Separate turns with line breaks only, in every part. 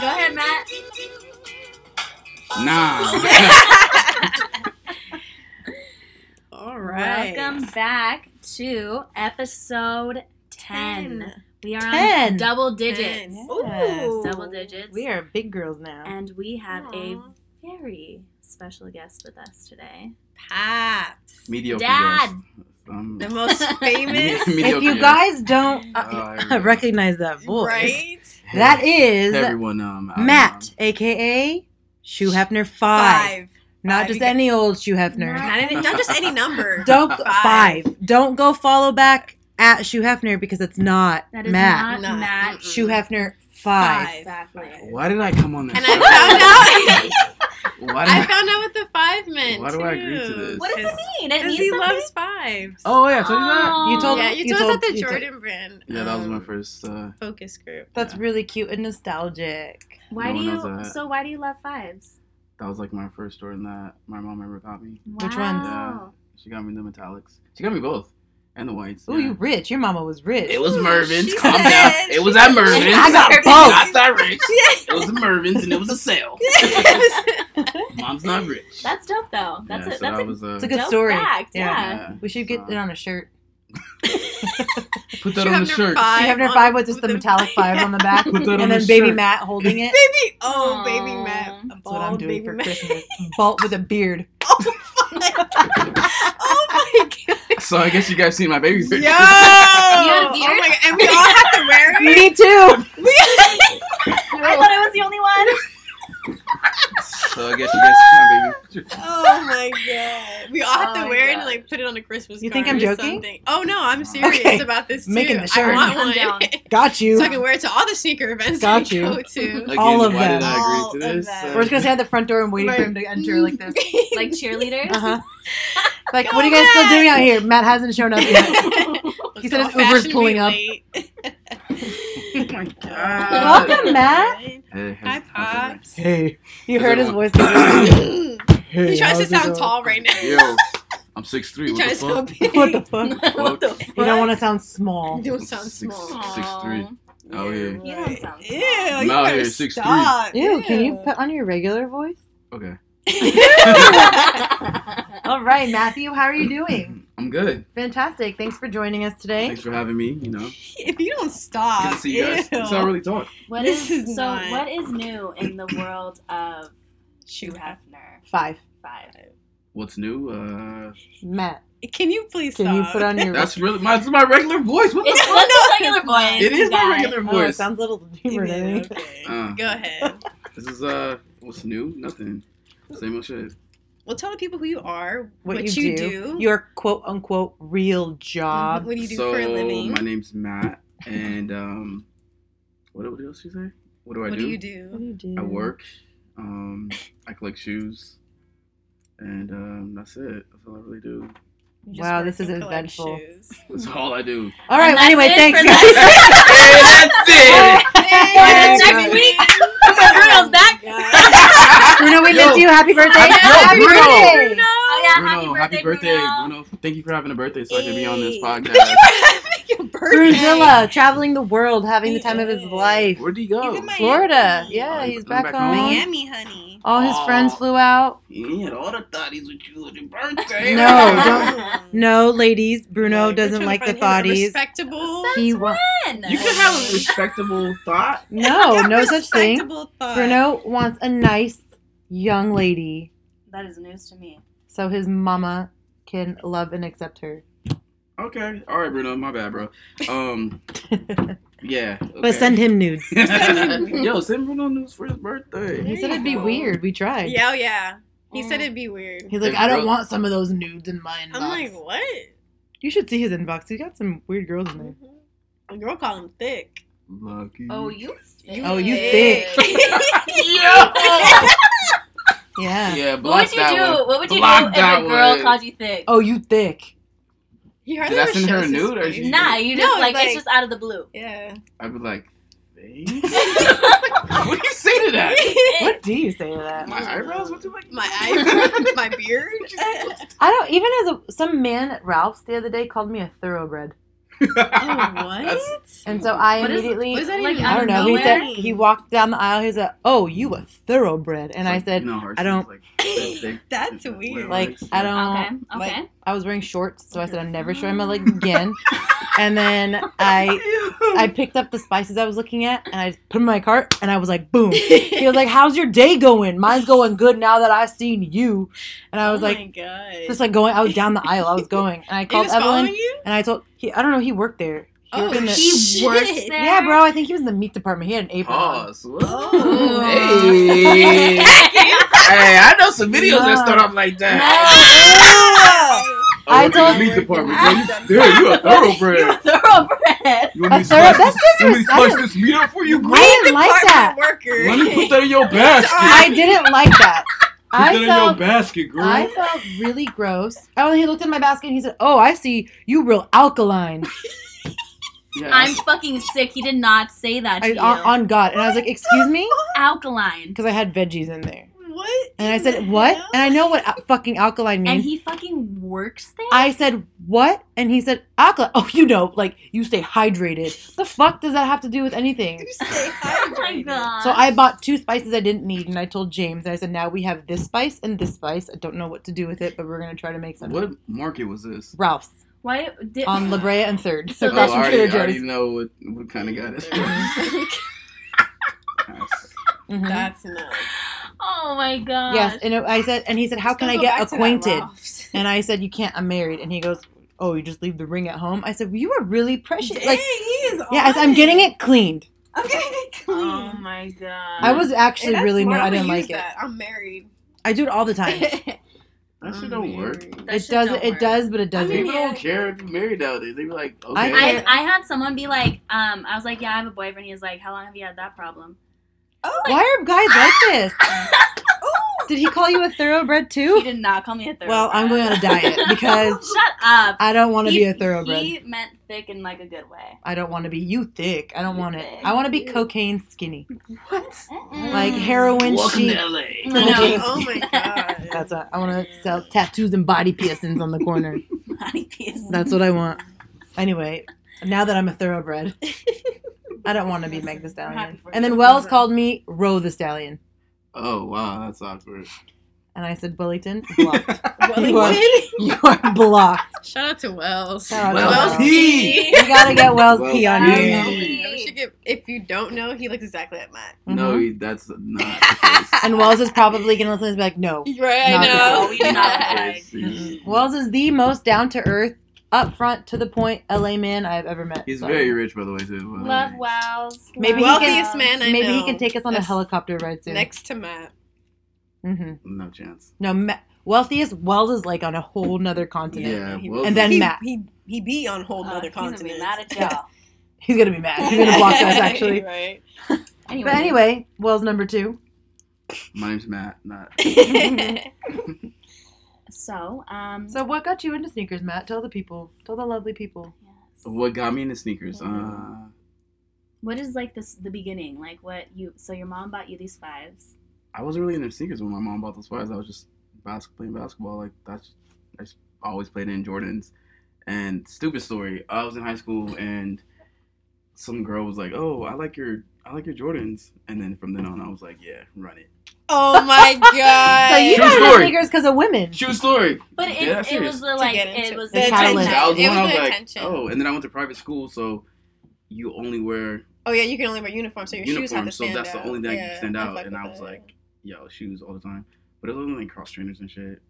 Go ahead, Matt.
Nah.
All right.
Welcome back to episode 10. We are on
Ten.
double digits.
Yes.
Ooh.
Double digits.
We are big girls now.
And we have
Aw.
a very special guest with us today.
Paps.
Mediocre.
Dad.
guess. Um,
The most famous.
me-
if
mediocre
you
guys.
guys don't
Oh,
uh,
here we go.
recognize that voice,
Right?
that
Hey,
is
everyone. Um, I,
Matt, aka Shoe Hefner Five. Not
Five.
just any old Shoe Hefner.
No.
Not, even, not just any number.
Don't go-
Five.
five. Don't go follow back at Shoe Hefner because that's not
That is
Matt.
not
No.
Matt.
Shoe Hefner five.
Five.
Exactly.
um, why did I come on this?
And I found out.
show? why did
I
I,
found out what the five meant.
Why do I agree to
too.
this?
What does it mean? It
Because
means
he
something?
loves fives.
Oh, yeah, I told you that?
You told-
yeah, Oh, you,
you
told us
told-
at the
you told-
Jordan brand.
Yeah, that was my
um,
first. Uh,
focus group.
That's
Yeah.
really cute and nostalgic.
Why do
No one knows
you?
that.
So why do you love fives?
that was like my first Jordan that my mom ever got me.
Which ones?
wow.
She got me the metallics. She got me both, and the whites.
Ooh,
yeah.
you rich. Your mama was rich.
It was
Ooh,
Mervin's.
she
Calm
said-
down. It was at Mervin's.
I got
Mervin's.
both.
Not that rich. It was at Mervin's, and it was a sale. Mom's not rich.
That's dope though. That's
yeah,
it.
so
that's
that
a
was
it's
uh,
a good
dope
story.
fact. Yeah.
We should get
so-
it on a shirt.
Put that on the shirt.
She have her five with just the metallic five on the back,
Put that on
and
the
then baby
shirt.
Matt holding it.
Baby, oh, baby
Aw.
Matt, a
That's what I'm
bald
doing
baby
for
Matt.
Christmas. Bald with a beard.
Oh my god!
So I guess you guys seen my baby
Yo!
picture.
Oh
beard?
my god! And we all have to wear it.
Me too.
I thought I was the only one.
So I guess you guys seen my baby picture.
Oh my god! We all have
Oh
to
my
wear it and
gosh.
like put it on a Christmas.
You think
card
I'm
or
joking?
something. Oh no, I'm serious
Okay.
about this too.
Making the shirt.
I want
I'm
one
down.
Got you.
so I can wear it to all the sneaker events
Got
I
you.
go to.
Again,
All of
why
them.
did I agree to
All of
this? Uh,
them.
We're just gonna stand at the front door and waiting for
Right.
him to enter like this.
Like cheerleaders.
Uh huh. Like, what are you guys still doing out here? Matt hasn't shown up yet. He said his Uber's pulling up.
oh my god.
Welcome, Matt.
uh, Hey,
Hi, pops.
Hey, you
How's
heard his voice.
everyone?
he
Hey,
tries to
how's it
sound
going?
tall right now.
Yo, I'm 6'3".
He
what the
tries to
fuck?
big.
What the fuck?
what the?
You don't want to sound small.
Don't
I'm
sound
six-
small.
six three. Oh, yeah.
You don't sound
Ew,
small.
you
No,
better
you're six three.
stop.
Ew, can you put on your regular voice?
Okay.
All right, Matthew, how are you doing?
I'm good.
Fantastic. Thanks for joining us today.
Thanks for having me, you know. It's
if you don't
Good
stop,
to see you guys.
ew.
That's how I really talk.
What is
This is
so?
not-
What is new in the world of
Shoe hat.
Hefner
Five.
Five?
What's new? Uh,
Matt,
Can you please
can
stop?
you put on your
that's really my, it's my regular voice. What the
It's
fuck?
what's your regular voice.
It is
guys?
my regular
Oh, it
voice.
sounds a little
You
humorous. I
mean,
think.
okay.
Uh.
Go ahead.
This is uh, what's new? Nothing. Same old shit.
Well, tell the people who you are,
What, you, do, your quote unquote real job.
what do you do
so
for a living?
my name's Matt, and um, what, what else you say? What do I
what
do?
do you
What
do?
do you do?
I work. Um, I collect shoes, and um, that's it. That's all I really do.
You just
Wow,
work
this is
and collect
eventful.
shoes.
That's all I do.
All right.
And
well, anyway,
that's it
thanks.
for
guys.
that.
and that's
Hey,
it.
next
week.
Oh
Bruno's
back.
Bruno, we
Yo.
miss you. Happy birthday.
Happy- yo, Bruno.
birthday.
Oh yeah,
Bruno, happy birthday, Bruno. Thank you for having a birthday so I can be on this podcast.
Your birthday.
Brunzilla, traveling the world, having the time of his
Yes.
life.
Where'd he go?
He's in my-
Florida.
Miami.
Yeah,
Oh,
he's
I'm
back,
back
home.
home.
Miami, honey.
All his
Oh.
friends flew out.
he had all the thotties with you on your birthday.
No, don't- No, ladies, Bruno
We're
doesn't
trying
like
to
the
find him a
thotties.
Respectable.
He wa-
You can have a respectable thought.
no,
Yeah,
no such thing.
respectable thought.
Bruno wants a nice young lady.
That is news to me.
so his mama can love and accept her.
Okay, all right, Bruno, my bad, bro. Um, yeah.
But send him nudes.
him. Yo, send Bruno news for his birthday.
He
There
said
you
it'd be
go.
weird. We tried.
Yeah, oh, yeah. He
Mm.
said it'd be weird.
He's like,
Hey,
I don't
bro.
want some of those nudes in my inbox.
I'm like, what?
you should see his inbox. He's got some weird girls in there.
A girl call him thick.
Lucky.
Oh, you.
Oh, you
Yo.
Yeah.
Yeah,
What
block
would you
that
do?
one.
What would you
Block
do
that
if a girl
one.
called you thick?
Oh, you thick.
he hardly
Did I
ever
send her a
shows his
nude or
face.
she-
Nah, you just
No,
like,
like-
it's just out of the blue.
Yeah.
I'd be like, thanks. what do you say to that?
What do you say to that?
My
Oh,
eyebrows? What do I?
My eyebrows, my beard.
I don't. Even as a, some man at Ralph's the other day called me a thoroughbred.
That's-
And so I
What is-
immediately,
what is that
like,
even?
I don't
out
know.
of
He said
nowhere?
he walked down the aisle. He said, "Oh, you a thoroughbred," and I
Like,
said,
no, Hershey's,
I don't-
Like, they- they-
That's
they wear
weird.
"Like
Hershey's.
I don't."
Okay. Okay.
I was wearing shorts, so I said, "I'm never showing my
Oh.
leg again." and then I I picked up the spices I was looking at, and I just put 'em in my cart, and I was like, "Boom." He was like, "How's your day going? Mine's going good now that I've seen you." And I was
Oh my
like,
God.
just like going. I was down the aisle. I was going, and I
he
called
was
Evelyn,
following you? Oh,
and I told he. I don't know. He worked there. He worked in the,
he
shit.
works there?
yeah, bro. I think he was in the meat department. He had an apron. on.
Pause. What?
Oh.
Hey. hey, I know some videos that start off like that. Oh,
I
look at
told-
the meat department, bro. You, dude, you a thoroughbred.
thoroughbred.
You want me to
A
slice
thoroughbred?
this,
That's
you want me to slice
disrespectful.
this meat up for you, girl?
I didn't like that.
Worker.
Let me put that in your basket.
I didn't like that.
Put that
I
in your
felt,
basket, girl.
I felt really gross. Oh, he looked in my basket and he said, "Oh, I see. You real alkaline."
Yeah,
I'm fucking sick. He did not say that to
I,
you.
on, on God, and I was like, "Excuse me,"
Alkaline.
because I had veggies in there,
What?
and I
in the
said, "What?"
hell?
And I know what al- fucking alkaline means.
And he fucking works there?
I said, "What?" And he said, "Alkaline." Oh, you know, like you stay hydrated. The fuck does that have to do with anything?
You stay
oh my
hydrated.
god.
So I bought two spices I didn't need, and I told James, and I said, "Now we have this spice and this spice. I don't know what to do with it, but we're gonna try to make something."
What market was this?
Ralph's
Why did
on La Brea and Third,
So
Oh,
across
I,
from
already, I
Trader
already
Joe's.
know what, what kind of guy this was. Nice.
Mhm.
That's enough.
Oh my god.
Yes, and it- I said, and he said, "How can I get acquainted?" And I said, "You can't. I'm married." And he goes, "Oh, you just leave the ring at home." I said, well, "You are really precious."
Dang,
Like,
he is
yeah, I said, I'm getting it cleaned.
I'm getting it clean.
Oh my god.
I was actually
Hey, that's
really
smart.
mad. I
I'm gonna
didn't
use
like it.
that. I'm married.
I do it all the time. it
That shit don't work.
That shit
does.
don't
It
work.
does, but it
People
doesn't.
mean,
don't care if you're married nowadays. They be like, okay.
I-
I, I had someone be like, um, I was like, yeah, I have a boyfriend. He was like, how long have you had that problem?
Oh,
Why are guys like this? Did he call you a thoroughbred
Oh. He
too?
did not call me a thoroughbred.
Well, I'm going on a diet because
Shut up.
I don't want to
He-
be a thoroughbred.
He meant thick in like a good way.
I don't want to be you thick. I don't
You
want it.
thick.
I want to be
Ew.
cocaine skinny,
Mm-mm.
like heroin
Welcome
chic.
to LA.
I know.
Okay.
oh my god.
That's what I want to sell tattoos and body piercings on the corner.
Body piece.
That's what I want. Anyway, now that I'm a thoroughbred, I don't want to be Meg the
Happy
Stallion.
for
And then
you.
Wells called me Roe the Stallion,
Oh wow, that's awkward.
and I said, "Wellington, blocked.
Wellington.
you are blocked.
Shout out to Wells.
Shout out
Wells
to Wells.
P.
You gotta get Wells
Wells
P on
P.
here.
I wish you could- if you don't know, he looks exactly like Matt.
No,
Mhm.
he- that's not. the case.
And Wells is probably gonna listen to this and be like, "No,
Right,
Not know.
That's not the case. He's-
Wells is the most down to earth, upfront, to the point LA man I've ever met.
He's
So
very rich, by the way, too. by the
Love
way.
wows.
Maybe he
Love
can-
wows.
Wealthiest man I
Maybe he
know.
can take us on
That's
a helicopter ride soon.
Next to Matt.
hmm
No chance.
No, Ma- wealthiest Wells is like on a whole nother continent.
Yeah,
he-
Wells
And then
he,
Matt.
He he be on whole
Uh,
other
he's gonna
continents.
be mad at y'all.
He's gonna be mad. He's gonna block us actually.
right.
anyway,
But anyway, Wells number two.
My name's Matt. Not.
so um,
So what got you into sneakers, Matt? Tell the people. Tell the lovely people.
yes.
What got me into sneakers? Uh,
what is like this the beginning? Like what you? So your mom bought you these fives.
I wasn't really into sneakers when my mom bought those fives. I was just bas- playing basketball. Like that's, I just always played in Jordans. And stupid story. I was in high school and some girl was like, "Oh, I like your, I like your Jordans." And then from then on, I was like, "Yeah, run it."
oh my god.
So you
True
got into
story.
sneakers because of women.
True story.
But it,
Yeah,
it
serious.
was the
To
like
get
it
into-
was
The
the
catalyst.
catalyst.
That was
It
when I
was
was
the
like,
attention.
oh, and then I went to private school, so you only wear
oh yeah, you can only wear uniforms, so your shoes have to
uniforms, so
stand
that's
out.
the only thing I
Yeah,
could stand
I
out.
fuck
and
with
I was
that.
like, yo, shoes all the time. But it was only like cross trainers and shit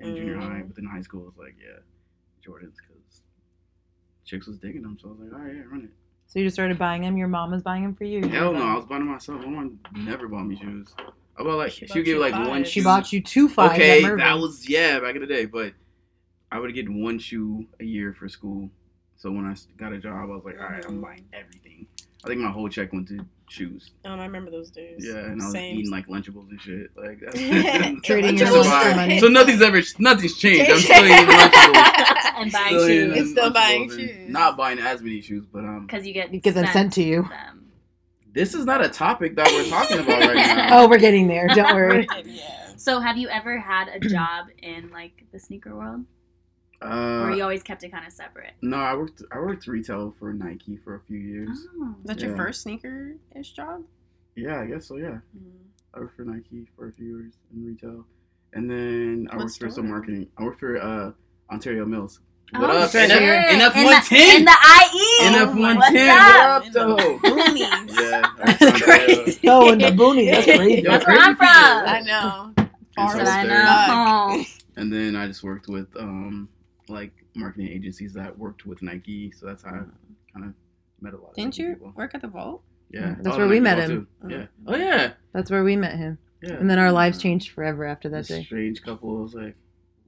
in junior
Mm.
high. But then high school, was like, yeah, Jordans, because chicks was digging them, so I was like, all right, yeah, run it.
So you just started buying them. Your mom was buying them for you.
Hell no, I was buying them myself. My mom never bought me shoes. I bought like
She
she,
bought
would
you
give like
fives.
one.
She
shoe.
bought you two fives. at
Okay,
Mervyn.
that was yeah back in the day, but I would get one shoe a year for school. So when I s- got a job, I was like, all right,
Mm-hmm.
I'm buying everything. I think my whole check went to shoes.
Um, I remember those days.
Yeah, and I was
Same.
eating like Lunchables and shit. Like that's
Trading
just
your
a
lunch for
vibe.
money.
So nothing's ever nothing's changed. I'm still eating Lunchables.
and buying
Still eating
shoes
It's still
Lunchables
buying
and
shoes.
Not buying as many shoes, but um,
because you get
because I'm sent to you.
them.
this is not a topic that we're talking about right now.
Oh, we're getting there. Don't worry.
yeah.
So have you ever had a job in like the sneaker world? or
Uh,
you always kept it kind of separate?
no, I worked I worked retail for Nike for a few years.
Oh.
That's
Yeah.
your first sneaker ish job?
Yeah, I guess so. Yeah, I worked for Nike for a few years in retail, and then I
What
worked for
store?
some marketing. I worked for uh, Ontario Mills.
Oh,
What up?
shit.
NF
In the-
110.
In the IE.
NF
What's
110.
up?
What up, though?
Boonies.
Yeah, I worked for Ontario.
Crazy.
Oh, in the boonies. That's crazy.
Yo,
That's where I'm
crazy people.
from.
I know.
That's
That's what
Forest
I
Upstairs.
know.
and then I just worked with um like marketing agencies that worked with Nike, so that's how I kind of met a lot. of
Didn't
Nike
you
people.
work at the vault?
Yeah,
That's
Oh,
where we
Nike
met
ball,
him.
too. Yeah. Oh yeah.
That's where we met him.
Yeah.
And then our lives
Yeah.
changed forever after that
This
day.
strange couple. I was like,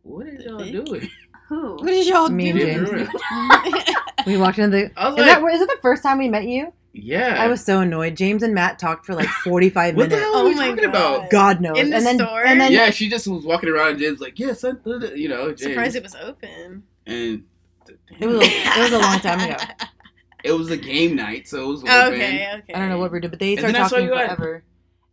what is y'all
Dick?
doing?
Who?
What did y'all
Me and
do?
Yeah,
James.
right.
We walked into the.
I was
Is that,
like,
where- is it the first time we met you?
yeah.
I was so annoyed. James and Matt talked for like 45
What the
minutes.
hell are we
Oh my
talking
God.
about?
God knows.
In the
and then,
store?
And then,
Yeah, she just was walking around and James like, yeah, son, da, da, you know, James.
Surprised it was open.
And
It was, a, it was a long time ago.
it was a game night, so it was open.
Oh, okay, okay.
I don't know what we did, but they
And
started
then I saw
talking
you at-
forever.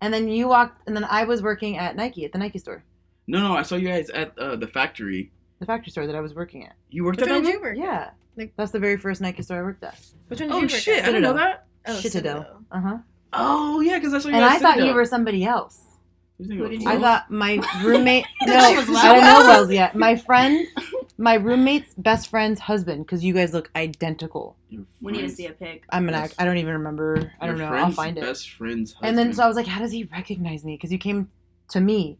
And then you walked, and then I was working at Nike, at the Nike store,
No, no, I saw you guys at uh, the factory.
the factory store that I was working at.
You worked
Which
at
one
that
did
one?
you work at?
Yeah.
Like-
That's the very first Nike store I worked at.
Which one did you
Oh
work
shit, I
at?
didn't know that.
Oh,
Citadel.
Citadel.
Uh huh.
Oh yeah, because that's what you
And
guys
I thought
said,
you
though.
were somebody else.
You think it
Who
was
did you-
Wells?
I thought my roommate. no,
That was
I don't know
Wells.
Wells yet. My friend, my roommate's best friend's husband, because you guys look identical.
Your
We need to
friend's-
see a pic.
I'm an.
Yes.
I don't even remember. I don't
your
know. I'll
friend's
find it.
Best friend's
and then so I
husband.
was like, how does he recognize me? Because you came to me,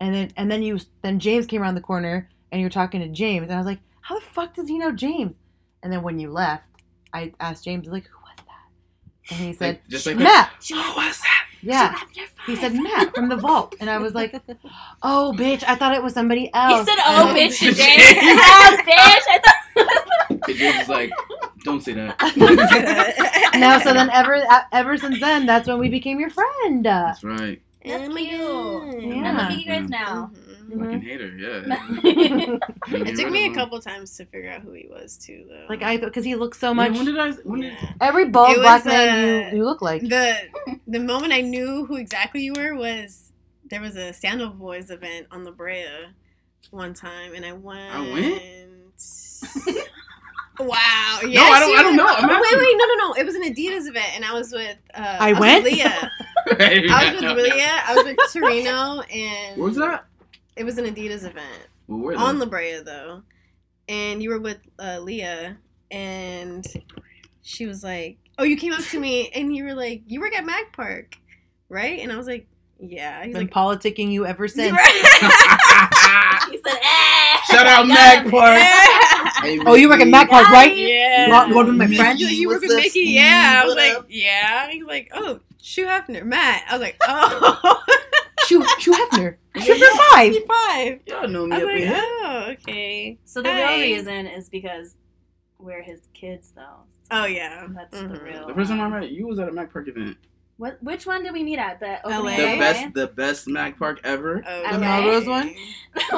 and then and then you then James came around the corner and you were talking to James, and I was like, how the fuck does he know James? And then when you left, I asked James like, who was that? And he said,
Like, just like
Matt.
Who was that?
Yeah.
She left her
He said
five.
Matt from the vault, and I was like, "Oh, bitch! I thought it was somebody else."
He said, "Oh,
And-
bitch, James. oh, bitch." I thought.
And James was like, don't say that.
No, so then ever uh, ever since then, that's when we became your friend.
That's right.
That's
Oh my
cute.
God.
I look at
Yeah.
you guys now.
Mm-hmm.
Mhm.
Fucking
Mhm.
hater, yeah. You
It
get
took
rid
me
of
a
him.
couple times to figure out who he was too, though.
Like I, because he looks so
Yeah,
much.
When did I? When did,
Yeah.
Every bald
It
black
was,
man
uh,
you, you look like.
the the moment I knew who exactly you were was there was a Sandal Boys event on La Brea one time, and I went.
I went?
wow. Yes,
no, I don't.
you
I don't
were-
know. I'm
Oh, wait,
asking.
wait, no, no, no! It was an Adidas event, and I was with. Uh,
I
was with
went?
Leah. I was with Leah. I was with Sereno, and
What was that?
It was an Adidas event
Well, where
on
the-
La Brea though, and you were with uh, Leah, and she was like, "Oh, you came up to me and you were like, you work at Mag Park, right?" And I was like, "Yeah." He's
been
like,
politicking you ever since.
He said, "Eh."
Shout
Y'all
out Mac
have-
Park. Hey,
Oh, you work at
Mickey.
Mac Park, right?
Yeah.
Well, you wanna be my friend?
You, you work with
What's
Mickey?
up,
Yeah. I was
Steve?
like,
What up?
yeah. He's like, oh, Shoe Hefner, Matt. I was like, oh,
Shoe, Shoe Hefner. Shoe for five.
five.
Y'all know me
I was
up
like,
in here.
oh, okay.
So the
Hi.
real reason is because we're his kids, though.
Oh yeah.
That's the
Mhm.
real.
Mm-hmm.
um,
The first time I met you was at a Mac Park event.
What? Which one did we meet at? The opening
LA?
The
day?
best, the best Mac Park ever.
Oh,
The
Melrose one?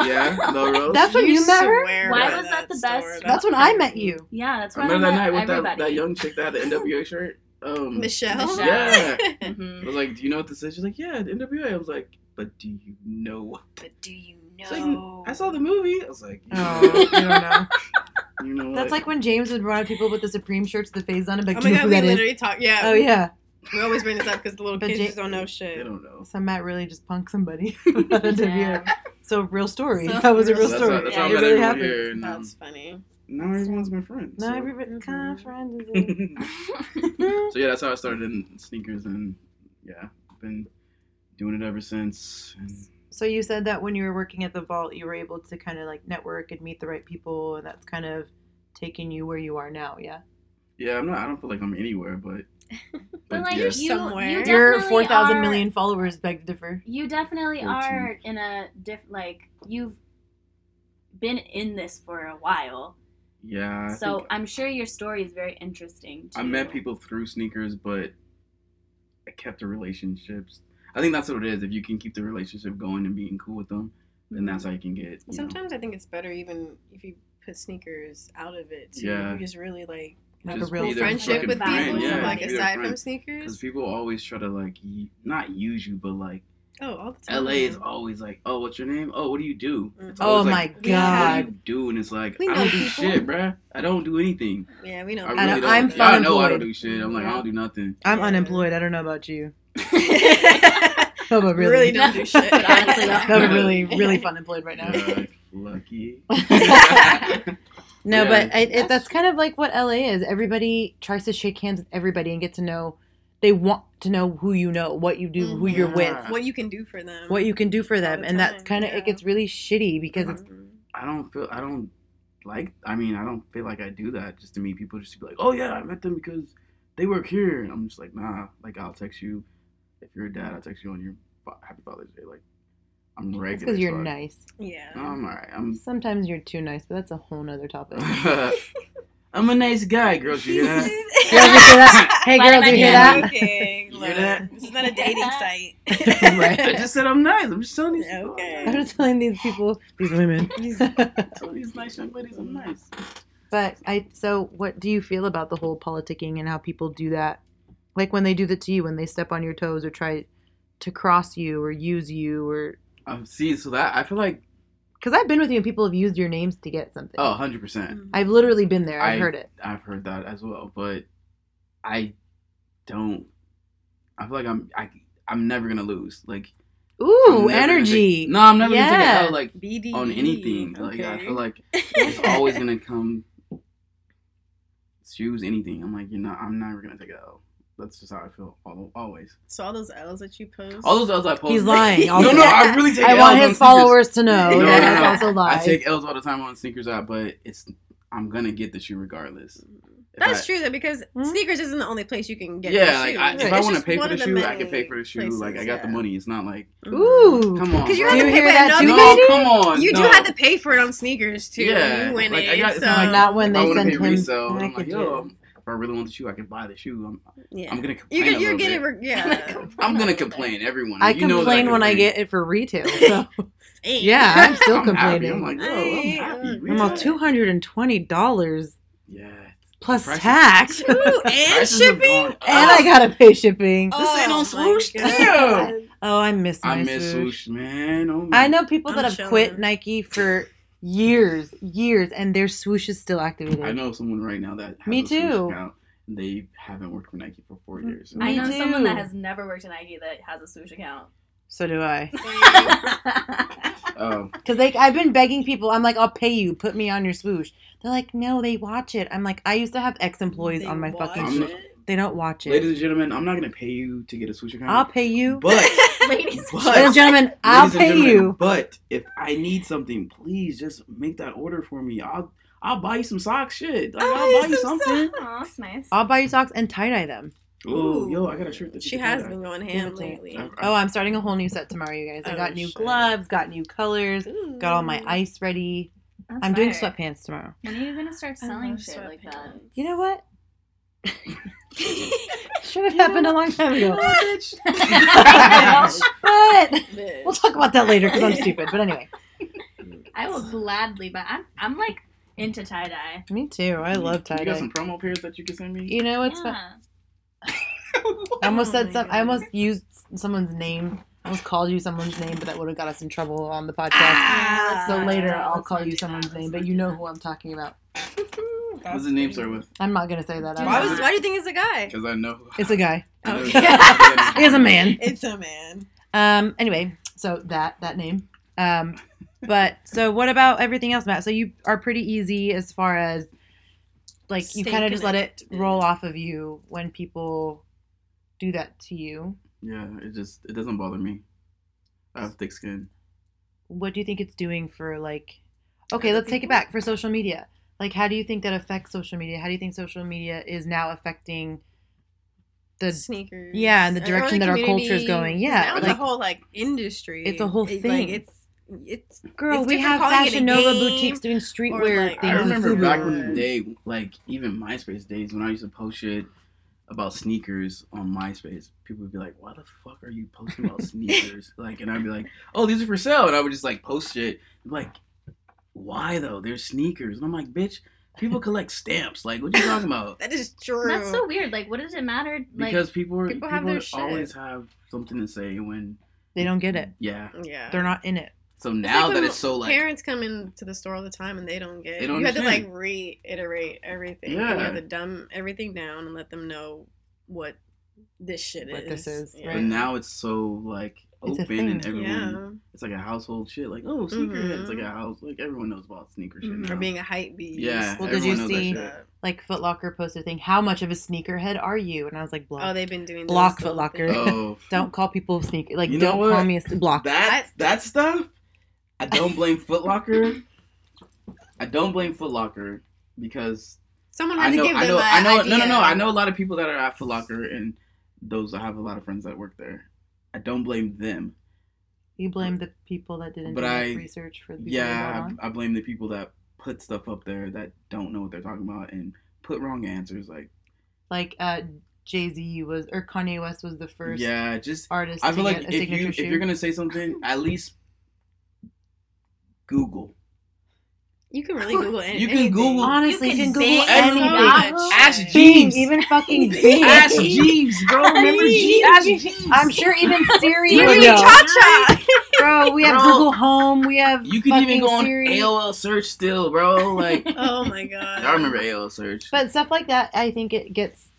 Yeah, Melrose.
That's when you met her?
swear
Why
by
was that the
store.
best?
That's when I met you.
Yeah, that's
I
where
remember that night with that,
everybody.
that young chick that had the NWA shirt. Um,
Michelle. Oh
Michelle.
Yeah. I
Mhm.
was like, do you know what this is? She's like, yeah, the NWA. I was like, but do you know? what
But do you
It's like, I saw the movie. I was like, you
Oh,
know,
you don't know.
you know
That's
what?
like when James would run out of people with the Supreme shirts with the phase on it. Like,
Oh
do
my
you know
god,
who
we
that is?
literally talk. Yeah.
Oh, yeah.
We always bring this up because the little
But
kids
Ja-
just don't know
they
shit.
don't know.
So Matt really just punked somebody.
Yeah.
So, real story.
So-
that was a
So
real
So that's
story.
how, that's
yeah,
how I
it
met
really
everyone
happened.
here. And, um,
That's funny.
now everyone's my friend.
No,
so.
everybody kind of friend is it?
so yeah, that's how I started in sneakers, and yeah, been doing it ever since. And
So you said that when you were working at the vault, you were able to kind of like network and meet the right people, and that's kind of taken you where you are now. Yeah.
yeah, I'm not. I don't feel like I'm anywhere, but
But like
yes.
you,
Somewhere.
you
Your
Your
definitely
four thousand
are-
million followers beg to differ.
You definitely
14.
are in a diff. Like you've been in this for a while,
yeah. I
so
think-
I'm sure your story is very interesting.
I met
too.
people through sneakers, but I kept the relationships. I think that's what it is. If you can keep the relationship going and being cool with them, then that's how you can get. You know,
Sometimes I think it's better even if you put sneakers out of it too.
Yeah.
You just really like
Like
just
a real
be their
friendship
fucking
with
friend,
people,
yeah,
like
be their
aside
friend.
from
Because
sneakers.
people always try to like y- not use you, but like
Oh, all the time.
LA is always like, oh, what's your name? Oh, what do you do? It's
Oh
always
my
like,
god.
What do you do? And it's like,
We
I
know
don't do
people.
shit, bruh. I don't do anything.
Yeah, we know.
I
don't-
really don't.
I'm
Y'all know I
unemployed.
don't do shit. I'm like, I don't do nothing.
I'm
Yeah.
unemployed. I don't know about you.
really,
No, but really,
don't do shit.
But honestly,
no, but really, really fun employed right now.
Like, lucky.
No,
Yeah.
but it, it,
That's-
that's kind of like what LA is. Everybody tries to shake hands with everybody and get to know. They want to know who you know, what you do, who you're with,
Yeah.
what you can do for them.
what you can do for them,
Mm-hmm. the
and that's
time,
kind of
yeah.
it gets really shitty because it's
Mhm.
I don't feel I don't like I mean I don't feel like I do that just to meet people just to be like oh yeah I met them because they work here and I'm just like nah like I'll text you if you're a dad I'll text you on your fa- happy Father's Day like I'm regular
because you're
so I-
nice.
Yeah.
No, I'm alright I'm
Sometimes you're too nice, but that's a whole nother topic. Girls,
I'm a nice guy girls you hear that
you hear that? Hey,
Why
girls,
did
you
I
hear
do
that?
Okay,
You
look,
hear that?
this is not a dating site.
Right.
I just said I'm nice I'm just telling these
Okay.
I'm just telling these people, these women.
I'm telling these nice young ladies I'm nice
But I so what do you feel about the whole politicking and how people do that? Like when they do that to you, when they step on your toes or try to cross you or use you or
I'm seeing Uh, so that I feel like
because I've been with you and people have used your names to get something.
oh 100 percent
I've literally been there. I've
I-
heard it.
I've heard that as well, but I don't. I feel like I'm I I'm never gonna lose. Like I'm
Ooh,
never gonna
energy.
take- no, I'm never gonna take
Yes.
it like
BD
on anything. Like I feel like it's always gonna come. Choose anything. I'm like you're not. I'm never gonna take it L. That's just how I feel. al- Always.
so all those L's that you post.
All those L's I post.
He's lying.
No,
Also,
no. I really take.
I
L's
want
on
his
sneakers.
followers to know.
No,
that
no,
that's
no.
also lies.
I take L's all the time on sneakers out, but it's I'm gonna get the shoe regardless. If
That's
I-
true though, because
Hmm?
sneakers isn't the only place you can get.
yeah,
your
like
shoes.
I, if
It's
I want to
just
pay for
one
the
of
shoe, I can
many
pay for the shoe. like I
places,
got the
yeah.
money. It's not like
Ooh,
Come on,
Because you
bro.
have
Do
to
you
pay
hear
for
that,
that.
too,
no,
no,
baby?
come on.
Mm-hmm. you do
no.
have to pay for it on sneakers too.
Yeah,
you win
like,
it.
I got- it's
so,
not like-
not when
I
they
want to
sent
pay
him
resale. and I'm like,
packages.
yo, if I really want the shoe, I can buy the shoe. I'm,
yeah.
I'm gonna
you're
complain.
gonna,
a
you're
little
getting re-
bit.
yeah.
I'm gonna complain. Everyone.
I
You know that
complain when I
complain.
get it for retail. so-
Hey.
yeah, I'm still
I'm happy. I'm
complaining.
like, yo, I'm happy.
I'm
I'm
retail.
all two hundred and twenty dollars
Yeah.
plus
Prices.
tax, and
Ooh, and
Prices have
shipping.
gone up.
I gotta pay shipping.
This ain't on
Oh. my
Swoosh.
God.
Damn.
Oh, I miss my
I miss swoosh, man. Oh, my-
I know people that
I'm
have quit
chilling.
Nike for years, years, and their swoosh is still activated.
I know someone right now that has
Me
a swoosh
too. Mm,
account, and They haven't worked for Nike for four years.
I
Me
know
too.
someone that has never worked in Nike that has a swoosh account.
So do I.
Oh,
Because like I've been begging people, I'm like, I'll pay you, put me on your swoosh. They're like, no, they watch it. I'm like, I used to have ex employees
They
on my
watch
fucking.
I'm
Swoosh.
not-
it.
They don't watch
ladies
it.
and gentlemen, I'm not gonna pay you to get a swoosh account.
I'll pay you,
But
Ladies,
What?
ladies and gentlemen. I'll
Ladies and
pay
gentlemen,
you.
But if I need something, please just make that order for me. I'll I'll buy you some socks. Shit, like, I'll, buy you something.
Aw, that's nice.
I'll buy you socks and tie dye them.
Oh,
Ooh.
yo, I got a shirt that you
She
can
has
tie-dye.
been going ham
Yeah, it's
lately.
I- I-
Oh, I'm starting a whole new set tomorrow, you guys. I
Oh,
got new
shit. Oh,
gloves, got new colors, got all my ice ready.
That's
I'm doing
fire.
sweatpants tomorrow.
When are you gonna start
I
selling
love
shit like that?
You know what? Should have
You know
happened a long time ago.
I will-
But
Bitch.
we'll talk about that later because I'm stupid. But anyway,
I will gladly, but I'm I'm like into tie dye.
me
Oh,
too. I love tie
You got
dye.
some promo pairs that you can send me.
You know what's? fu-
Yeah.
I almost
Oh
said
my
some. I
God.
almost used someone's name. I almost called you someone's name, but that would have got us in trouble on the podcast.
Ah,
Yeah,
so
let's not do
later,
that.
I'll
Let's
call
not
you
do that.
someone's
Let's
name,
not
but
do
you know
that.
who I'm talking about.
What's his name start with?
I'm not gonna say that.
Why
I
was?
don't know.
Why do you think it's a guy?
Because I know.
It's a guy.
I know-
Okay.
I know-
He is a man.
It's a man.
Um. Anyway, so that that name. Um. But so what about everything else, Matt? So you are pretty easy as far as like you
Stay
kind of just let it
connected.
roll off of you when people do that to you.
Yeah, it just it doesn't bother me. I have thick skin.
What do you think it's doing for like? Okay, let's take it back for social media. Like, how do you think that affects social media? How do you think social media is now affecting the
Sneakers.
Yeah, and the
Or
direction that our culture is
community.
going.
'Cause
Yeah,
now it's
like-
a whole like industry.
It's a whole
It-
thing.
Like, it's it's
girl?
It's
we
different
have
calling it a
Fashion Nova
game,
boutiques doing
or,
streetwear
like,
things.
I
with
remember
Fubu.
back when the day, like even MySpace days, when I used to post shit about sneakers on MySpace, people would be like, "Why the fuck are you posting about sneakers?" Like, and I'd be like, "Oh, these are for sale," and I would just like post shit. Like, why though? They're sneakers, and I'm like, "Bitch, people collect stamps. Like, what you talking about?"
that is true.
That's so weird. Like, what does it matter? Like,
Because people are people,
people have their shit.
always have something to say when
They don't get it.
Yeah.
Yeah.
They're not in it.
So now
like
that
when
it's so like
Parents come into the store all the time and they don't get.
They don't
you have to like
understand.
reiterate everything. You
Yeah.
have to dumb everything down and let them know what this shit
What
is.
this is,
Yeah.
but now it's so like
It's a
open and
thing.
everyone
Yeah.
it's like a household shit. Like, oh sneakerhead. It's
Mhm.
like a house like everyone knows about sneaker shit.
Or
now.
being a hype beast.
yeah,
Well, did
everyone
you
knows that
see-
shit.
Like Foot Locker posted a thing, how much of a sneakerhead are you? And I was like, block.
Oh, they've been doing
Block
those little
Foot Locker.
things.
Oh
don't call people sneaker. Like,
You know
don't
what?
call me a s- block.
that that stuff, I don't blame Foot Locker. I don't blame Foot Locker because
Someone had
I know
to give
I
them
know
a
I know no no
idea.
no I know a lot of people that are at Foot Locker and those I have a lot of friends that work there. I don't blame them.
You blame the people that didn't
But
do
I-
enough research for the people that
Yeah,
voted on.
I, I blame the people that put stuff up there that don't know what they're talking about and put wrong answers. Like,
Like uh, Jay Z was or Kanye West was the first
yeah, just
artist.
I feel
to
like
get a
if you
signature
if
shoe.
you're gonna say something, at least Google.
You can really Google anything.
You can Google-
honestly,
You
you
can
can
Bing
Google
so
anything.
much.
Ask
Right.
G-
Bing,
Jeeves.
even fucking Bing.
Ask Jeeves, bro. Remember Jeeves? Ask Jeeves.
I'm sure even Siri
Siri
would know.
Cha Cha.
Bro, we have
Bro.
Google Home. We have
You can even
fucking
go on
Siri.
AOL search still, bro. Like
Oh my god.
I remember AOL search, but,
But stuff like that, I think it gets.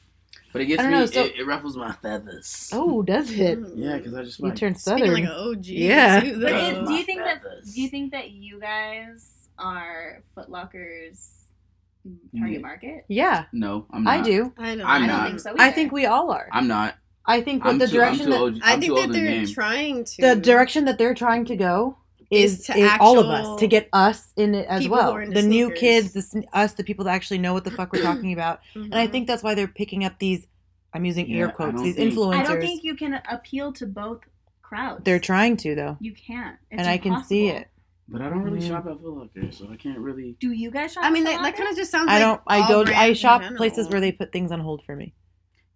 it gets
I
me.
don't know, so-
it, it ruffles my feathers.
Oh, does it?
yeah, because I just
You
like
turn
Speaking
southern.
like an OG.
Yeah.
too,
But
Yeah.
is-
though.
uh,
do
My
you think that
feathers.
do you think that you guys are Foot Locker's
Yeah.
target market?
yeah,
no, I'm not.
I do.
I don't.
I'm
I
I
don't
not.
think so.
I
either.
think we all are.
I'm not.
I think with
I'm
the
too, I'm
direction
too
that
old.
I
I'm too
think
old
that
in the
they're
game.
trying to.
the direction that they're trying to go is,
Is to
is all of
actual
us to get us in it as
people who
well.
are into
The new
sneakers.
kids, the, sn- us, the people that actually know what the fuck we're talking about.
Mm-hmm.
Mhm.
And I think that's why they're picking up these. I'm using
Yeah,
air
I
quotes.
don't
These
think-
influencers.
I don't think you can appeal to both crowds.
they're trying to though,
You can't. It's
and I can see
impossible.
it.
But I don't really
Mhm.
shop at Foot Locker, so I can't really.
Do you guys shop?
I mean,
at
that,
Foot
that kind
Locker?
of just sounds.
I don't.
Like
I
all
go.
brands
I
in
shop
general.
places where they put things on hold for me.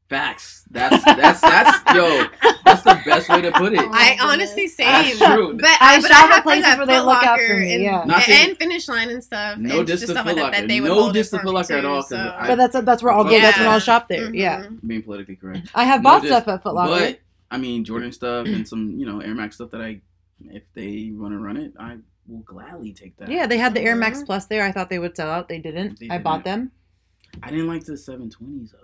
Facts. That's that's that's yo. That's the best way to put it.
I honestly same.
That's true.
But
I
I, but
shop
I have
at
friends
places
at
where they
Foot
look out
Locker
for me,
and,
yeah.
Not saying-
and Finish Line and stuff.
No
and
diss
just
to
stuff
Foot
like that,
Locker.
that they would
No
hold it
diss to
for
Foot
me
Locker at
too,
all, 'cause
So.
I- Mm-hmm.
But that's that's where I'll go. That's when I'll shop there. Yeah,
Mhm.
Being politically correct.
I have
No
bought
diss,
stuff at Foot Locker.
But I mean Jordan stuff and some you know Air Max stuff that I, if they want to run it, I will gladly take that.
yeah, they had the Air Max
Mhm.
Plus there. I thought they would sell out. They didn't.
They
I bought them.
I didn't like the 720s though.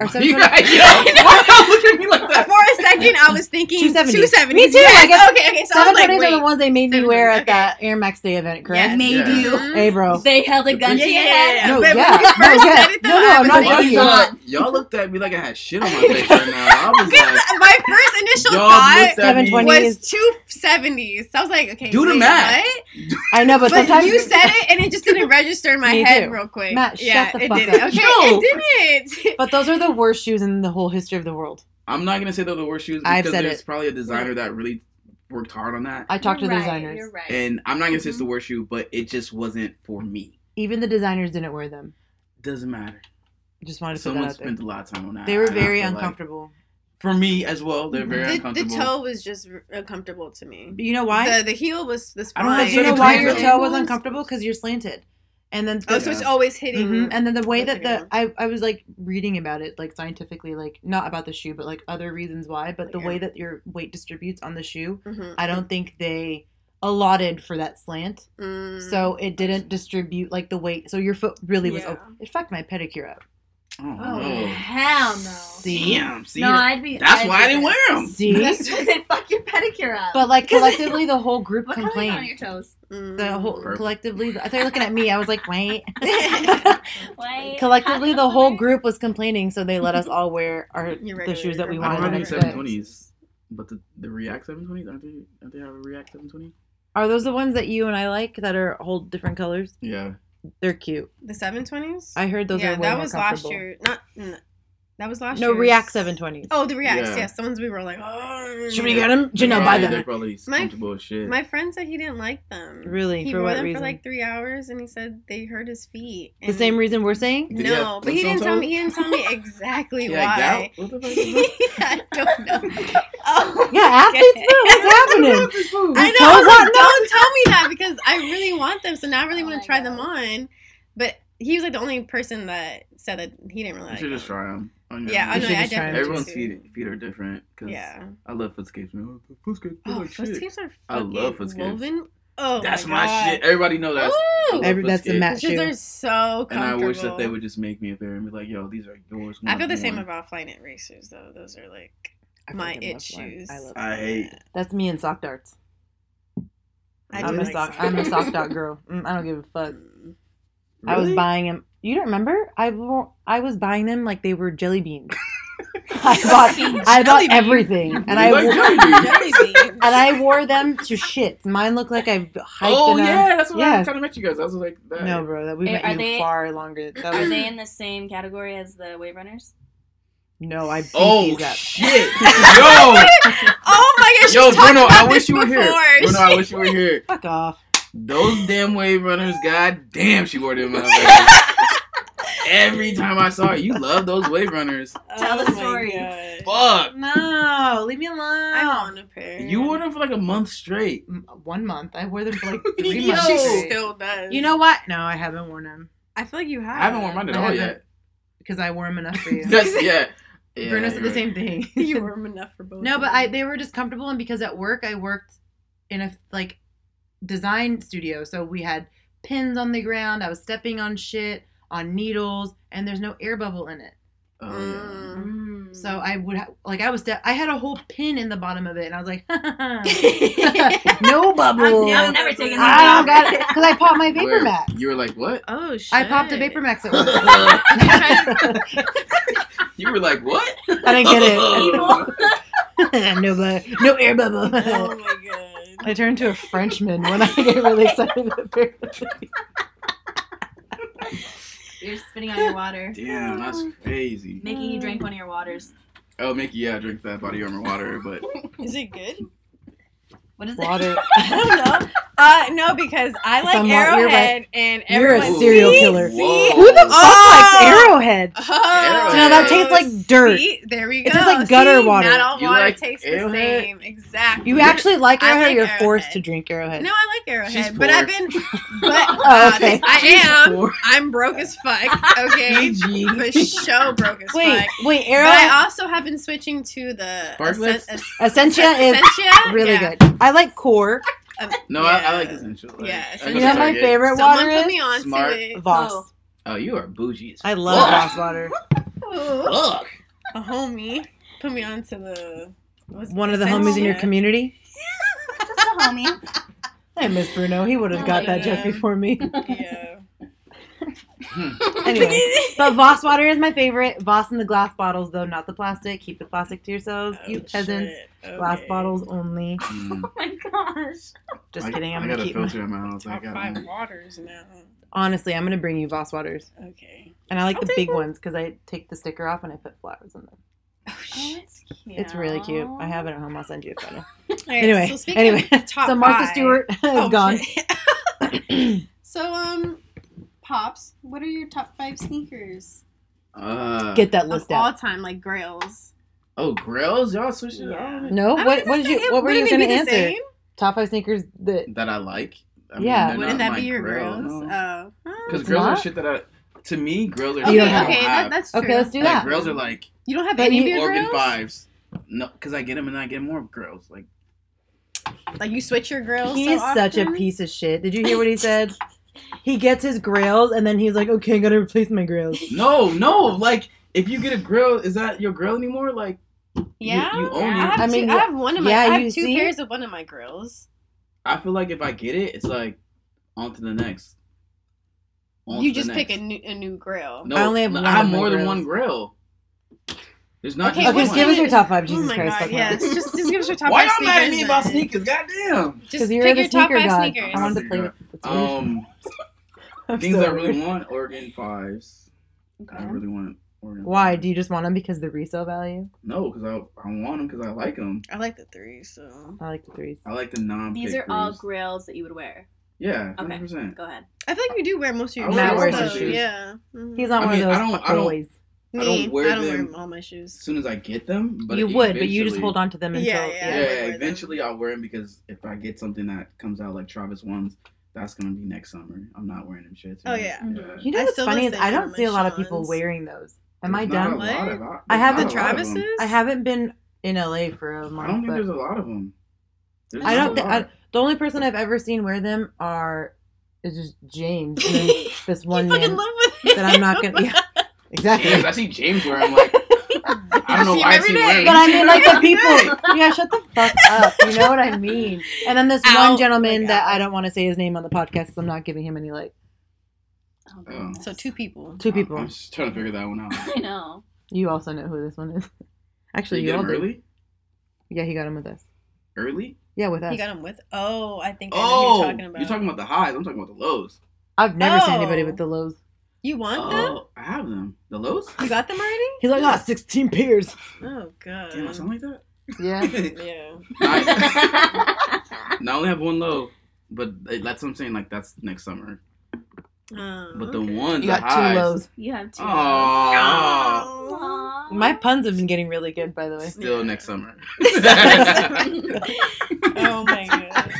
Our
Why you
720
guys- yo, why y'all look at me like that?
For a second, I was thinking
270.
270.
Me too,
Yes,
I guess-
okay, okay. So I
Seven
was like,
twenties are the
wait.
ones they made me
Seven
wear
twenties,
at that Air Max Day event, correct?
Made
Yeah.
you.
Mhm.
Hey, bro.
They held a
The
gun
bitch-
to your head.
No,
But
yeah.
when you
No,
first
yeah.
said it, though,
No, no,
I
I'm
was
not
Why
like,
joking.
y'all- Y'all looked at me like I had shit on my face right now. I was like,
My first initial
y'all
thought
looked at me.
720s.
was 270. So I was like, okay.
Do the
wait,
math.
what?
I know, but,
But,
sometimes
you said it and it just didn't register in my
Me
head
too.
real quick.
Matt, shut
yeah,
the
it
fuck
didn't.
up.
Okay,
Yo.
it didn't.
But those are the worst shoes in the whole history of the world.
I'm not gonna say they're the worst shoes because
I've said
there's
it.
probably a designer that really worked hard on that.
I talked
You're
to the
right,
designers.
You're right.
And I'm not gonna say it's
Mm-hmm.
the worst shoe, but it just wasn't for me.
Even the designers didn't wear them.
Doesn't matter.
Just wanted to put
Someone
that out there.
spent a lot of time on that.
They were
and I
very
feel like-
uncomfortable.
for me as well. They're very
the, the
uncomfortable.
toe was just r- uncomfortable to me.
But you know why?
The, the heel was this
I don't know
fine.
if
Do you know why your
It's
toe was
uncomfortable.
uncomfortable? Because you're slanted, and then
Oh,
the,
so it's
Yeah.
always hitting.
Mhm. and then the way
Looking
that
at
the
it.
I, I was like reading about it like scientifically like not about the shoe but like other reasons why but the
Yeah.
way that your weight distributes on the shoe
Mhm.
I don't think they allotted for that slant
Mm.
so it didn't distribute like the weight so your foot really was
Yeah.
open it fucked my pedicure up
Oh,
Oh,
no.
hell no.
See?
Damn. See,
no, I'd be.
that's
I'd
why
be
I didn't wear
pissed.
them.
see
That's because they fuck your pedicure up.
but like
'Cause-
collectively the whole group
what color is on your
complained
toes?
Mm.
the whole
Mm-hmm. Purple.
collectively I thought you were looking at me I was like wait
Why-
collectively the whole
Sorry.
group was complaining so they let us all wear our
Your
the
regular
shoes that we
I
I
wanted
don't
to
have any
wanted the next
wear
seven
day.
twenties, but the, the React seven twenties aren't they? Don't they have a React seven twenty?
Are those the ones that you and I like that are whole different colors?
Yeah.
They're cute.
the seven twenties.
I heard those
yeah,
are way
that
more
was last
comfortable.
year. Not n- that was last
No,
year.
React 720s.
Oh, the reacts.
Yeah.
Yeah, someone's we were like, oh.
Should we get them? Janelle,
Probably-
buy
They're
them.
probably
My-
comfortable as shit.
My friend said he didn't like them.
Really?
He
For
wore
what
them
reason?
for like three hours, and he said they hurt his feet.
The
And-
same reason we're saying?
Did he
No,
have
but he
Flintstone
didn't tell me. He didn't
toes?
tell me exactly
yeah,
why.
gout? What the fuck is that?
I don't know. Oh,
Yeah, athletes too. What's
I
happening? These
know. I
toes
was like,
aren't
don't tell me that because I really want them. So now I really
Oh
want
my
to try
God.
them on. But He was like the only person that said that he didn't really
You
like.
should just
them.
try them.
Yeah, I
You
know. I
should just try
definitely
them.
Everyone's
do.
feet feet are different. 'cause
Yeah.
I love footscapes, man. Oh, Footscapes. feel
Oh,
like shit.
footscapes are fucking
I love footscapes.
woven. Oh,
That's
my,
my,
God.
shit. Everybody know that's. I
Ooh!
love
Every- that's the
footscapes.
match.
Because they're so comfortable.
And I wish that they would just make me a pair and be like, "Yo, these are
I
yours."
feel the
one-on-one."
same about fly knit racers though. Those are like
I
my it
freaking love one.
shoes.
I love
I hate.
Uh, That's me in sock darts.
I
I'm
do
a
like
sock.
sock
I'm a sock
darts.
dart girl. Mm, I don't give a fuck.
Mm.
I was
Really?
buying them. You don't remember? I wo- I was buying them like they were jelly beans. I bought I
Jelly
bought
Oh bean.
everything, and I
You like
wo-
jelly beans?
Jelly beans.
and I wore them to shit. Mine looked like I've hiked
Oh
in a-
yeah, that's what I
Yes.
kind of met you guys. I was like, that.
No, bro, that we
Eh,
met
are
you
they-
far longer. That
Are
was,
they in the same category as the Wave Runners?
no, I beat
Oh
these up.
shit, yo,
Oh my gosh!
yo,
she's talked
Bruno, I
about
wish
this
you were here.
before.
Bruno, I wish you were here.
Fuck off.
Those damn wave runners, god damn, she wore them. motherfuckers. Every time I saw you, you love those wave runners.
Tell the
Oh my
story.
God.
Fuck,
No, leave me alone.
I
um,
want a pair.
you wore them for like a month straight.
M- one month. I wore them for like
Yo,
three
she
months. straight.
still does.
You know what? No, I haven't worn them
I feel like you have.
I haven't worn mine at
I
all
haven't.
yet.
because I wore them enough for you.
That's, yeah. yeah,
Bruno said
you're
the same thing.
you wore them enough for both.
no,
of
but I
them.
they were just comfortable, and because at work I worked in a like design studio, so we had pins on the ground. I was stepping on shit on needles, and there's no air bubble in it.
right. Oh,
Mm.
Mm.
So I would ha- like I was step- I had a whole pin in the bottom of it, and I was like, Mm. no bubble.
I've never taken
Ah,
I
these
don't got it because I popped my
yeah.
vapor
Where-
max.
You were like, what?
oh shit!
I popped a vapor max at work.
you were like, what?
I didn't get it.
Evil.
no, bu- no air bubble.
Oh my god!
I turned to a Frenchman when I get really excited.
You're spitting on your water,
Damn, that's crazy.
making you drink one of your waters.
Oh, Mickey, yeah, drink that body armor water, but
Is it good?
What is
Water.
I don't know. Uh, no, because I like
Somewhat, you're right.
Arrowhead, and
You're a
everyone
serial
See?
killer.
See?
Whoa.
Who the fuck
Oh!
likes Arrowhead?
Oh,
No, that tastes
like dirt.
See? There we go.
It tastes like gutter
See?
water.
Not all
You
water
like
tastes
Arrowhead?
the same. Exactly.
You actually like
I
Arrowhead.
like
you're forced
Arrowhead.
to drink Arrowhead.
No, I like Arrowhead,
She's
but
poor.
I've been, but
Oh, okay.
uh, I am.
Or-
I'm broke as fuck. Okay,
PG.
for show broke as
Wait,
fuck.
wait,
But I
Arrowhead.
also have been switching to the
Sparklets?
Ascen-
Essentia is
Essentia.
really
Yeah.
good. I like Core.
Um,
No, I, I
yeah.
like essential. Like,
Yeah,
I go
essential.
to
You know my
Target.
favorite
Someone
water
put me
is
onto
Smart.
it.
Voss.
Oh.
Oh, you are bougie. As
I love
fuck.
Voss water.
Ooh.
Fuck.
A homie put me onto the. what's
One of the homies in your
Essentia.
community.
Just a homie.
I miss Bruno. He would
Oh
have got that joke before me.
Yeah.
Anyway. But Voss water is my favorite. Voss in the glass bottles, though, not the plastic. Keep the plastic to yourselves,
Oh,
you peasants.
shit. Okay.
Glass bottles only.
Mm.
Oh my gosh.
Just
I-
kidding. I'm
I got
gonna
a
keep. My,
filter in my house. I
Top
got
five
one.
waters now.
honestly, I'm gonna bring you Voss waters,
Okay.
and I like
I'll
the
take
big
one.
ones because I take the sticker off and I put flowers in them.
Oh,
Oh,
shit.
it's cute.
It's really cute. I have it at home. I'll send you a photo.
All right,
Anyway,
so speaking
anyway.
of top
So Martha
five-
Stewart is
Oh,
gone.
shit. so um, pops, what are your top five sneakers
Uh,
Get that
of
list
all
out.
time, like grails?
oh, grills, y'all switch it
Oh,
up.
No,
I
Oh, what
mean,
what
it's
did
the
you
same-
what were you
wouldn't
gonna
it be the
answer?
same?
Top five sneakers that
That I like. I
Yeah.
they're
Wouldn't
Uh, not
that
my
be your
grill,
grails?
no.
Oh.
Because
Uh, It's
grills are
not?
shit that I. To me, grills are.
Okay,
You don't
okay, that,
have-
that's true.
Okay, let's do
like,
that.
Grills are like
You don't have
But
any
you-
of your
organ
grills?
fives. No, because I get them and I get more grills. Like
Like you switch your grills.
He's
so
such a
often?
piece of shit. Did you hear what he said? He gets his grails and then he's like, "Okay, I gotta replace my grails."
no, no, like if you get a grill, is that your grill anymore? Like you-
Yeah.
you, own
I
it.
have,
I mean,
two, I have one of my.
yeah,
I
you
have two
see?
pairs of one of my grills.
I feel like if I get it, it's like on to the next. On
you
to the
just pick a
next.
new a new grill.
No,
I only have
no,
one
I have
of my
more than
grills.
one grill. There's not
Okay,
just
Okay,
what's
one.
give us your
it?
top five.
oh
Jesus
my
Christ,
god!
fuck
Yes,
no.
just just give us your top
Why
five
y'all
sneakers.
mad at me about
then.
sneakers? Goddamn.
Just
you're
pick
the
your top
sneaker
five
god.
sneakers.
I wanted to play with. It's weird.
Um,
I'm
things I
sorry.
really want: Oregon fives. I really want Oregon.
Why
fives.
do you just want them because the resale value?
No, because I I want them because I like them.
I like the three, so
I like the threes.
I like the non.
These are all grills that you would wear.
Yeah,
Okay.
hundred percent.
Go ahead.
I feel like you do wear most of your
I
shoes.
wear most of my
though.
shoes.
Yeah, Mhm.
He's not
I
one
mean,
of those
I don't-
fuck
I don't-
boys.
I
me.
don't wear
I don't
them.
wear all my
As
shoes.
soon as I get them, but
you would, but you just
eventually-
hold on to them until
Yeah,
yeah.
yeah.
Yeah,
I would wear them.
eventually I'll wear them because if I get something that comes out like Travis ones, That's gonna be next summer. I'm not wearing them shits.
Oh, yeah.
You know
I
what's
still
funny is
listen
I
to
don't see a lot of people
Michonne's.
wearing those. Am I
There's not a
dumb?
lot
What?
of- there's
I
not
haven't-
The
a lot of them.
Travises?
I haven't been in LA for a
I don't
month.
think
But
there's a lot of them. There's
I
not
don't
a
thi-
lot.
the only person I've ever seen wear them are is just James. and then this one
you fucking
man
live with
that I'm not
him.
gonna. Yeah,
James,
exactly.
I see James wearing like I don't know
see him
why I
every
see
day.
wearing.
But I mean, like the
Every day.
people. Yeah, shut the fuck up. You know what I mean. And then this
Ow. Oh
one gentleman
Like,
that
ow.
I don't want to say his name on the podcast. 'cause I'm not giving him any like
Oh,
Oh.
goodness.
So two people.
two
I'm
people.
just trying to figure that one out.
I know.
You also know who this one is.
So
Actually,
you
you
get
all
them
do.
early?
Yeah, he got him with us.
Early?
Yeah, with us.
He got him with. Oh, I think. I know who
Oh,
you're talking about.
you're talking about the highs. I'm talking about the lows.
I've never seen anybody
Oh.
with the lows.
You want them?
Oh, I have them. The lows?
You got them already?
He's like, ah, 16 pairs.
Oh god.
Damn, I sound like that.
Yeah.
yeah.
I, I only have one low, but that's what I'm saying. Like that's next summer.
Oh,
But the
okay.
one,
You
the
got two
highs.
lows.
you have two.
Aww.
Aw.
My puns have been getting really good, by the way.
Still next summer.
Oh my god.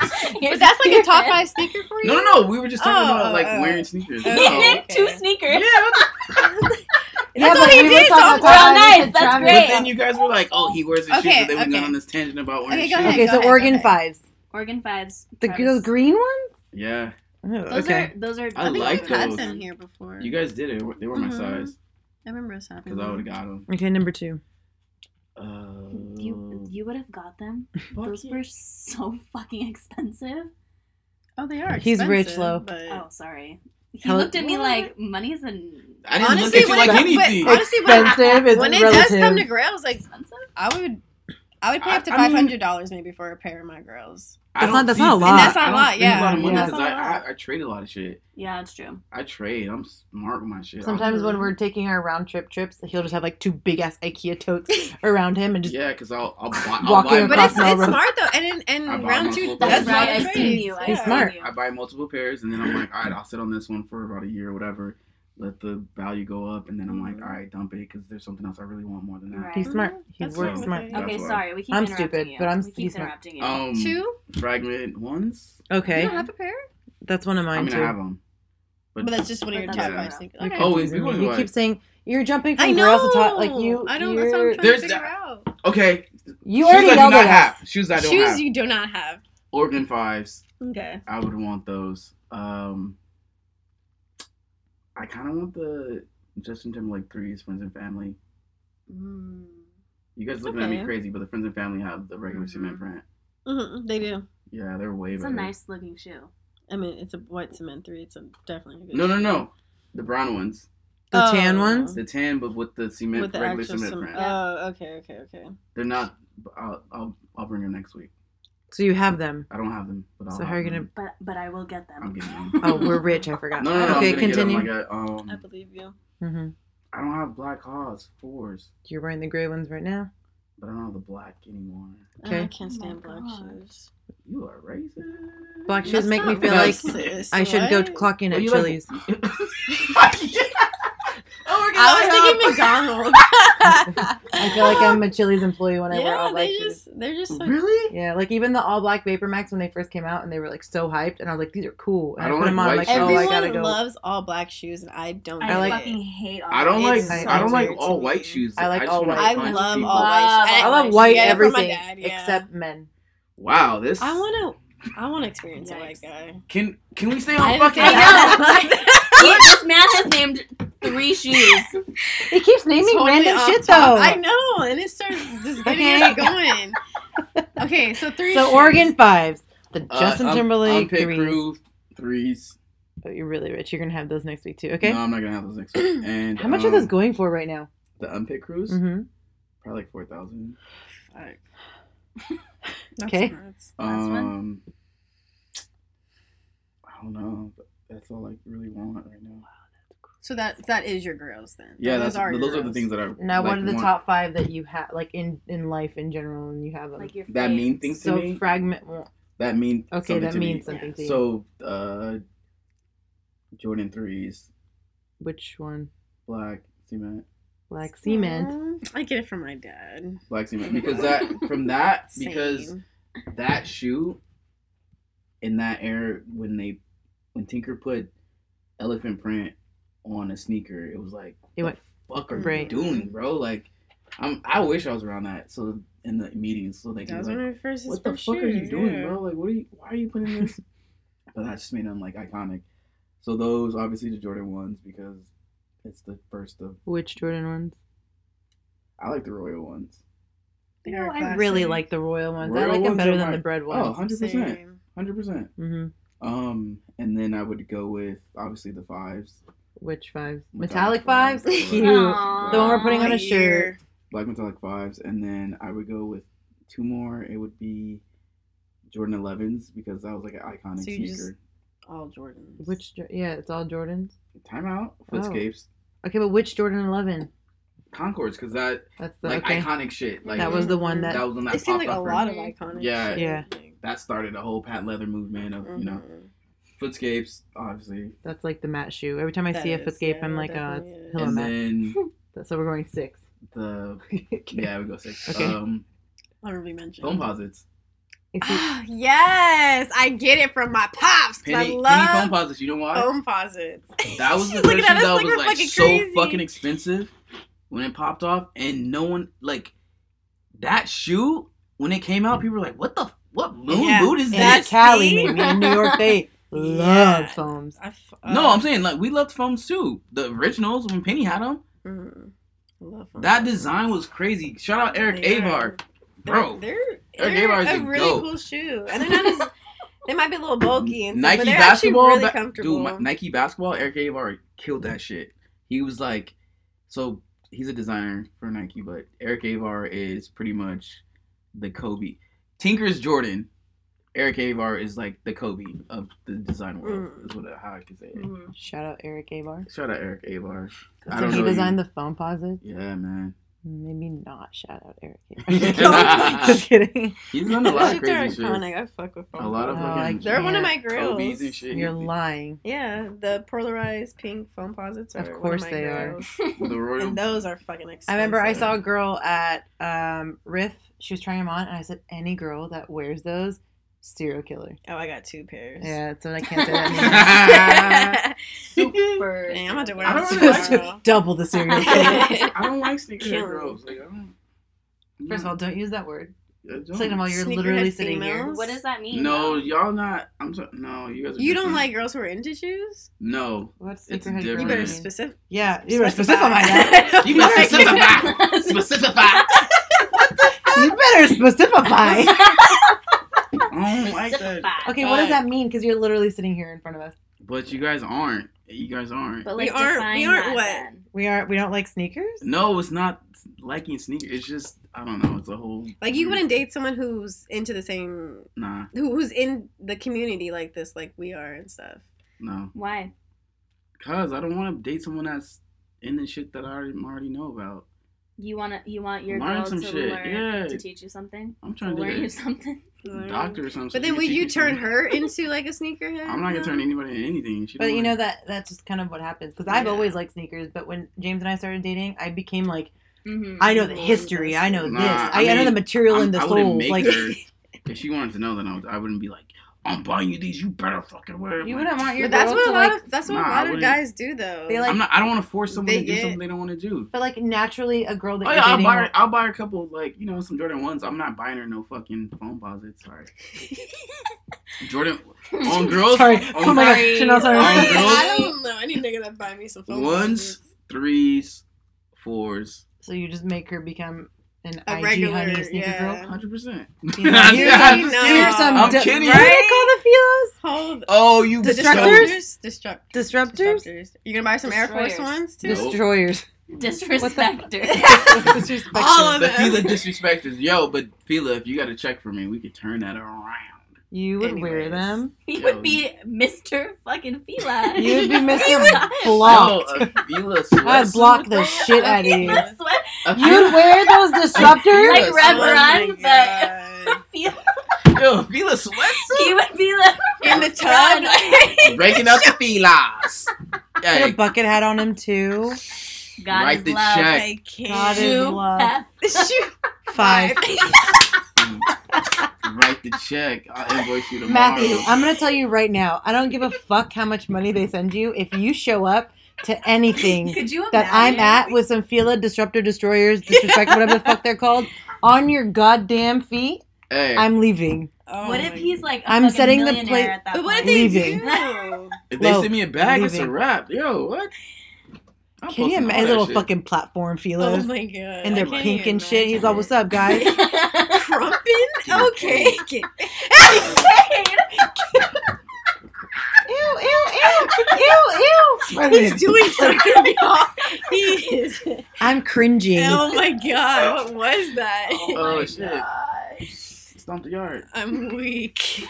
But
Here's
that's like a top
spirit.
five sneaker for you.
no, no, no. We were just talking
Oh,
about like
oh, oh.
wearing sneakers.
Oh.
So-
Okay.
Two sneakers.
Yeah,
That's all
but
he
we were
did.
talking
So
about
We're all
Travis
nice,
and
that's
But
Travis.
great.
then you guys were like, "Oh, he wears his
Okay,
shoes." But then we
okay.
got on this tangent about wearing
Okay, go
shoes.
ahead.
Okay, so
ahead,
Oregon
go ahead.
fives.
Oregon fives.
The,
Travis.
the green ones?
Yeah,
Oh,
Those
okay.
are those are.
I
I think
like
we've
those.
had
those.
them here before.
you guys did it. They were my
Mhm.
size
I remember us having
because I would
them.
have got them.
Okay, number two.
Uh,
You you would have got them.
fuck
Those
yeah.
were so fucking expensive.
Oh, they are.
He's rich,
expensive,
though.
but-
Oh, sorry. He
Hell-
looked at me
What?
like money's an
I didn't
Honestly,
look
when
at you like
it- but
anything.
honestly, when-
Expensive is
when it does
relative.
come to girls, like
expensive.
I would, I would pay up to
I- I
five
mean-
hundred dollars maybe for a pair of my girls.
I
That's
don't
not- that's
see-
not a lot. And that's
not a
I don't
lot,
spend
yeah.
A lot of money
Yeah.
because I, I I trade a lot of shit.
Yeah, it's true.
I trade. I'm smart with my shit.
Sometimes when we're taking our round trip trips, he'll just have like two big ass IKEA totes around him and just
yeah, because I'll I'll buy. I'll
Walking
buy
But
across
it's,
multiple-
the
it's
road.
smart though, and and,
I bought
and round
my
two.
full
That's
That's
bag.
right.
why
I
I
seen you. I
He's
seen
smart.
you.
I buy multiple pairs, and then I'm like, all right, I'll sit on this one for about a year or whatever. Let the value go up, and then I'm
Mm-hmm.
like, all right, dump it because there's something else I really want more than that.
Right.
he's smart. He
That's
works
fine.
smart.
Okay.
Okay,
That's why.
sorry. We keep
I'm
interrupting
stupid,
you.
but I'm-
we keep
he's not-
interrupting you.
Um,
Two?
fragment ones.
You
Okay,
don't have a pair,
that's one of
I
mine
mean, I
too.
have them.
but that's just one of your
But
top
that's-
five
yeah.
sneakers.
You're
Okay.
Oh, we-
confusing
we
me.
went
you
like-
keep saying you're jumping from
I know.
girls to top. Like you,
I don't.
You're,
That's what I'm trying
There's
to figure
that-
out.
Okay,
you
shoes
already
I do
yelled
not
at us.
have. Shoes I don't
Shoes
have.
you do not have.
Oregon fives.
Okay.
I would want those. Um, I kind of want the Justin Timberlake threes, friends and family.
Mm.
You guys looking at
Okay.
me crazy, but the friends and family have the regular
Mhm.
cement print.
hmm they do.
Yeah, they're way
It's a
better.
nice looking shoe.
I mean, it's a white cement three. It's a, definitely a good
No, no,
shoe.
no. The brown ones,
The tan
Oh.
ones?
the tan, but with the cement,
With the
regular
actual
cement Mm-hmm.
cement.
print.
Oh, okay, okay, okay.
They're not. I'll, I'll, I'll bring them next week.
So you have them.
I don't have them, but I'll
So how
have
are you gonna-
them.
But but I will get them.
I'm getting them.
Oh, we're rich. I forgot.
No, no, no. I'm
okay,
gonna
continue.
Get them. I got,
I
um,
believe you. Ah,
hmm
I don't have black Haws fours,
You're wearing the gray ones right now.
but I don't have the black anymore.
Okay.
I can't
Oh my
stand black
God.
shoes.
You are racist.
Black shoes
That's
make me
not
feel like
racist.
I should go
what?
clock in
Well,
at
you like-
Chili's.
oh, we're gonna
I was
hang
thinking
up.
McDonald's.
I feel like I'm a Chili's employee when I wear all
yeah,
black
they
shoes.
just they're
Oh
just so
Really?
Yeah, like even the all black Vapor Max when they first came out and they were like so hyped, and I was like, these are cool. And
I
I,
don't
put them
like
on,
white
I'm like,
shoes.
oh, I
Everyone
gotta go.
loves all black shoes, and I don't.
I
I like-
fucking hate. all
I don't
of
like.
It's
I don't
so
like
weird to
all
me.
white shoes.
I like
just
all
wanna
white.
I
punch
love
people.
all
Love
white.
all
shoes.
I love
white
white
shoes.
Yeah, from my
everything
dad, yeah.
except men.
Wow, this.
I wanna. I wanna experience a white
Yikes.
guy.
Can Can we stay
I
on
didn't
fucking?
say
that.
that.
He- this man has named three shoes.
He keeps naming
Totally
random
off
shit
top.
though.
I know, and it starts just getting
Okay.
us going. Okay, so three.
So
shoes.
Oregon fives, the
Uh,
Justin
I'm- I'm
Timberlake
pick
threes.
Groove threes.
Oh, you're really rich. You're gonna have those next week too. Okay.
No, I'm not gonna have those next week. And
How much are
um,
those going for right now?
The unpick cruise,
Mm-hmm.
probably like four thousand.
Fuck.
Okay.
nuts.
Last
Um, I don't know. But that's all I really want right now.
So that that is your girls then.
Yeah, those that's
your
are those are the
girls.
things that I
Now, what
like,
are the
want.
top five that you have, like in in life in general, and you have them?
Like your
That
face.
mean things to
so
me
fragment.
that mean
Okay,
something
that
to me.
means something to you.
So, uh, Jordan threes,
which one?
black cement,
Black cement.
Aw, I get it from my dad.
black cement. Because that from that because
Same.
that shoe in that era when they when Tinker put elephant print on a sneaker, it was like,
It went
the fuck are
right.
you doing, bro? Like, I'm, I wish I was around that. So in the meetings, so they
That
can
was
be
one
like,
of my first.
what the
first
fuck are you
shoes,
doing,
yeah.
bro? Like, what are you? Why are you putting this? but that just made them like iconic. So those obviously the Jordan ones because it's the first of.
Which Jordan ones?
I like the Royal ones.
They
No,
are
I really
classic.
like the royal ones.
Royal
I like them
ones
better
are
than
my-
the bread
Oh,
ones.
100 percent,
Same.
hundred percent.
hmm
Um, and then I would go with obviously the fives,
Which fives?
Metallic
Metallic fives.
fives.
Cute.
Aw.
The one we're putting on
My ear.
a shirt.
black metallic fives, and then I would go with two more. It would be Jordan Elevens because that was like an iconic
So you
sneaker.
just- All Jordans.
Which? Jo- Yeah, it's all Jordans.
Timeout,
Oh.
Footscapes,
Okay, but which Jordan Eleven?
Concords, because that
That's the
like
okay.
iconic shit. Like
that was the one that.
that was when that
It seemed like
popped
a
off for-
lot of iconic.
Yeah.
Yeah.
that started a whole Pat Leather movement of
mm-hmm.
you know Footscapes, obviously,
That's like the mat shoe. Every time I
That
see a
is,
Footscape,
yeah,
I'm like, oh, it's
definitely is.
pillow
and
mat.
then
So we're going six.
the yeah we go six.
Okay.
Um,
Honorably mentioned.
foam posits,
Except-
Ah, yes, I get it from my pops. 'cause
penny, penny
I
foam
love
posits. You know why?
foam posits.
That was the
She's
version
looking at us
that
like
was
we're
like
fucking
so
crazy.
fucking expensive when it popped off, and no one like that shoe when it came out. People were like, "What the what moon
Yeah,
boot is
and
that's-
that?"
Cali,
see?
maybe in New York, they love
Yeah.
foams.
I f-
No,
uh,
I'm saying like we loved foams too. The originals when Penny had them,
mhm. I love foam
that
posits.
design was crazy. Shout out Eric
Uh-huh. They are.
Avar,
They're-
bro.
They're,
Eric
they're
Avar is
a
a
really
goat.
cool shoe, and they're not as they might be a little bulky and stuff,
Nike
but they're
basketball,
actually really
ba-
comfortable.
dude. my- Nike basketball, Eric Avar killed that shit. He was like, so he's a designer for Nike, but Eric Avar is pretty much the Kobe. Tinker's Jordan. Eric Avar is like the Kobe of the design world.
Mm.
Is what how I can say. it.
Hmm.
Mhm.
Shout out Eric Abar.
Shout out Eric Avar. I
So
don't
he
know you.
designed the foam posit.
Yeah, man.
Maybe not shout out Eric Abar. Just kidding. Just kidding.
He's done a lot of
Those shits are
crazy
iconic.
shit.
I fuck with
A lot of
Oh,
them.
fucking.
I
They're one of my grills.
Kobe's and shit.
You're lying.
Yeah, the polarized pink foam posits are.
Of
one
course
my
they are.
grills.
The royal.
And those are fucking expensive.
I remember I saw a girl at um, Riff. She was trying them on, and I said, "Any girl that wears those, serial killer."
Oh, I got two pairs.
Yeah, so I can't say that.
I
Super.
Dang, I'm about to wear
Uh, I
them
don't really
tomorrow.
like
name. Double the serial killer.
don't like sneakerhead
Kill.
girls. Like, I don't.
First of all, don't use that word.
Yeah, don't.
Second of all, you're
Sneakerhead
literally sitting here.
females?
What does that mean?
No,
though?
y'all not. I'm sorry. No, you guys. Are
You don't
different.
like girls who are into shoes?
No,
What's
It's
sneakerhead?
different.
You
girl
better
mean?
specific.
Yeah, Mm. you better
specify.
specify that.
you must
Sorry.
specify. specify.
You better specify.
I don't like that.
Specify.
Okay, what does
But-
that mean? Because you're literally sitting here in front of us.
But you guys aren't. You guys aren't.
But
We
like,
aren't-
define
we aren't
that
what?
then.
We aren't. We don't like sneakers.
No, it's not liking sneakers. It's just I don't know. It's a whole
Like you wouldn't date someone who's into the same
Nah,
who, who's in the community like this, like we are and stuff.
no.
Why?
Cause I don't want to date someone that's in the shit that I already, already know about.
You want to? You want your
Learn
girl
some
to
shit,
learn
yeah.
to teach you something?
I'm
To
trying to
learn you
date
something?
a doctor or something. so
But then
she can
would
teach
you
me
turn
something.
her into like a sneakerhead?
I'm not gonna turn anybody into anything. She
But
don't
you know
wanna-
that that's just kind of what happens. Because I've
Yeah.
always liked sneakers, but when James and I started dating, I became like,
Mm-hmm.
I know the
Nah,
history. I know
nah,
this.
I
I, I know the
mean,
material
I'm-
and the
I wouldn't
soul.
make
Like
her- if she wanted to know, then I, would, I wouldn't be like, I'm buying you these. You better fucking wear them.
you
Like,
wouldn't want your
But that's
girl
what
to
a lot
like.
of that's what
Nah, I
a lot of
wouldn't-
guys do though.
They, like-
I'm not. I don't want to force someone
They
to do
get-
something they don't want to do.
But like naturally, a girl that
Oh
you're
yeah, I'll
dating.
buy. Her, I'll buy her a couple like you know some Jordan ones. I'm not buying her no fucking phone posits. Sorry, Jordan on girls.
Sorry.
on
Oh my god,
Sorry.
Chanel, sorry.
Um, girls-
I don't know. I need nigga that buy me some phone
Ones,
boxes.
threes, fours,
So you just make her become an
A
IG
regular,
honey sneaker
yeah.
girl.
hundred percent.
You know, here's some,
No.
here's some
I'm
di-
kidding.
What do they call the feelers?
Hold
Oh, you
the
Destructors?
destructors, destruct
Disruptors?
destructors. You gonna buy some Air Force
Destroyers.
ones too?
Nope.
Destroyers.
Disrespecter.
Disrespecters.
All of
The
them.
Fila disrespectors. Yo, but Fila, if you got a check for me, we could turn that around.
You would wear
Anyways.
them.
he would be Mr. Fucking Fila.
You would be Mr.
would-
Blocked.
Yo, a Fila
I'd
sweatsuit.
block the shit out of
He
you.
would sweat
A
You'd
Fila-
wear those disruptors?
like Rev Run,
Oh my
but
God.
Fila.
Yo, Fila sweatsuit.
He would be like
in the tub.
Breaking up the Filas.
Put a
Hey,
bucket hat on him too.
God
Write
is
the
love.
check.
I
God
can't.
is
Two
love.
F.
Shoot.
Five.
write the check. I'll invoice you tomorrow.
Matthew, I'm gonna tell you right now. I don't give a fuck how much money they send you if you show up to anything
Could you imagine?
that I'm at with some Fila Disruptor Destroyers, disrespect whatever the fuck they're called, on your goddamn feet.
Hey,
I'm leaving.
Oh
what if
my
he's like i
I'm setting the plate-
At that
But what if
point?
they
leaving.
do?
if they
Well,
send me a bag,
I'm
it's a
leaving.
wrap. Yo, what? I'm
Can you
posting all
imagine
that
little
shit.
fucking platform
Oh
Filas?
my god.
and they're
I can't
pink
even
and shit. He's
imagine.
all, "What's up, guys?"
crumpin? Okay.
ew, ew, ew, ew,
He's doing something, y'all. He is.
I'm cringing.
Oh my god, what was that?
Oh, shit! Stomp the yard.
I'm weak.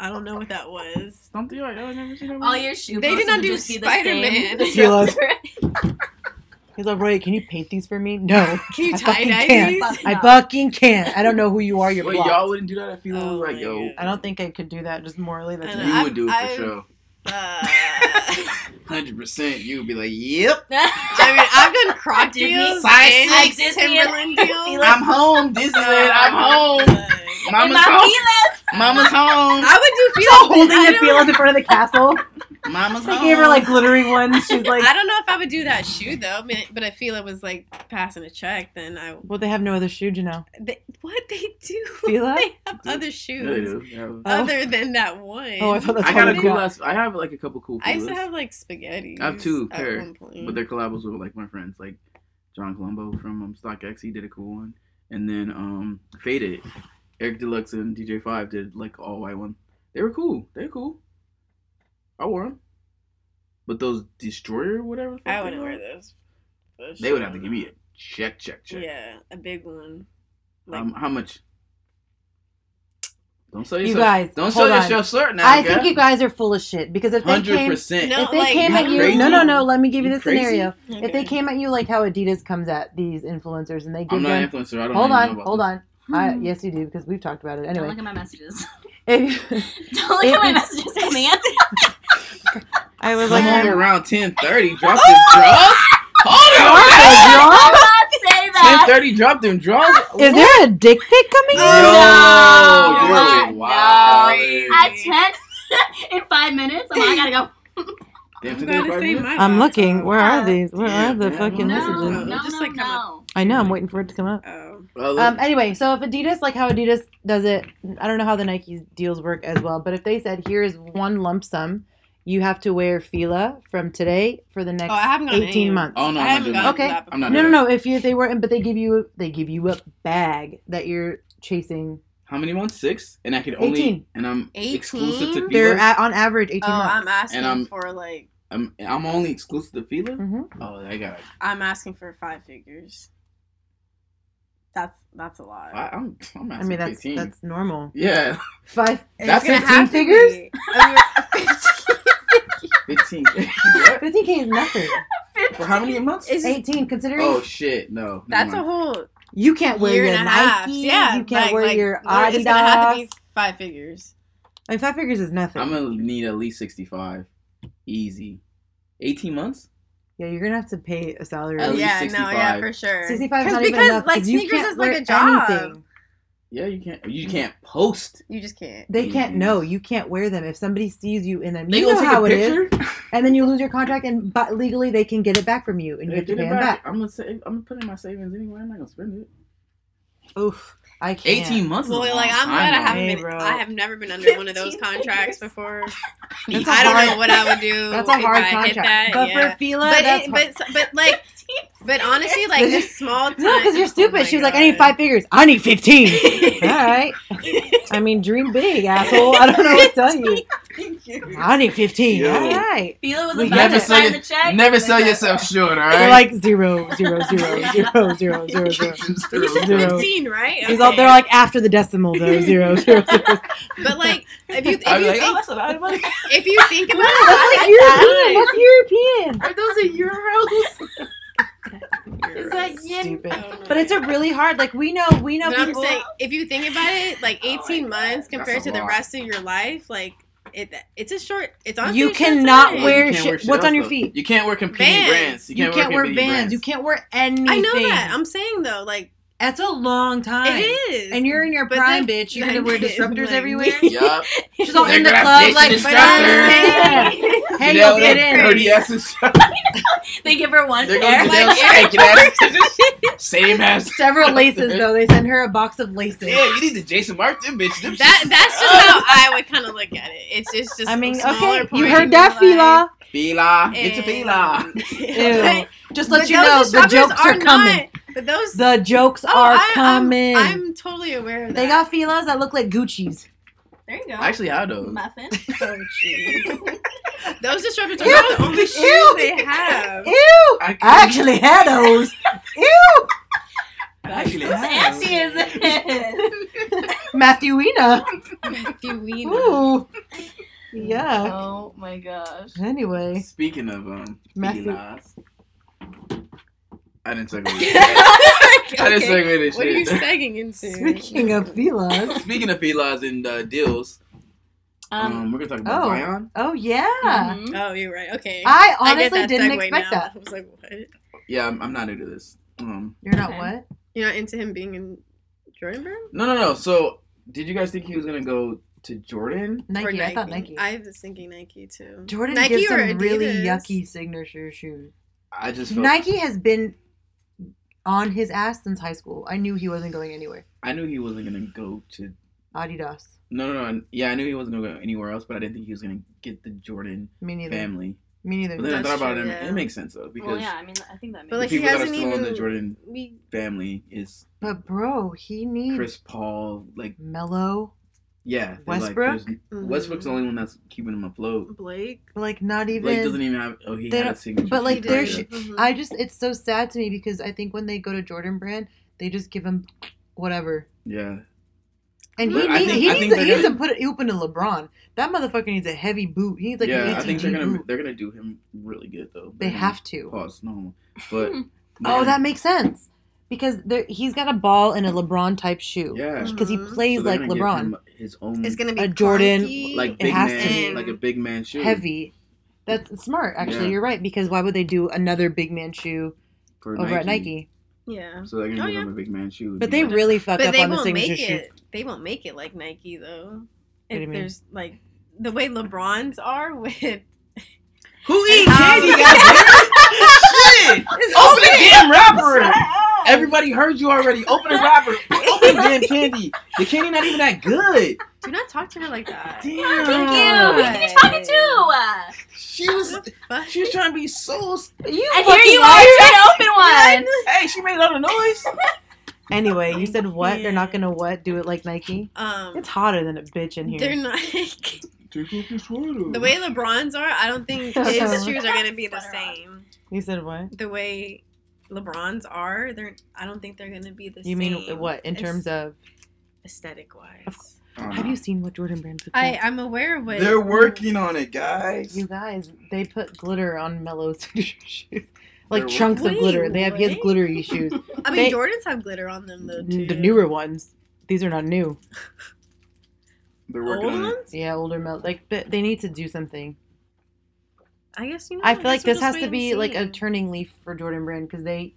I don't know what that was.
Stomp the yard. Y'all never seen that.
All
movie?
your shoe
They did
buttons
not
would
do
just be the same.
Spider-Man.
Filas. He's like, "Roy, can you paint these for me?" No,
Can you
I
tie
fucking
dye
can't.
these?
Fuck
I
no.
fucking can't. I don't know who you are. You're
Wait,
blocked.
y'all wouldn't do that. I feel
Oh
like
my
yo,
God.
I don't think I could do that. Just morally, that's
I
me.
know.
you
I've-
would do it for
I've-
sure.
Uh,
Hundred percent. You would be like, yep.
I mean, I've done croc
Disney-
deals
Five,
and
six.
Timberland deals.
I'm home. This is it. I'm home.
In
Mama's
my
home.
Filas.
Mama's home.
I would do
Still
Fila.
holding
I
the
don't-
feelers in front of the castle.
Mama's
They
home.
gave her like glittery ones. She's like,
I don't know if I would do that shoe though, I mean, but if Fila was like passing a check, then I
well, they have no other shoe, you know.
they, what they do?
Fila?
They have
Dude.
other
Yeah,
shoes
they do. Yeah.
other than that one.
Oh, I thought that's
I
how
got
they
a cool
got.
ass. I have like a couple cool.
I used to
feelers.
have like spaghetti.
I have two
at
pair,
one point.
But they're collabs with like my friends, like John Colombo from um, StockX. He did a cool one, and then um, Faded, Eric Deluxe and DJ Five did like all white one. They were cool. They were cool. I wore them, but those Destroyer whatever. the fuck
I
they
wouldn't
were,
wear those. for
They would have to
sure.
give me a check, check, check.
Yeah, a big one. Like,
um, how much? Don't sell
You
yourself.
guys,
don't sell
hold on.
yourself short now.
I think you guys are full of shit because if they
Hundred
came,
percent.
No,
if they
like,
came
you
at you,
crazy?
no, no, no. Let me give you,
You
the
crazy?
scenario. If they
okay.
came at you like how Adidas comes at these influencers and they give
I'm not an
them,
influencer. I don't
hold
even
on,
know about
hold
this.
on. I,
Hmm.
yes, you do because we've talked about it.
Don't
Anyway,
look at my messages.
if,
Don't look at my
It-
messages coming in.
I was
Come
like,
home
I'm-
around ten thirty. Drop them draws. Hold on.
I'm
Y'all?
not say
Ten
that.
thirty. Drop them draws.
is there a dick pic coming?
Yo,
in?
No,
you're
no.
wild.
At ten in five minutes, I'm like, I gotta go.
Damn,
I'm
today
glad to
five
say
minutes?
my laptop.
I'm looking. Where are these? Where
Yeah,
are the
yeah.
fucking
No,
messages?
No, no,
Just
no,
like come
no.
I know. I'm waiting for it to come up.
Oh.
Well, look,
Um. Anyway, so if Adidas, like how Adidas does it, I don't know how the Nike deals work as well. But if they said here is one lump sum, you have to wear Fila from today for the next
Oh, I haven't gotten any.
eighteen months.
oh no,
I
I'm not
haven't
doing
gotten
that.
Okay.
that before.
I'm not
no,
doing
no,
that.
no. If you they were, but they give you they give you a bag that you're chasing.
How many months? Six, and I could only
18.
and I'm
18?
exclusive to
They're
Fila.
at, on average eighteen
Oh,
months.
I'm asking
And I'm-
for like
I'm, I'm only exclusive to Fila.
hmm
Oh, I got. It.
I'm asking for five figures. That's that's a lot.
I, I'm I'm
I
asking
mean that's
15.
that's normal.
yeah,
Five.
That's
gonna
15
have to
figures?
be. I mean, 15.
fifteen. what?
Fifteen k is nothing.
For how many months?
It's just-
Eighteen. Considering
Oh shit, no. never
that's a
mind.
whole
you can't wear
year
your
and a half.
Nikes,
Yeah,
you can't
like-
wear
like,
your
we're-
Adidas.
It's gonna have to be five figures.
I mean, five figures is nothing.
I'm gonna need at least sixty-five, easy. Eighteen months.
Yeah, you're gonna have to pay a salary.
At least
Oh, yeah, no, yeah,
65.
for sure.
Sixty-five is
'Cause-
not
because
even enough. 'cause
like
you
sneakers
can't
is like
wear
a job.
anything.
Yeah, you can't. You can't post.
You just can't.
They can't
Mhm.
know. You can't wear them. If somebody sees you in them,
They
you
gonna
know
take
how
a
it is.
picture.
And then you lose your contract, and but legally they can get it back from you, and you
Hey,
have to
get
pay
it
them back.
I'm gonna save. I'm gonna put in my savings anyway. I'm not gonna spend it.
Oof, I can't.
Eighteen months.
Well,
is a
like
long
I'm glad I
time,
haven't
Hey,
been.
bro.
I have never been under one of those
15
contracts
figures.
before.
That's a
I don't know
hard-
what I would do.
That's a
if
hard
I hit
contract.
that,
but
yeah.
for Fila,
but
that's
it,
hard.
but but like but honestly, like just small. Time,
no, because you're
oh
stupid.
my
she was like, I need
God.
five figures. I need fifteen. All right. I mean, dream big, asshole. I don't know what to tell you. I need fifteen.
Yo.
All right.
Fila was
We
about
never
to
sell
sign
your-
the check.
Never
and
sell
they said,
yourself short. All
They're
right.
like zero, zero, zero, zero, zero, zero, zero.
You said
Zero.
fifteen, right?
He's all,
Okay.
they're like after the decimal though, zero, zero, zero.
but like if you if
I'm
you
like, oh,
think
that's a lot of money.
if you think about
That's
it,
European. That's European.
Are those in euros?
It's
Stupid. But it's a really hard. Like we know, we know
But I'm
people.
saying, if you think about it, like
Oh my
18 months
God,
compared
that's a
to the
lot.
rest of your life, like it, it's a short. It's honestly
You
a short
cannot
time.
wear shit- what's on your
else,
feet?
though. You can't wear competing
Vans.
brands. You
you
can't,
can't wear
competing
Vans. You can't wear anything.
I know that. I'm saying though, like
That's a long time.
It is.
And you're in your
But
prime,
then-
bitch. You're gonna wear
like-
disruptors
like-
everywhere.
Yup.
She's all in the
They're
club, like,
gonna bitch
yeah.
Right.
hey,
You know,
yo, get
that
in.
Dirty ass and stuff.
They give her one
They're
pair.
gonna
Like,
like, skanking ass. Same ass.
Several laces though. They send her a box of laces.
Yeah, you need to Jason Mark them bitch. Them
That
shits-
that's just how I would kind of look at it. It's just just.
I mean,
a smaller
okay, you
point
heard
in
that,
your life.
Fila.
Fila.
Get your Fila.
And-
Ew. Just let
But
you know,
those
the
disruptors
jokes are, coming.
Not, but those
The jokes
Oh,
are
I- I'm-
coming.
I'm, totally aware of that.
they got Filas that look like Gucci's.
there you go.
I actually have those.
muffin.
Oh, jeez. Those disruptors
Ew,
are the only shoes
ew,
they have.
Ew!
I,
I actually had those. Ew!
I actually
Whose ass she is this?
Matthewina.
Matthewina.
Ooh. Yeah.
Oh my gosh.
Anyway.
Speaking of um,
Matthew-
Filas, I didn't segue. with it.
Like,
I didn't
okay,
segue this
What are you
shit.
sagging into?
Speaking of Filas.
Speaking of Filas and uh, deals, um,
Um,
we're gonna talk about
oh.
Zion.
Oh, yeah.
mhm.
Oh, you're right. Okay.
I
I get
honestly
that
didn't
segue
expect
now.
that.
I was like, what?
Yeah, I'm, I'm not new to this. Um,
You're not
Okay.
what?
You're not into him being in Jordan Brand?
no, no, no. So, did you guys think he was gonna go to Jordan?
Nike. I thought Nike.
I was thinking Nike too.
Jordan
Nike
gives
or
some really
Adidas?
yucky signature shoes.
I just felt,
Nike has been on his ass since high school. I knew he wasn't going anywhere.
I knew he wasn't gonna go to.
Adidas.
No, no, no. Yeah, I knew he wasn't gonna go anywhere else, but I didn't think he was gonna get the Jordan
Me neither.
family.
Me
But
neither.
then I
That's
thought about
true,
it, and
yeah.
it makes sense though because
Well, yeah. I mean, I think that makes.
But, like,
the
he
people that are
hasn't
still in the
even-
Jordan
We
family is
But bro, he needs
Chris Paul. Like,
mellow.
yeah, they're like,
Westbrook?
there's-
Mhm.
Westbrook's the only one that's keeping him afloat.
Blake.
Like not even.
Like, doesn't even have. Oh, he
They
had a
don't-
signature.
but, like,
shoe,
their
yeah.
sh-
Mhm.
I just it's so sad to me because I think when they go to Jordan Brand, they just give him whatever.
yeah,
And he,
But I
need,
think-
he
I
needs
think
to,
they're
he needs to
gonna-
put it open to LeBron. That motherfucker needs a heavy boot. He needs like an
yeah.
18
I think they're gonna
boot.
they're gonna do him really good though.
They have to.
pause no, but
Hmm.
Oh,
man,
that makes sense because there he's got a ball in a LeBron type shoe
yeah. So
because he
Mhm.
plays
they're
like
gonna give
LeBron,
him His own
It's gonna be
a Jordan,
clunky.
like
it
big
has
man,
to
be.
like a big man shoe.
heavy. That's smart, actually.
Yeah.
You're right because why would they do another big man shoe
for
over at Nike?
Yeah.
So they're gonna
Oh,
give
yeah.
him a big man shoe.
But they really fuck
But
up
they
on the
won't make
signature shoe.
it. They won't make it like Nike though.
do you
If
mean?
there's like the way LeBron's are with
who
eat candy?
Shit!
Oh,
Open a damn wrapper. Everybody heard you already. Open a wrapper. Open the damn candy. The candy not even that good.
Do not talk to her like that.
Oh,
Damn.
thank you. Who are you talking to?
She was
Fuck.
she was trying to be so. s-
You
And here you are trying to open one.
Hey, she made a lot of noise.
Anyway, you said what? They're not
Yeah.
gonna what? Do it like Nike?
Um,
It's hotter than a bitch in
they're
here.
not.
Take off your sweater.
the way LeBron's are, I don't think his shoes are gonna be the
Sweater off.
same.
You said what?
The way LeBron's are, they're. I don't think they're gonna be the
You
same.
mean what in terms of?
aesthetic wise?
Of
Uh,
Have you seen what Jordan Brand put?
I
out?
I'm aware of what
They're working on it, guys.
you guys, they put glitter on Melo's shoes, like
They're
chunks
what?
of glitter. They have he has
Wait, what?
glittery shoes.
I mean,
they-
Jordans have glitter on them though. Too.
the newer ones. These are not new.
They're
old
working on it.
ones.
Yeah, older Mel. Like they, they need to do something.
I guess you. Know,
I feel like
guess we'll
this
just
has
wait
to
and
be like a
see.
turning leaf for Jordan Brand because they,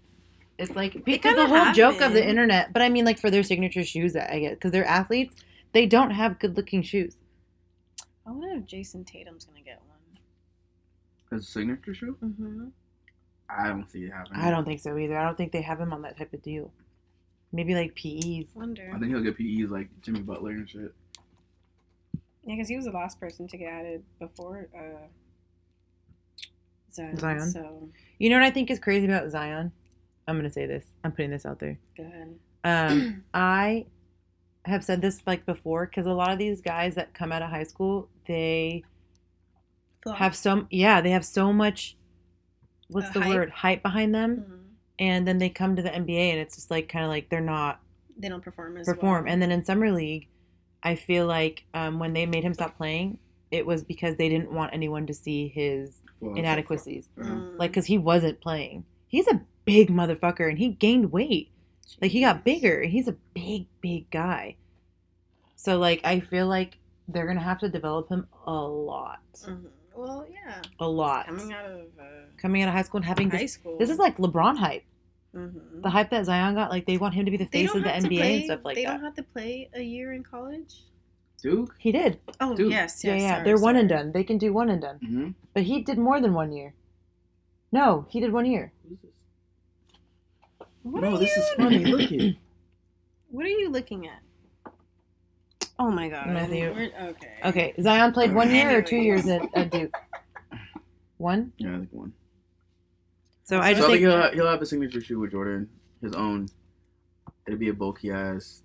it's like because
kinda
the whole
have
joke of the
been.
internet. But I mean, like for their signature shoes, that I get because they're athletes, they don't have good looking shoes.
I wonder if Jason Tatum's gonna get one.
His signature shoe?
Mm-hmm.
I don't see it happening.
I don't think so either. I don't think they have him on that type of deal. Maybe like PEs.
Wonder.
I think he'll get PEs like Jimmy Butler and shit.
Yeah, because he was the last person to get added before uh, Zion.
Zion.
So
You know what I think is crazy about Zion? I'm gonna say this. I'm putting this out there.
go ahead.
Um, I have said this like before because a lot of these guys that come out of high school, they have so yeah, they have so much. What's
Oh. Uh,
the
hype?
word? Hype behind them.
Mhm.
and then they come to the NBA and it's just like kind of like they're not
They don't perform as
perform.
well.
And then in summer league, I feel like um, when they made him stop playing, it was because they didn't want anyone to see his
Well,
inadequacies,
uh,
Mm.
like because he wasn't playing. He's a big motherfucker and he gained weight. Like he got bigger and he's a big, big guy. So like I feel like they're gonna have to develop him a lot,
Mhm. Well, yeah,
a lot
coming out of uh,
coming out of high school and having
high
this.
school.
This is like LeBron hype.
Mhm.
The hype that Zion got, like they want him to be the
They
face
don't
of the
have to
NBA
play-
and stuff like
They
that.
don't have to play a year in college.
Duke.
He did.
Oh
Dude.
yes, yes.
yeah, yeah.
sorry,
They're one
sorry.
and done. They can do one and done.
Mm-hmm.
But he did more than one year. No, he did one year.
What
no,
are
this
you-
is funny. Look it.
What are you looking at? Oh my god.
Matthew.
We're- okay.
Okay, Zion played one year or two
Anyways.
years at, at Duke. One.
Yeah, I think one.
So I
so
just
I think
think
he'll, ha- he'll have a signature shoe with Jordan, his own. It'll be a bulky ass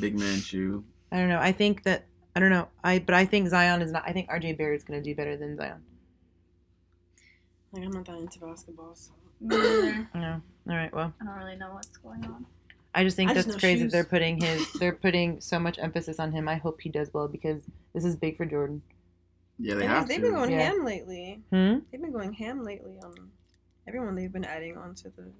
big man shoe.
I don't know. I think that I don't know. I but I think Zion is not. I think RJ Barrett's gonna do better than Zion.
Like I'm not that into basketball. So.
I
No. All right. Well,
don't really know what's going on.
I just think
I just
that's
know
crazy.
shoes.
They're putting his. They're putting so much emphasis on him. I hope he does well because this is big for Jordan.
Yeah, they
Yeah,
have
they've
to.
been going
Yeah.
ham lately.
Hmm.
They've been going ham lately on everyone they've been adding onto the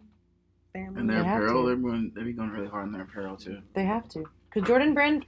family.
and their
They have
apparel,
to.
they're going, they've been going really hard on their apparel too.
They have to because Jordan Brand,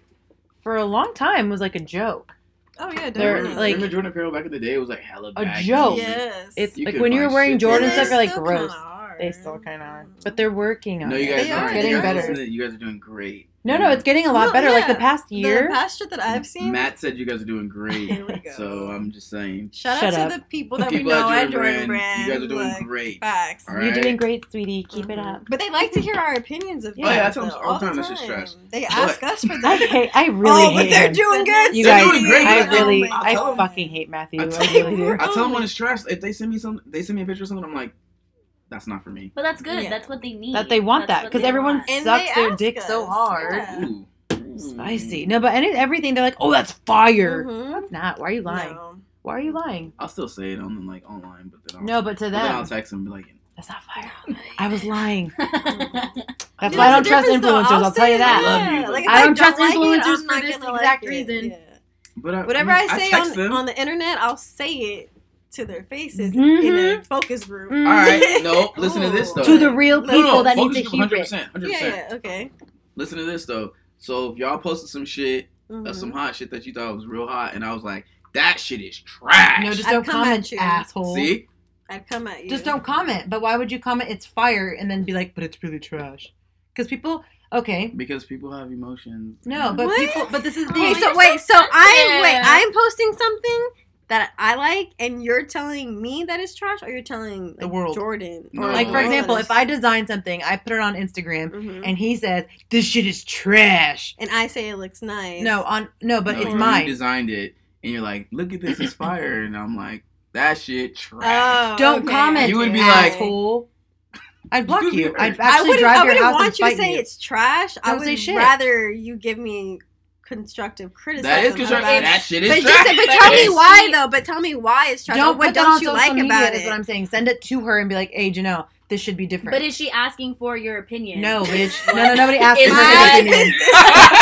for a long time, was like a joke.
oh yeah,
They're,
definitely.
remember,
like-
remember Jordan apparel back in the day? It was like hella baggy.
joke.
yes.
It's
You
like
can
when you
find
were wearing
shit for
Jordan
that.
stuff,
are
you're like
Still
gross.
kinda are.
They still kind of are, but they're working on
No,
it.
you guys
They
aren't.
are,
it's getting
you guys
better.
listen to- you guys are doing great.
No, no, it's getting a lot
Well,
better. Like the
yeah.
past year,
The past shit that I've seen.
Matt said you guys are doing great.
Here we go.
So I'm just saying.
shout,
Shut
out
up.
to the people that
People
we know
at
at Jordan Brand.
you guys are doing
like,
great.
Facts.
All
you're
right.
doing great, sweetie. Keep it
Mhm.
up.
But they like to hear our opinions of
Oh,
yeah,
bands,
that's what I'm-
though,
all the time, that's just trash.
They ask us for
I
that.
hate. I really
oh, but
hate.
they're
him.
doing good.
You
so
guys,
doing great.
I
Oh
really,
my
I
God.
fucking hate Matthew. I,
I tell
really do.
you.
I tell them when it's trash. If they send me some, they send me a picture of something. I'm like, that's not for me.
But that's good.
Yeah.
That's what they need.
That they want
That's
that,
what
'cause
they
everyone-
want.
And
Sucks
they
their
ask
dick so
us,
hard.
yeah.
Ooh,
Spicy. No, but any, everything they're like, oh, that's fire.
Mhm.
That's not. Why are you lying?
No.
Why are you lying?
I'll still say it on like online, but then I'll,
No, but to
but then I'll
them,
text them and be like,
that's not fire. I was lying. That's
There's
why I
a
don't trust
difference, though.
influencers. I'll
say
tell you that.
I love you,
yeah.
but-
Like, if
I don't trust
like it,
influencers
I'm
for
not
this
gonna like
exact
it.
reason.
Yeah.
but I,
Whatever I say
text
on
them.
on the internet, I'll say it to their faces in
Mhm.
a focus group.
Mm.
All right, no, listen to this
Ooh.
though.
To the real
No,
people
no,
that need
focus
to
group
hear it.
100%, 100%.
Oh. Yeah, yeah, okay.
Listen to this though. So if y'all posted some shit, uh,
Mhm.
some hot shit that you thought was real hot, and I was like, that shit is trash.
No, just
I'd
don't
come at
comment,
you.
asshole.
See,
I'd come at you.
Just don't comment. But why would you comment? It's fire, and then be like, but it's really trash. Because people, okay,
because people have emotions.
no, but
What?
people, but this is the
Okay,
Oh,
so
you're
wait, so
so
I
sensitive.
wait, I'm posting something that I like, and you're telling me that it's trash, or you're telling like,
The world.
Jordan,
No.
or
Like for
Oh,
example, if I design something, I put it on Instagram,
Mhm.
and he says this shit is trash.
and I say it looks nice,
No, on no, but
No,
it's
you
mine.
designed it, and you're like, look at this, it's fire, and I'm like, that shit trash.
Oh,
Don't
okay,
comment,
You would be like-
asshole. I'd block
You'd be
you.
hurt.
I'd
I
actually
wouldn't,
drive
I
to your
wouldn't
house
want
and
you to
fight
say
you.
it's trash. I
Don't
would
say shit.
rather you give me constructive criticism.
that is because
about it.
that shit is
But,
trash.
just, but tell me
But
why
she-
though. But tell me why it's trash.
Don't
Like, what
put that
don't
on
you
social
like
media
about
is
it?
what I'm saying. Send it to her and be like, hey, Janelle, this should be different.
But is she asking for your opinion?
no, bitch. No, no, nobody asked
Is
for
that-
her opinion.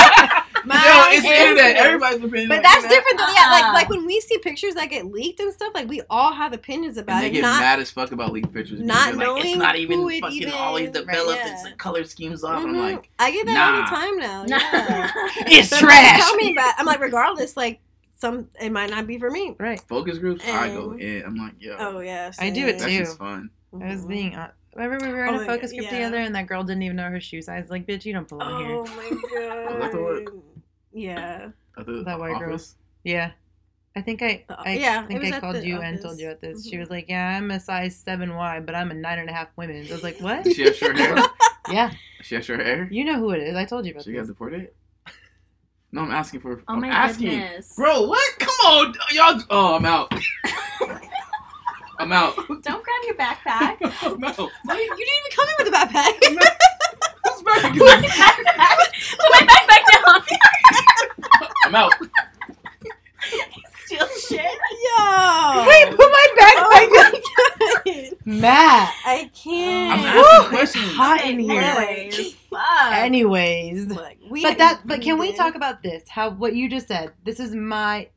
Yo, it's the
My
internet.
goodness.
Everybody's opinion.
But
on
that's
that.
different though. Yeah, like
Uh-uh.
like when we see pictures that get leaked and stuff, like we all have opinions about
And they
it.
get
Not
mad as fuck about leaked pictures. because
not
they're like,
knowing
it's not even
who it
fucking
even-
always
right,
developed.
yeah.
It's the color schemes off. and
Mhm.
I'm like,
I get that all
nah.
the time now.
Nah.
Oh, Yeah.
Oh
It's
But, like,
trash.
Tell me about. I'm like, regardless, like some it might not be for me.
Right.
focus groups. I go
And-
in. I'm like, yo,
Oh yeah,
I do it
that's
same.
too.
just fun.
I was
Mhm.
being. Uh, remember we were in
Oh
a
my
focus
God,
group
yeah.
together, and that girl didn't even know her shoe size. Like, bitch, you don't belong here.
Oh my
That's the
god.
work.
Yeah.
At the
That white girl.
office.
Yeah. I think I,
The-
I
Uh, yeah, it
think
was
I
at
called
the
you and
office.
told you about this. She
Mhm.
was like, Yeah, I'm a size seven Y, but I'm a nine and a half women's. I was like, What?
Does she have short hair?
yeah.
Does she have short hair?
You know who it is. I told you about
She
this.
got deported? No, I'm asking for.
Oh
I'm
my
asking.
goodness.
Bro, what? Come on, y'all. Oh, I'm out. I'm out.
Don't grab your backpack.
I'm out.
You, you didn't even come in with a backpack.
Who's back?
Put my backpack down.
I'm out.
Steal shit.
Yo.
Wait, put my backpack down.
Oh my God.
Matt.
I
I'm
can't.
asking
Woo,
questions.
It's hot in here.
Anyways, fuck.
Anyways.
Like, we
But that but can we talk about this? How what you just said. This is my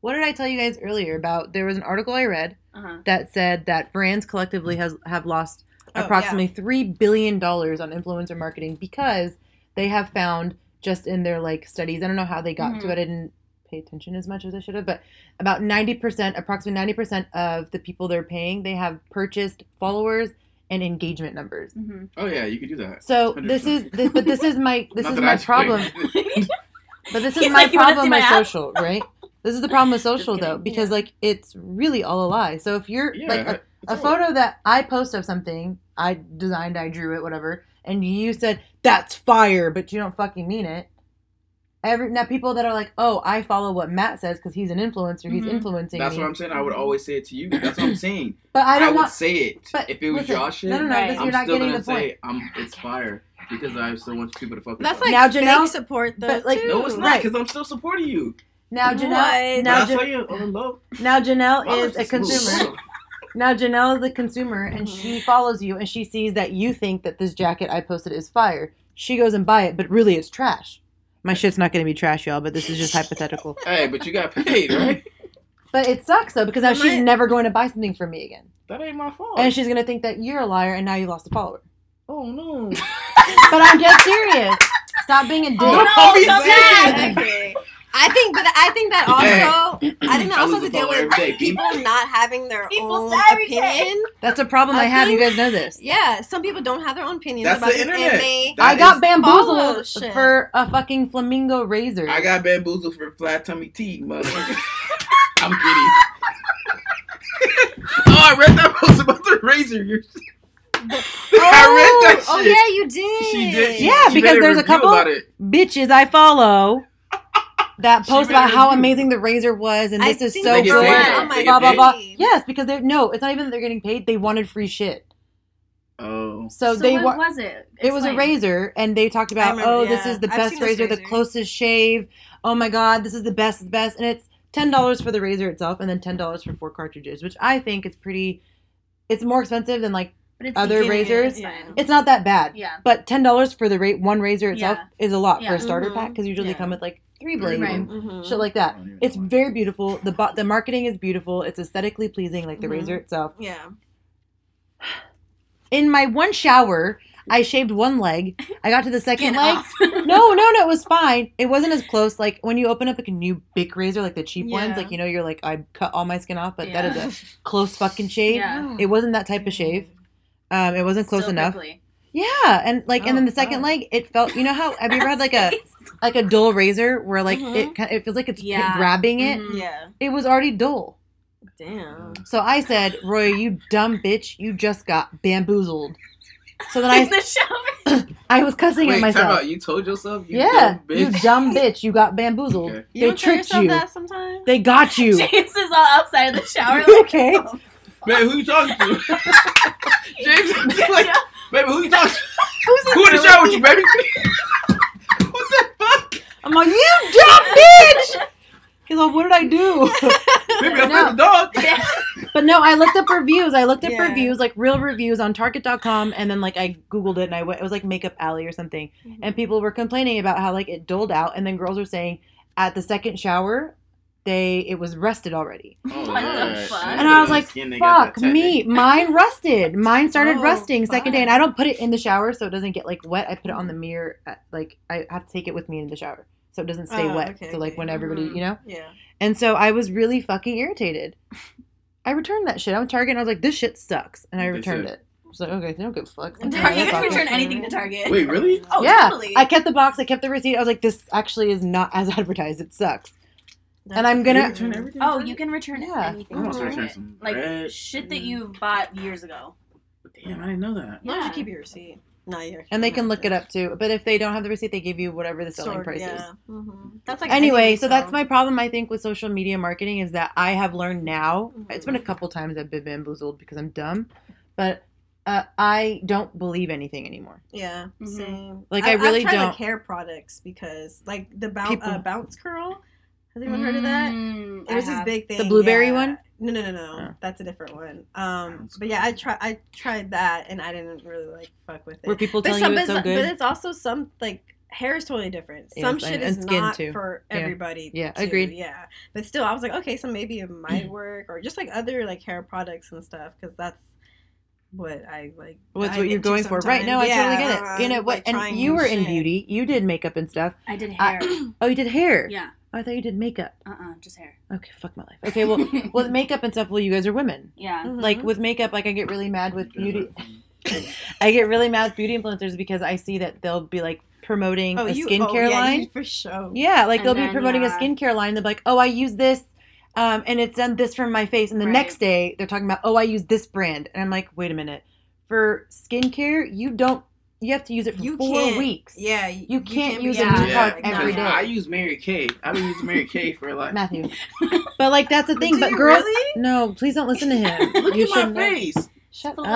what did I tell you guys earlier about there was an article I read
Uh-huh.
that said that brands collectively has have lost
Oh,
approximately three billion dollars on influencer marketing because they have found just in their like studies. I don't know how they got to
Mhm.
it. I didn't pay attention as much as I should have, but about ninety percent, approximately ninety percent of the people they're paying, they have purchased followers and engagement numbers.
Mm-hmm.
Oh yeah, you could do that.
So this is this, but this is my this
Not
is
that I
my
explained.
problem. But this is
He's
my
like, "You wanna see
problem with
my app?"
social, right? This is the problem with social though,
kidding,
because
yeah.
like it's really all a lie. So if you're
yeah,
like a,
it's
a
all-
photo that I post of something, I designed, I drew it, whatever, and you said that's fire, but you don't fucking mean it. Every now people that are like, oh, I follow what Matt says because he's an influencer, he's
Mhm.
influencing
That's
me.
what I'm saying. I would always say it to you. That's what I'm saying.
but I
I,
don't
would
want.
say it
But
if it was
listen,
your shit.
No, no, no,
Right.
listen,
I'm
you're not
still
getting
gonna
the point.
say I'm, it's fire because I still want people to fuck. with
That's like
me.
Now,
fake
Janelle-
support though.
but, like-
too.
no, it's not
Right.
because I'm still supporting you.
Now Janelle,
What?
now,
I'll
Ja-
tell you, I'm in love.
now Janelle
Wallace
is a
cool.
consumer. Now Janelle is a consumer, and
Mhm.
she follows you, and she sees that you think that this jacket I posted is fire. She goes and buy it, but really it's trash. My shit's not gonna be trash, y'all. But this is just hypothetical.
hey, but you got paid, right?
But it sucks though because now
Am
she's
I-
never going to buy something from me again,
That ain't my fault.
and she's gonna think that you're a liar, and now you lost a follower.
oh no.
But I'm dead serious. Stop being a dick.
Oh,
No,
no,
be
don't
serious.
do that. Okay. I think, but I think that also, I think that
I
also has
lose
to
a
deal
follower
with
every day,
people not having their
People
own
die every day.
opinion.
That's a problem I,
I
have. You
think-
guys know this.
Yeah, some people don't have their own opinions
That's
about
the
this,
internet.
and they
That
I got
is-
Follow
bamboozled
shit.
for a fucking flamingo razor.
I got bamboozled for flat tummy tea, motherfucker. I'm kidding. oh, I read that post about the razor. You're- I read that
Oh
shit.
yeah, you did.
She did. She,
Yeah,
she
because
made
there's a
review
couple-
About it.
Bitches, I follow. That
She
post
made
about
a
how
review.
amazing the razor was, and
I
this is
think
so
They get
good.
paid. Oh my
blah blah blah.
God.
Yes, because they're no, it's not even that they're getting paid. They wanted free shit,
Oh,
so, they
what
wa-
was it?
It was a
Explain.
razor, and they talked about,
remember,
oh, this
yeah.
is the
I've
best
seen this
razor, the
razor.
closest shave. Oh my god, this is the best, the best, and it's ten dollars for the razor itself, and then ten dollars for four cartridges, which I think is pretty. It's more expensive than like
But it's
Other
easy.
razors?
It's fine.
it's not that bad,
Yeah.
but ten dollars for the rate one razor itself is a lot for
Yeah.
a starter
Mhm.
pack because usually
Yeah.
they come with like three
Three
blades,
Right.
and
Mhm.
shit like that.
I don't even
Uh, It's
know
Mm-hmm.
why.
very beautiful. The bo- the marketing is beautiful. It's aesthetically pleasing, like the
Mm-hmm.
Mhm.
razor itself.
Yeah.
In my one shower, I shaved one leg. I got to the
Skin
second leg.
off.
no, no, no, it was fine. It wasn't as close. Like when you open up like a new big razor, like the cheap ones,
Yeah.
like you know, you're like, I cut all my skin off, but that
Yeah.
is a close fucking shave.
Yeah.
It wasn't that type of shave. Um, it wasn't close
So
enough.
quickly.
Yeah, and like, and then
Oh,
the second
God.
leg, it felt. You know how have you ever had like a like a dull razor where like
Mhm.
it kind it feels like it's p-
Mm-hmm. Yeah.
grabbing it?
Mhm.
Yeah.
It was already dull.
Mm.
Uh,
Damn.
So I said, Roy, you dumb bitch, you just got bamboozled. So then
In
I
the shower.
I was cussing
Wait,
at
time
myself.
out. You told yourself? You
yeah,
dumb
you
bitch.
dumb bitch, you got bamboozled.
Okay.
You
They
don't tell
tricked
yourself
you.
that sometimes.
They got you.
James is all outside of the shower.
You
Like,
okay?
oh,
Man, who you talking to? James, like,
yeah.
baby, who you talking to? Who in the shower with you, baby? what the fuck?
I'm like, you dumb bitch! He's like, what did I do?
Baby, I
No.
fed the dog.
but no, I looked up reviews. I looked up
Yeah.
reviews, like real reviews on Target.com, and then like I Googled it and I went, it was like Makeup Alley or something.
Mm-hmm.
And people were complaining about how like it doled out, and then girls were saying at the second shower, they it was rusted already.
Oh,
What the
yeah.
fuck?
Yeah,
And I was
the
like,
skin, they got
Fuck
that
me. Mine rusted. Mine started
Oh,
rusting second day,
fuck.
and I don't put it in the shower so it doesn't get like wet. I put it on the mirror, at, like I have to take it with me in the shower so it doesn't stay
Oh,
wet.
okay,
so like
okay.
when everybody,
Mhm.
you know.
Yeah.
And so I was really fucking irritated. I returned that shit. I went to Target and I was like, this shit sucks. And I
They
returned
said-
it. I was like, okay, they don't give a fuck.
And
Okay,
Target, you
that's
can
awesome.
return anything to Target.
technique. Wait, really?
Oh,
yeah,
totally.
I kept the box. I kept the receipt. I was like, "This actually is not as advertised. It sucks." And I'm gonna-
Turn everything
Oh,
to-
you can return
Yeah.
anything
I'm
to
gonna start trying
Target.
some
Like
red.
shit that you bought years ago.
Damn, I didn't know that.
Why don't
Yeah.
you keep your receipt? Not your.
And they can look it up too. But if they don't have the receipt, they give you whatever the selling price is.
Yeah. Mhm. That's like
anyway
anything,
so that's my problem i think with social media marketing is that i have learned now it's been a couple times i've been bamboozled because i'm dumb but uh, i don't believe anything anymore
Yeah,
Mhm.
same.
Like, I really
I've tried,
don't-
Like hair products because like the bounce
People-
uh, bounce curl. Has anyone heard of that?
Mm,
It was
I
this
have.
big thing.
blueberry
yeah.
one?
No, no, no, no.
Oh.
That's a different one. Um,
Bounce
but yeah, I tried. I tried that, and I didn't really like fuck with it.
where people
but
telling
some,
you it's so
but
good
it's also some like hair is totally different.
Yes,
some
and-
shit
and
is
skin,
not
too.
for
Yeah.
everybody.
Yeah,
too,
agreed.
Yeah, but still, I was like, okay, so maybe it might work, or just like other like hair products and stuff, because that's what I like.
what's
dive
what you're
into
going for right
sometimes.
no i totally
Yeah,
get it you know what
like trying
and you
new
were in
shit.
beauty you did makeup and stuff
I did
I-
hair.
oh you did hair
yeah.
oh, i thought you did makeup
Uh uh Just hair.
okay fuck my life okay well with makeup and stuff well you guys are women
Yeah.
Mhm.
like with makeup like i get really mad with beauty I get really mad at beauty influencers because I see that they'll be like promoting a
Oh, you-
skincare
yeah,
line.
you for sure.
Yeah, like
And
they'll
then,
be promoting
yeah.
a skincare line. They'll be like, oh, I use this, um, and it's done this for my face. And the
Right.
next day, they're talking about, oh, I use this brand. And I'm like, wait a minute. For skincare, you don't. You have to use it for
You
4
can't-
weeks.
Yeah,
You can't
be
use
a
out
new
there
product
like
every
that.
day.
I use Mary Kay. I've been using Mary Kay for like.
Matthew. but like that's the thing.
Do
but
you
girls,
really?
no, please don't listen to him.
Look
you
at
should
my
not-
face.
Shut up.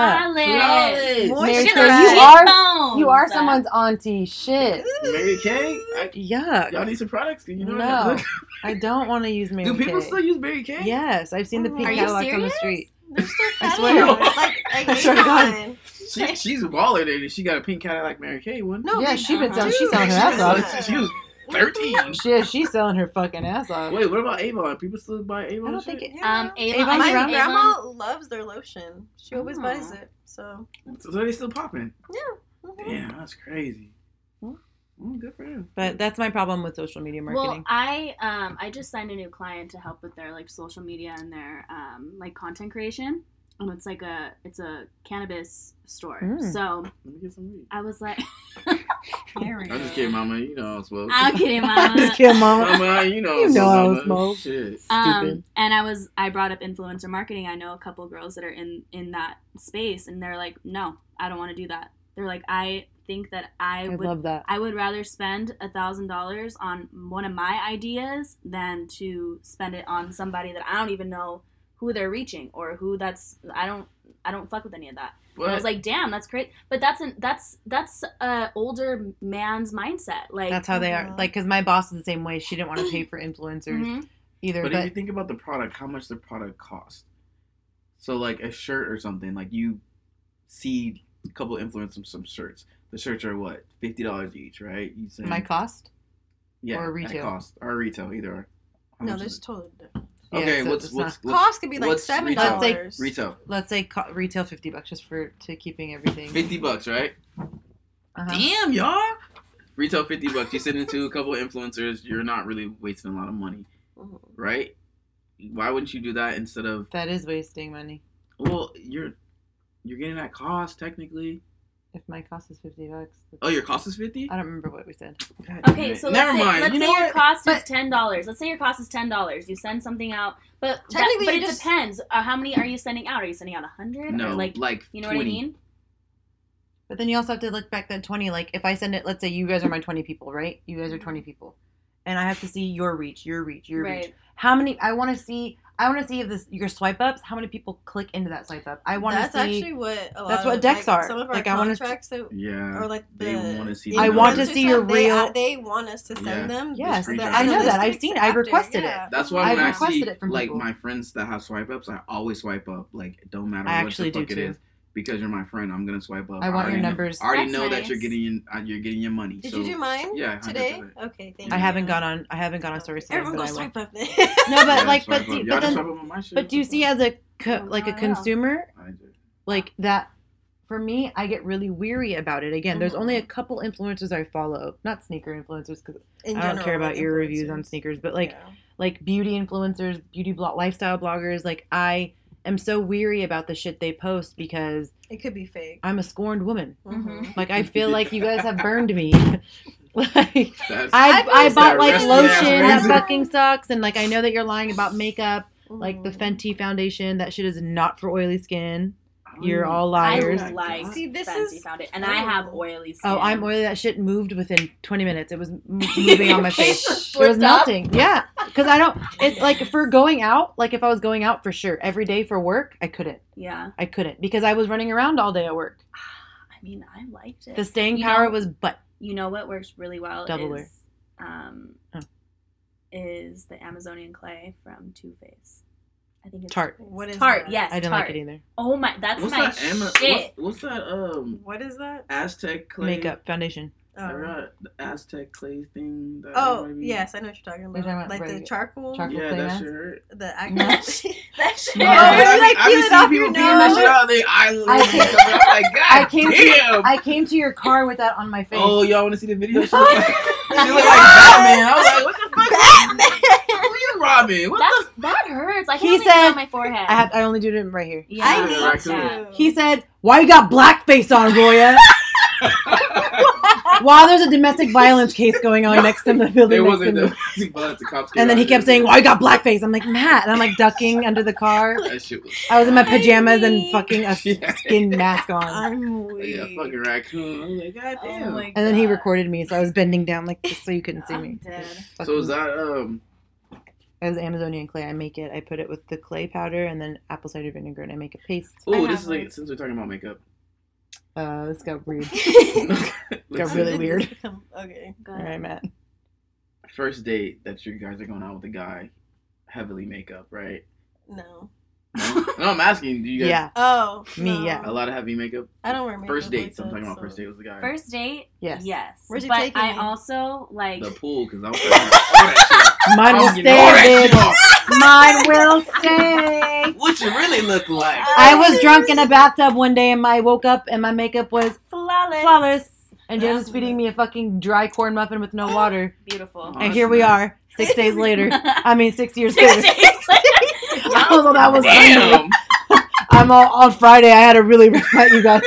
Flawless.
Moisturize.
Mary
Shit,
Kay,
shit
uh, you are
bones.
you are someone's auntie. Shit.
Mary Kay. I,
Yuck.
y'all need some products. You know.
No, I don't want to use Mary
Do people
Kay.
still use Mary Kay?
Yes, I've seen the
Are
pink
you
Cadillacs on the
serious?
street.
They're still
I
I
swear.
swear. Like, like
I
they
swear to God.
gone.
She, she's baller. Then she got a pink Cadillac Mary Kay one.
No,
yeah,
they
she been
don't.
selling. She's selling her
She
ass
was-
off.
off.
She was thirteen.
Yeah, she's selling her fucking ass off.
Wait, what about Avon? People still buy Avon?
I don't
shit?
think it.
Um, Avon,
Avon's
my
I
around?
think Avon-
grandma loves their lotion. She always
Oh.
buys it. So
So they still popping.
yeah. Mhm.
Damn, that's crazy.
Hmm.
Mm, good for him.
But that's my problem with social media
Well,
marketing.
I um I just signed a new client to help with their like social media and their um like content creation. And it's like a it's a cannabis store.
Mm.
So
Let me get some weed.
I was like,
There we
I'm just kidding, Mama. You know I don't smoke.
I'm kidding,
I'm
mama.
just kidding, mama.
Mama, you know,
You
I
know I don't
mama.
smoke.
Shit.
Um,
Stupid.
and I was I brought up influencer marketing. I know a couple girls that are in in that space, and they're like, no, I don't want to do that. They're like, I think that I,
I
would
love that.
I would rather spend a thousand dollars on one of my ideas than to spend it on somebody that I don't even know who they're reaching or who that's I don't I don't fuck with any of that. And I was
But
like, damn, that's great. But that's an that's that's a older man's mindset. Like
That's how they are.
Mhm.
Like, because my boss is the same way. She didn't want to pay for influencers
Mhm.
either.
but
But,
if you think about the product, how much the product cost? So like a shirt or something, like you see a couple influencers some shirts. The shirts are what fifty dollars each, right? You say
my cost.
yeah,
or
at
retail?
cost or retail either. or. How
No,
much
there's
is
totally different.
it?
Yeah,
okay.
so
what's
it's
what's,
not-
what's
Cost could be like
what's
seven
retail?
Let's say
dollars.
retail?
Let's say co- retail fifty bucks just for to keeping everything.
Fifty bucks, right?
Uh-huh.
Damn, y'all. Retail fifty bucks. You send it to a couple influencers. You're not really wasting a lot of money,
Mhm.
right? Why wouldn't you do that instead of
That is wasting money.
Well, you're you're getting that cost technically.
If my cost is fifty bucks,
Oh, your cost is fifty.
I don't remember what we said.
Okay, so
never
let's say,
mind.
Let's
you
say
know
your
what?
cost is
But-
ten dollars. Let's say your cost is ten dollars. You send something out, but that-
Technically,
but
you
it
just-
depends. Uh, how many are you sending out? Are you sending out a hundred?
No,
like
like,
you know
20.
what I mean?
But then you also have to look back that 20. Like, if I send it, let's say you guys are my 20 people, right? You guys are
Mm-hmm.
20 people. And I have to see your reach, your reach, your reach.
Right.
How many, I want to see, I want to see if this, your swipe ups, how many people click into that swipe up. I want to
That's
see,
actually what a lot
that's
of,
what decks
like,
are.
Some of our
Like, I wanna see-
contracts that
Yeah.
or
Oh,
like the
They wanna see
the
the
I want to
influencers
see your
have, they-
real-
They want us to send
Yeah.
them.
Yes,
the
I know
that. I've
analytics
seen it. I've
after,
requested it.
yeah.
That's why
I've
when I see
requested it from
like
people.
my friends that have swipe ups, I always swipe up. Like it don't matter
I
what
actually
the
do
fuck it
too.
is because you're my friend. I'm gonna swipe up.
I want your
already know-
numbers.
I already
That's
know that you're
nice.
getting your, uh, you're getting your money.
Did
so
you do mine?
yeah, 100%.
today. Okay, thank you.
I haven't gone on, I haven't gone on story stories,
Everyone
but
go
I will.
swipe up.
No, but
Yeah,
like,
swipe
but
up.
see,
Y'all
but
just
then,
swipe up on my shit.
but do you see as a, co-
Oh,
like a
no, I know.
consumer,
I do.
like that for me i get really weary about it again there's
Mm-hmm.
only a couple influencers i follow not sneaker influencers because i don't care about your reviews on sneakers but like like beauty influencers beauty blog lifestyle bloggers like i am so weary about the shit they post because
it could be fake.
i'm a scorned woman
Mm-hmm.
Mhm.
like i feel like you guys have burned me like
That's,
I, I
feel
bought
so
like
bad.
lotion that
Yeah.
fucking sucks, and like I know that you're lying about makeup, like the
Mhm.
Fenty foundation. That shit is not for oily skin.
I don't
You're
even-
all liars.
I like
See, this
Fenty
is-
found it, and I have oily skin.
Oh, I'm oily. That shit moved within 20 minutes. It was m- moving on my
Your face
face.
just
It was
slipped up.
melting. Yeah, because I don't. It's like for going out. Like if I was going out for sure every day for work, I couldn't.
Yeah,
I couldn't because I was running around all day at work.
I mean, I liked it.
The staying
You
power
know-
was butt.
you know what works really well
Double
is
wear.
um
Oh.
is the Amazonian clay from Too Faced. I think it's
Tart.
What is
Tart,
that?
yes,
I didn't
tart.
like it either.
Oh my, that's
What's
my
that? Emma,
shit.
what's, what's that? Um,
What is that?
Aztec clay
Makeup, foundation.
I
Oh,
got the Aztec clay thing. That
Oh,
everybody-
yes, I know what you're talking about.
talking about
like the
right-
charcoal,
charcoal.
Yeah,
clay
that
mask?
shit hurt.
the
No.
that shit. That shit.
No.
Oh,
I
when you,
I've
like
been- I've been
peel it off your
seeing people peeing that
nose.
shit out of their eyelids.
I
and
came-
stuff. I'm like, God
I came to-
damn.
I came to your car with that on my face.
oh, y'all want to see the video? She looked like, she looked like
Yes!
Batman. I was like, what the fuck?
Batman.
Who you robbing? What
That's, that hurts. I can
He
only do it
said-
on my forehead.
I have I only do it right here.
yeah,
I
that's
need
that.
to.
He said, "Why you got blackface on, Roya? While there's a domestic violence case going on next to him, the
There
building next to
wasn't
me."
the, the cops. came
And then
out
he kept
there.
saying, "Why you got blackface?" I'm like, "Matt," and I'm like ducking under the car.
That shit was.
I was in my
I
pajamas and
mean-
fucking a
Yeah.
skin mask
Oh
on.
I'm weak.
"Oh, Yeah, fucking raccoon. I was like, God damn.
Oh my
And then he
God.
recorded me, so I was bending down like this so you couldn't see
I'm
me.
dead.
so is that um?
It was Amazonian clay. I make it. I put it with the clay powder and then apple cider vinegar, and I make a paste.
Oh,
I
this
have
is like
one.
since we're talking about makeup.
Uh, this got weird.
Let's
really
see.
weird.
Okay.
Go
All
ahead.
right, Matt.
First date that you guys are going out with a guy, heavily makeup, right?
No.
No, No, I'm asking. Do you guys
Yeah.
Oh.
Me,
no.
yeah.
a lot of heavy makeup?
I don't wear makeup.
First
like
dates. I'm
that,
talking about
so-
first date with the guy.
First date?
Yes.
Yes.
Where's it
but
taking
I
me?
also like
The pool, because I'm. fucking all that shit.
Mine will
I'm getting all that
stay,
shit
bitch.
off.
Mine will stay.
What you really look like?
I was drunk in a bathtub one day, and I woke up, and my makeup was
flawless.
flawless. And Jess was feeding me a fucking dry corn muffin with no water.
Beautiful.
Oh,
And here we are, six days later. I mean, six years
Six
later.
days later.
I was all- that was Sunday.
Damn.
I'm all on Friday. I had to really respect you guys.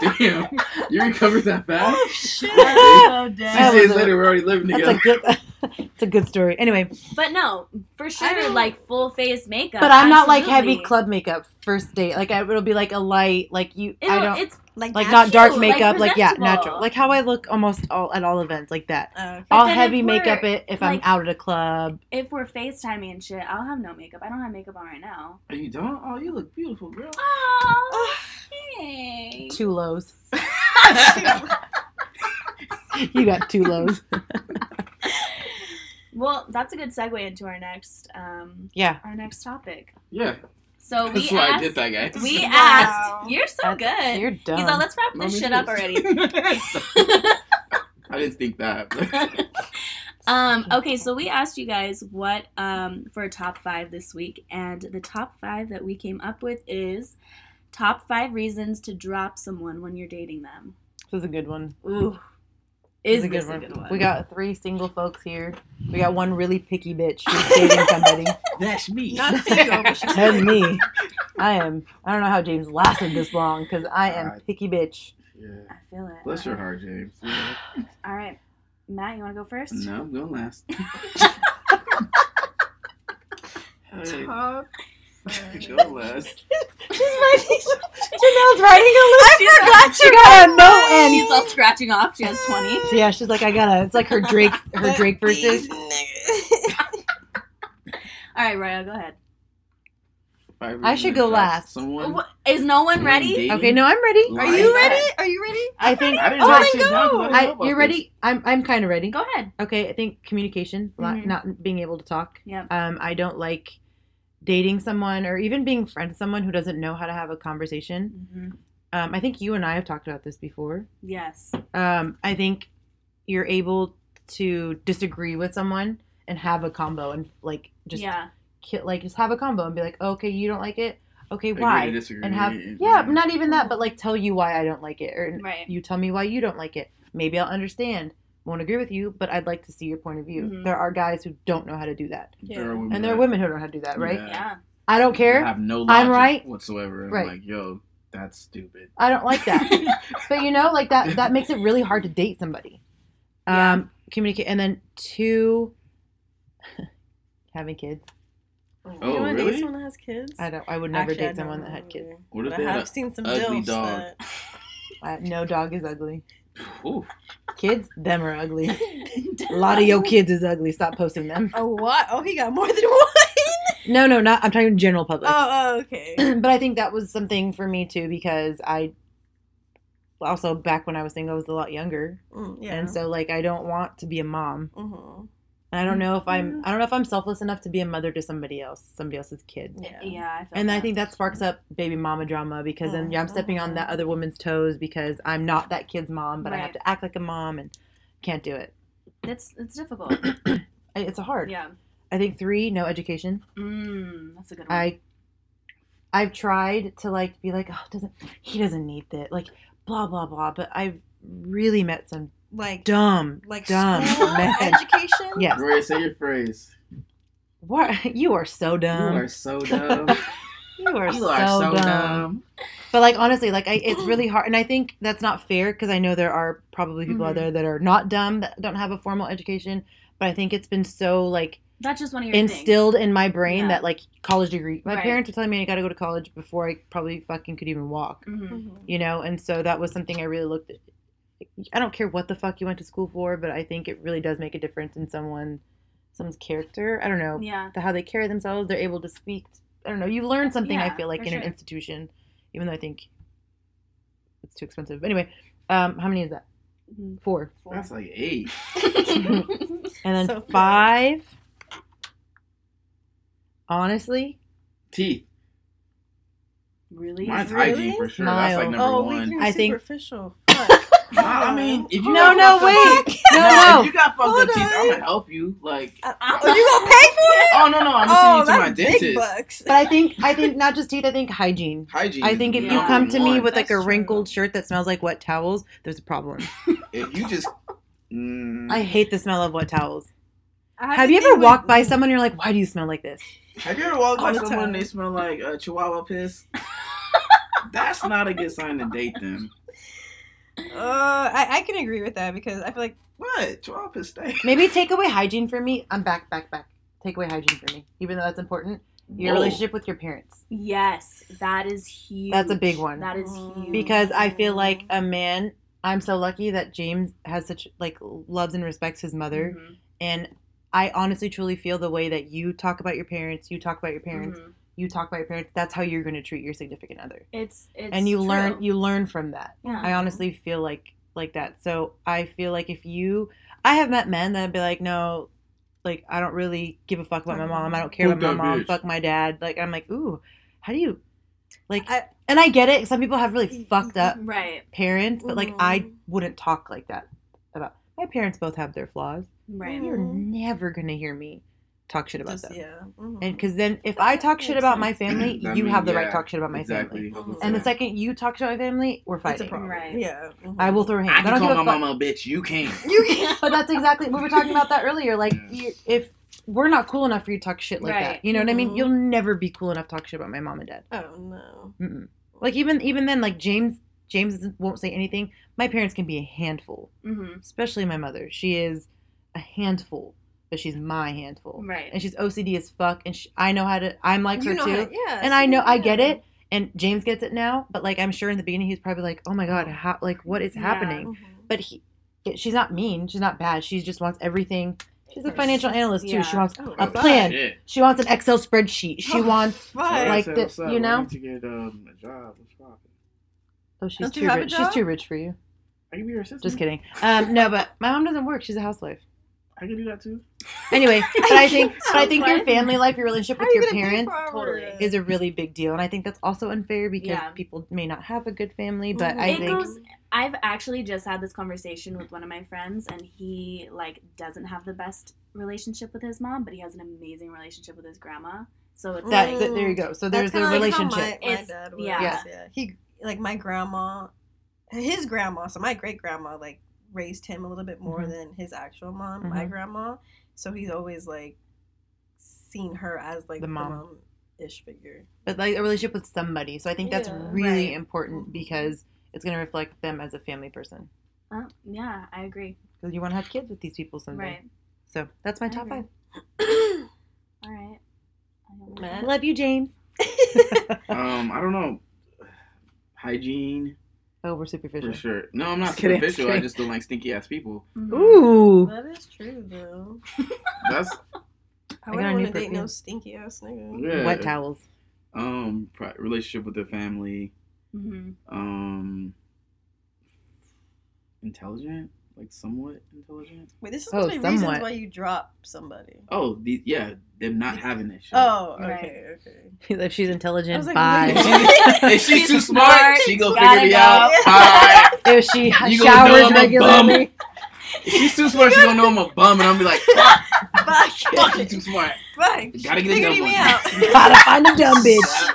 Damn. You recovered that fast?
Oh shit!
Oh,
Six
That
days
was a-
later, we're already living
That's a
together.
good. It's a good story. Anyway,
But no, for sure,
don't-
like full face makeup.
but I'm not like heavy
absolutely.
club makeup first date. Like I, it'll be like a light, like you. I
It'll-
don't
It's
like not dark
like
makeup. Like, yeah,
presentable.
natural. Like how I look almost all at all events like that.
Oh,
But
I'll
then
heavy
if
makeup
we're,
it if I'm
like-
out at a club.
if we're FaceTiming and shit, I'll have no makeup. I don't have makeup on right now.
You don't? Oh, you look beautiful, girl.
Oh, hey.
Two lows. You got two lows.
Well, that's a good segue into our next um
Yeah.
our next topic.
Yeah,
So we
that's why I
asked,
did that, guys.
we
Wow.
asked. You're so good.
You're done.
He's all, let's wrap this
Mommy's
shit up
good."
already.
I didn't think that.
um, okay, so we asked you guys what um, for a top five this week, and the top five that we came up with is top five reasons to drop someone when you're dating them.
this is a good one.
Oh.
Ooh, is
This
this a good one?
We got three single folks here. We got one really picky bitch who's dating somebody.
That's me.
Not single, but she's-
That's me. I am. I don't know how James lasted this long because I am
God.
picky bitch.
Yeah.
I feel it.
Bless your heart, James. Yeah.
All right, Matt, you want to go first?
No, I'm going last. Hey,
Top.
go last.
She's writing. Janelle's writing a list.
She's got-
She got a no
She's
end.
all scratching off. She has twenty.
Yeah, she's like, I gotta. It's like her Drake, her Drake verses.
All right, Royal, go ahead.
Five
I
reasons
should
to
go
drop
last.
Someone.
Wha- Is no one
someone
ready?
dating.
Okay, no, I'm ready.
Are
Lying.
you ready? Are you ready?
I think.
I didn't
Oh,
write
I
shit down 'cause I didn't know
I,
about
you're
this.
ready. I'm. I'm kind of ready.
Go ahead.
Okay, I think communication, li-
Mm-hmm.
Mhm.
not being able to talk.
Yep.
Um, I don't like dating someone or even being friends with someone who doesn't know how to have a conversation.
hmm
Um, I think you and I have talked about this before.
Yes.
Um, I think you're able to disagree with someone and have a combo and like just
yeah.
ki- like just have a combo and be like, okay, you don't like it. Okay,
Agree to
why?
disagree,
And have
and-
yeah, but not even that, but like tell you why I don't like it, or
Right.
you tell me why you don't like it. Maybe I'll understand. Won't agree with you, but I'd like to see your point of view.
Mhm.
There are guys who don't know how to do that,
There are women
and there are
that-
women who don't know how to do that, right?
Yeah.
Yeah.
I don't
that
care.
Have no logic
I'm right.
whatsoever. I'm
Right.
like, yo, that's stupid.
I don't like that. but you know, like that that makes it really hard to date somebody.
Yeah.
Um, communicate, and then two, having kids.
you
Oh,
wanna
really?
date someone that has kids?
I don't. I would never
Actually, I
date
don't
someone that
know
had kids.
either.
What if
But
they
I
had
have seen some
ugly
dilfs
dog?
that-
I- no dog is ugly.
Ooh,
Kids, them are ugly. A lot of your kids is ugly. Stop posting them.
Oh what? Oh, he got more than one.
No, no, not. I'm talking general public.
Oh, oh, okay.
but I think that was something for me too because I also back when I was single I was a lot younger,
Mm, yeah.
and so like I don't want to be a mom,
Mhm.
and I don't know if I'm I don't know if I'm selfless enough to be a mother to somebody else, somebody else's kid.
Yeah.
Yeah. I feel
And I
that.
think that sparks up baby mama drama because then yeah, I'm stepping on that other woman's toes because I'm not that kid's mom, but I
Oh.
have
Right.
to act like a mom and can't do it.
it's it's difficult.
I- It's hard.
yeah.
I think three, no education.
Mm, that's a good one.
I I've tried to like be like, oh, doesn't he doesn't need that, like blah blah blah. But I've really met some
Like
dumb,
like
dumb
school
men.
education.
yes.
Gloria, say your phrase.
What? You are so dumb.
you are so dumb.
You are,
you
so,
are so
dumb.
dumb.
But like honestly, like I, it's really hard, and I think that's not fair because I know there are probably people out
Mm-hmm.
Mhm.
there that are not dumb that don't have a formal education. But I think it's been so like
That's just one of your things.
instilled in my brain
Yeah.
that like college degree. My
Right.
parents were telling me I got to go to college before I probably fucking could even walk.
Mhm.
Mm-hmm.
You know, and so that was something I really looked at. I don't care what the fuck you went to school for, but I think it really does make a difference in someone, someone's character. I don't know
Yeah.
the- how they carry themselves. They're able to speak. I don't know. You learn something. I
Yeah,
feel like
for
in an
sure.
institution, even though I think it's too expensive. But anyway, um, how many is that?
Mhm.
Four.
That's like eight.
Oh, And then
So four.
five. Honestly,
Teeth.
Really?
Mine's
Really?
hygiene for sure. That's like
Smile.
number
oh,
one.
we
I
I
think-
superficial. Fuck.
Nah, I mean, if you
No,
got
no,
fucked up teeth-
no,
Nah,
no.
If you got fucked
Hold
up teeth, I'm
on.
gonna help you. Like,
oh, you gonna pay for it?
oh no, no,
oh,
I'm gonna send you to my
that's big
dentist.
bucks.
but I think I think not just teeth. I think hygiene.
Hygiene.
I
is
think if you
Yeah.
number
come to me
one.
with like a
That's true.
wrinkled shirt that smells like wet towels, there's a problem.
if you just, mm,
I hate the smell of wet towels.
I
Have you
think
ever
they
walked
would-
by someone and you're like, why do you smell like this?
have you ever walked
All
by
the
someone
time.
and they smell like uh, Chihuahua piss? That's not a good sign to date them.
Uh, I, I can agree with that because I feel like
What Chihuahua piss stay?
Maybe take away hygiene for me. I'm back, back, back. Take away hygiene for me, even though that's important. Your
Whoa.
relationship with your parents,
Yes, that is huge.
That's a big one. Oh.
That is huge.
because I feel like a man. I'm so lucky that James has such like loves and respects his mother,
Mhm,
and I honestly truly feel the way that you talk about your parents, you talk about your parents,
mhm.
you talk about your parents. That's how you're going to treat your significant other,
it's it's
and you
true.
learn you learn from that.
Yeah.
I honestly feel like like that. So I feel like if you, I have met men that'd be like, no, like I don't really give a fuck about my mom. I don't care
Fuck
about
that
my mom.
bitch.
Fuck my dad. Like I'm like, ooh, how do you, like,
I- Mm-hmm.
and I get it. Some people have really fucked up
right,
parents, but like I
Mhm.
wouldn't talk like that about my parents. Both have their flaws.
right.
Mhm.
You're never gonna hear me talk shit about
just,
them.
yeah. mhm.
And because then if I talk shit
Makes
about my
sense.
family,
That
you
mean-
have the right
yeah,
to talk shit about my family.
Exactly.
And the
Mhm.
second you talk shit about my family, we're
It's a
fighting.
problem.
Right.
Yeah. mhm.
I will throw hands.
I
I,
can
don't give
call
a
my
fuck.
mama a bitch. You can't.
You can.
But that's exactly we were talking about that earlier. Like,
Yeah.
you, if we're not cool enough for you to talk shit like
Right.
that, you know what I mean?
Mhm.
You'll never be cool enough to talk shit about my mom and dad.
Oh no.
Mm-mm. Like even even then, like James James isn't- won't say anything. My parents can be a handful,
hmm
especially my mother. She is a handful, but she's my handful,
Right.
and she's OCD as fuck. And she, I know how to. I'm like her
You know
too
how- yeah.
and
so
I know I
yeah.
get it, and James gets it now. But like I'm sure in the beginning he's probably like, "Oh my god, how, like what is
Yeah.
happening?"
Mhm.
But he, it- she's not mean. She's not bad. She just wants everything. She's a
First.
financial analyst too.
Yeah.
She wants
Oh,
a
fuck.
plan.
Shit.
she wants an Excel spreadsheet. She
Oh,
wants
fuck.
like
What's up,
the-
what's up?
you know?
I need to get um, a job. What's wrong?
oh she's
Don't you
too
have a
rich. She's
job?
too rich for you.
I can be your assistant.
Just kidding. Um, no, but my mom doesn't work. She's a housewife.
I can do that too.
Anyway, but I think but I think your
Housewife.
family life, your relationship
How
with
are you
your
gonna pay
parents.
for our
Totally.
order?
Is a really big deal, and I think that's also unfair because
Yeah.
people may not have a good family. But
Mhm.
I
It
think
goes- I've actually just had this conversation with one of my friends, and he like doesn't have the best relationship with his mom, but he has an amazing relationship with his grandma. So it's
that,
like,
that there you go. So
That's
there's the
kinda like how
relationship.
my, my
It's-
dad was.
yeah.
Yeah. He like my grandma, his grandma. So my great grandma like raised him a little bit more
Mhm.
than his actual mom, my
Mhm.
grandma. So he's always like seen her as like
The
the
mom.
mom ish figure.
but like a relationship with somebody. So I think that's
Yeah.
really
Right.
important because it's going to reflect them as a family person.
oh, yeah, I agree.
Because you want to have kids with these people someday.
Right.
So that's my top
Okay.
five.
All right. I don't know.
Matt?
Love you, James.
Um, I don't know. Hygiene
Oh, we're
for
superficial.
sure. No, I'm not
Just kidding,
superficial. I
just kidding.
just don't like stinky ass people.
Mhm.
Ooh.
that is true though.
That's
I,
I got a
wouldn't
new
want to date
perfume.
no stinky ass nigga.
yeah.
Wet towels.
Um, pri- relationship with their family.
Mhm.
Um, intelligent, like somewhat intelligent.
Wait, this is
Oh,
supposed to be reasons
somewhat.
why you drop somebody.
Oh, the, yeah, them not having that shit.
Oh, okay,
Right.
okay.
if she's
I
intelligent,
was like,
bye.
wait.
if she's too smart, she gonna
Gotta
figure it
go.
out.
Yeah.
Bye.
if she
gonna know
showers
I'm a
regularly.
If she's too smart, she gonna know I'm a bum, and I'm be like, fuck,
Fuck,
fuck you too smart.
Fuck.
Gotta
she
get a
figured
dumb one.
me out.
Gotta find a dumb bitch.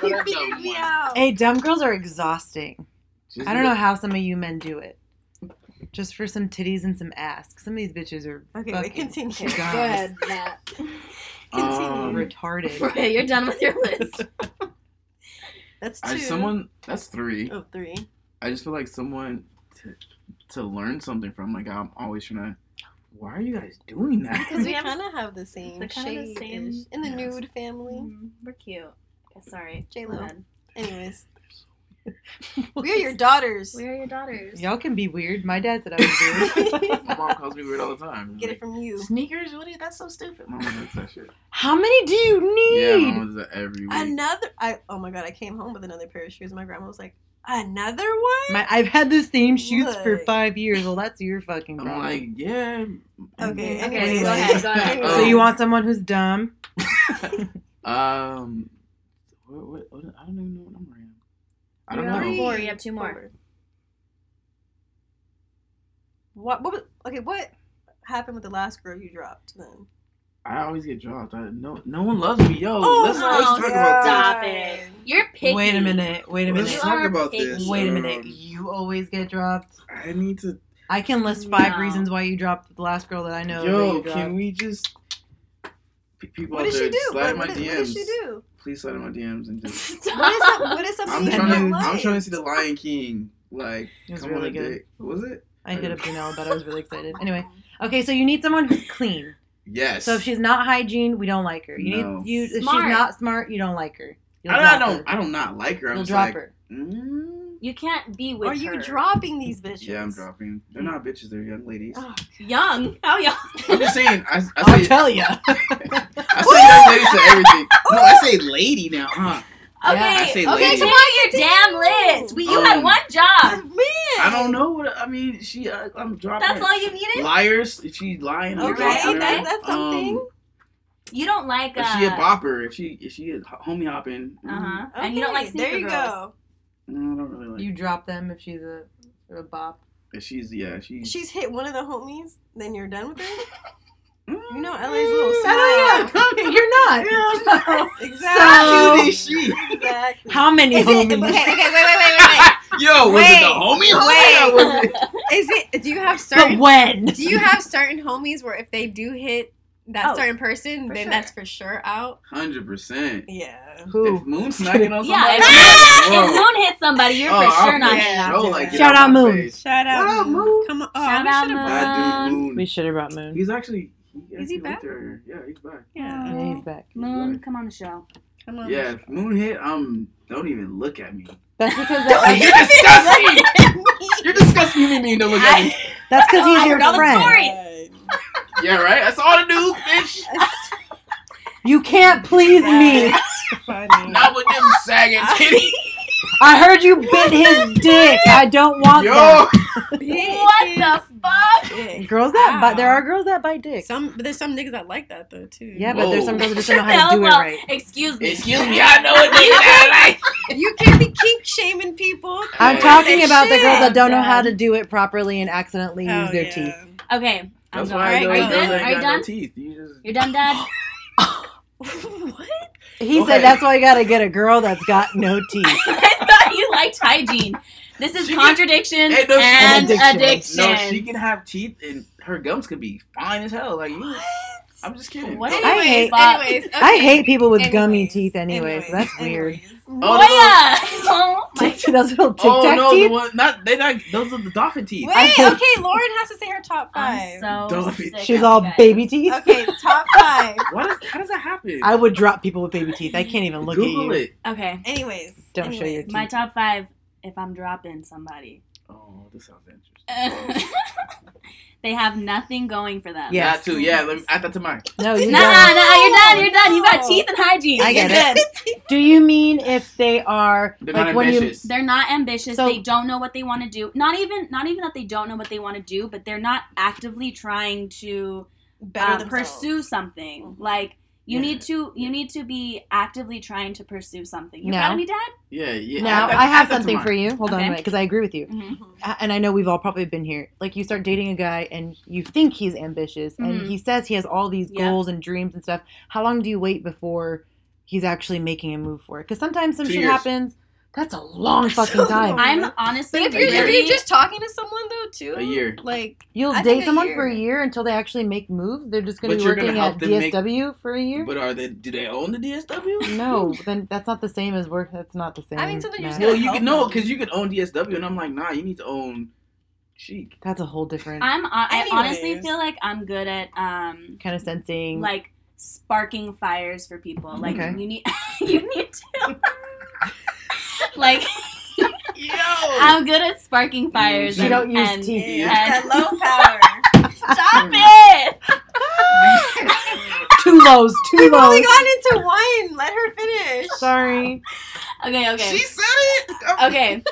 Gotta
She
get a dumb
figured me
one.
out.
Hey, dumb girls are exhausting.
Just
I don't know how some of you men do it. Just for some titties and
Um,
some ass. Some of these bitches are
Okay,
fucking
wait, continue.
gods.
Go ahead, Matt.
Continue.
Um,
retarded.
Okay, you're done with your list.
That's two.
I, someone that's three.
Oh, three.
I just feel like someone to, to learn something from. Like I'm always trying to. Why are you guys doing that?
Because we
have-
kind of have the same
They're kinda the
shade
same-
in the
Yes.
nude family.
Mm, We're cute. Okay, Sorry,
J-Lo.
Go ahead.
Anyways, we are your daughters.
We are your daughters.
Y'all can be weird. My dad said I was weird.
My mom calls me weird all the time.
Get it
Like,
from you.
sneakers. What? Are you, that's so stupid. Mama does that shit.
How many do you
Yeah,
need?
mama does that every week.
Another. I. Oh my god! I came home with another pair of shoes. My grandma was like, "Another one."
My, I've had the same shoes for
Look.
five years. Well, that's your fucking
I'm
problem.
like, yeah.
Okay.
Okay,
Anyways.
go ahead. Go ahead.
Um,
so you want someone who's dumb?
Um, what, what, what, I don't even know what number I am. I don't
You're on
know.
four. You have two more.
Four. What? What was? Okay. What happened with the last girl you dropped then?
I always get dropped. I, no, no one loves me. Yo,
Oh,
let's,
no,
let's talk about this.
stop
God.
it. You're picky.
Wait a minute. Wait a
Let's
minute.
You
talk
are
about
picky.
this.
Wait a minute.
Um,
You always get dropped.
I need to.
I can list five
No.
reasons why you dropped the last girl that I know. that
yo,
you dropped.
can we just P- people
What
out
did
there
she do?
slide
What,
in my
what did,
DMs?
what did she do?
Please slide in my DMs and just.
What is up?
Stop.
What is up?
I'm
with you
trying to.
and my
I'm
life?
trying to see the Lion King. Like,
It was
come
really
on,
good.
Dick. Was it?
I hit up Janelle, but I was really excited. Anyway, okay, so you need someone who's clean.
Yes.
So if she's not hygiene, we don't like her. You
No.
need you. If
Smart.
she's not smart, you don't like her. You'll
I, I
drop
don't.
Her.
I don't not like her. I'm
You'll
just
drop
like.
her.
Mm,
You can't be with
Are you
her.
dropping these bitches?
yeah, I'm dropping. They're not bitches. They're young ladies.
Oh,
Young? How young?
I'm just saying. I,
I'll
I say.
tell you.
I
Oh,
say young ladies to everything. No, I say lady now, huh?
Okay,
Yeah,
I say
okay,
lady.
come on, your damn list. We, you had
Um,
one job.
Ah, Man.
I don't know what I mean. She, I, I'm dropping.
That's
her.
all you needed.
Liars. If she lying, I'm
Okay,
dropping her.
that- that's something.
Um,
You don't like. Uh
if she a bopper, if she if she is ho- homie hopping, mm,
Uh
Uh-huh.
huh. And you don't like
Okay,
sneaker
There you
girls.
go.
mm, I don't really like.
You drop them if she's a, a bop.
if she's yeah, she.
She's hit one of the homies, then you're done with her?
Mm,
You know LA's little
mm,
smile.
You're not.
Yeah.
Exactly.
Who is she?
Exactly.
How many
Is it, okay, okay,
homies?
wait, wait, wait,
Yo, was it the
Wait,
homie
wait.
homie? or was it-
wait. Is it do you have
But
certain
when?
do you have certain homies where if they do hit that
Oh,
certain person,
for
then
sure.
that's for sure out?
Hundred percent.
Yeah.
If
Who?
Moon's smacking on
Yeah,
somebody,
if,
whoa.
if Moon hits somebody, you're
Oh,
for
I'll
sure not
for
hitting
sure.
that.
show,
after
like,
that.
get
Shout
out
out
my
Moon.
face.
Shout out.
What up,
Moon.
Moon?
Come on. Oh,
Shout
we
out,
should've
Moon.
I do Moon.
We should have brought Moon.
He's actually. He
Uh, Is he
actually
back?
went there. Yeah, he's back.
Yeah.
Yeah, he's back.
Moon, come on the show.
Come on.
Yeah, if Moon hit, um, don't even look at me.
That's because
You're
that,
disgusting. You're disgusting. You mean me to look at me?
that's because
Oh, I
he's your
forgot the
friend.
story.
Yeah, right. That's all the news, bitch.
You can't please me.
Funny.
Not with them sagging titties.
I heard you bit his dick. I don't want
Yo,
that.
What the fuck?
fuck?
Girls that
Wow.
bite. There are girls that bite dick.
Some, but there's some niggas that like that though too.
Yeah, but there's some
Whoa.
girls that just don't know how to do it
Hello,
right.
Excuse me.
excuse me. I know it did that. Like,
You can't be kink shaming people.
I'm
Hey.
talking about the
Shit.
girls that don't know how to do it properly and accidentally
Oh,
use their
yeah.
teeth.
Okay, I'm
that's
done.
why I know
those
Are you
it
girls
good?
doesn't
Are you
got no
done?
teeth. You just
You're done, Dad.
what?
He
Okay.
said that's why you gotta get a girl that's got no teeth.
I thought you liked hygiene. This is
She can-
contradiction
Hey, no, she-
and
Addiction.
addiction.
no. She can have teeth, and her gums could be fine as hell. Like, you, I'm just kidding.
What?
Anyways,
I hate-
anyways,
I hate people with gummy
Anyways,
teeth anyway, so that's weird.
anyways.
Oh,
Moya! Oh my
Those little tic
Oh
tac
no,
teeth.
the one not they not those are the dolphin teeth.
I
Wait,
hate-
okay, Lauren has to say her top
I'm
five.
so
Don't be-
sick of
She's
you
all
guys.
baby teeth.
Okay, top five.
Why does how does that happen?
I would drop people with baby teeth. I can't even look
Google
at you.
it.
Okay,
Anyways,
Don't show your
anyways.
teeth.
my top five. If I'm dropping somebody,
Oh, this sounds interesting.
they have nothing going for them.
Yeah.
Yeah, too. Yeah, let me add that to mine.
No, you
Nah,
don't.
nah, you're done. You're done. You got
No.
teeth and hygiene.
I get
You're
it.
good.
Do you mean if they are
They're
like
not
when you?
ambitious.
They're not ambitious.
So-
they don't know what they want to do. Not even not even that they don't know what they want to do, but they're not actively trying to
Better
uh,
than
pursue something.
Mm-hmm.
Like you
Yeah.
need to you need to be actively trying to pursue something. You
No.
proud of me, Dad?
Yeah, yeah.
Now
add that-
I
add
have
that to
something
mine.
for you. Hold on,
Okay.
a minute, because I agree with you.
Mm-hmm.
I- and I know we've all probably been here. Like you start dating a guy and you think he's ambitious and
Mhm.
he says he has all these
Yeah.
goals and dreams and stuff. How long do you wait before he's actually making a move for it? Because sometimes some
Two
shit
years.
happens. That's a long fucking time.
I'm honestly
But if you're, if
very-
you're just talking to someone though too,
A year.
like
You'll
I think
date
a
someone
year.
for a year until they actually make moves. They're just going to
But
be
you're gonna
working
help
at
them make-
DSW for a year.
But are they? Do they own the DSW?
No, then that's not the same as work. That's not the same.
I mean, so then you're
Matt.
just
Well,
gonna-
you
help
can no,
them.
because you could own DSW, and I'm like, nah, you need to own Chic.
that's a whole different
I'm on, I honestly
Anyways.
feel like I'm good at um
kind of sensing.
like sparking fires for people. Like
Okay.
you need you need to like
yo,
I'm good at sparking fires.
you don't use
and-
teeth.
Yeah.
low power.
Stop it!
Two lows, two
We've
lows.
only gotten into one. Let her finish.
Sorry.
Okay, okay.
said it.
okay.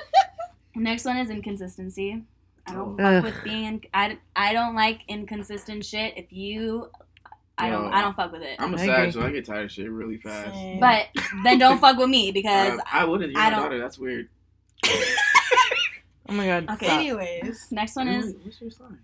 Next one is inconsistency. I don't
Ugh.
fuck with being. In, I, I don't like inconsistent shit. If you, I don't I don't fuck with it.
I'm a
I
sag,
agree.
so I get tired of shit really fast.
Same.
But then don't fuck with me because
Uh, I wouldn't. You're
I
my
don't-
daughter. That's weird.
Oh my god.
Okay.
stop.
anyways,
next one is
Emily, What's your sign?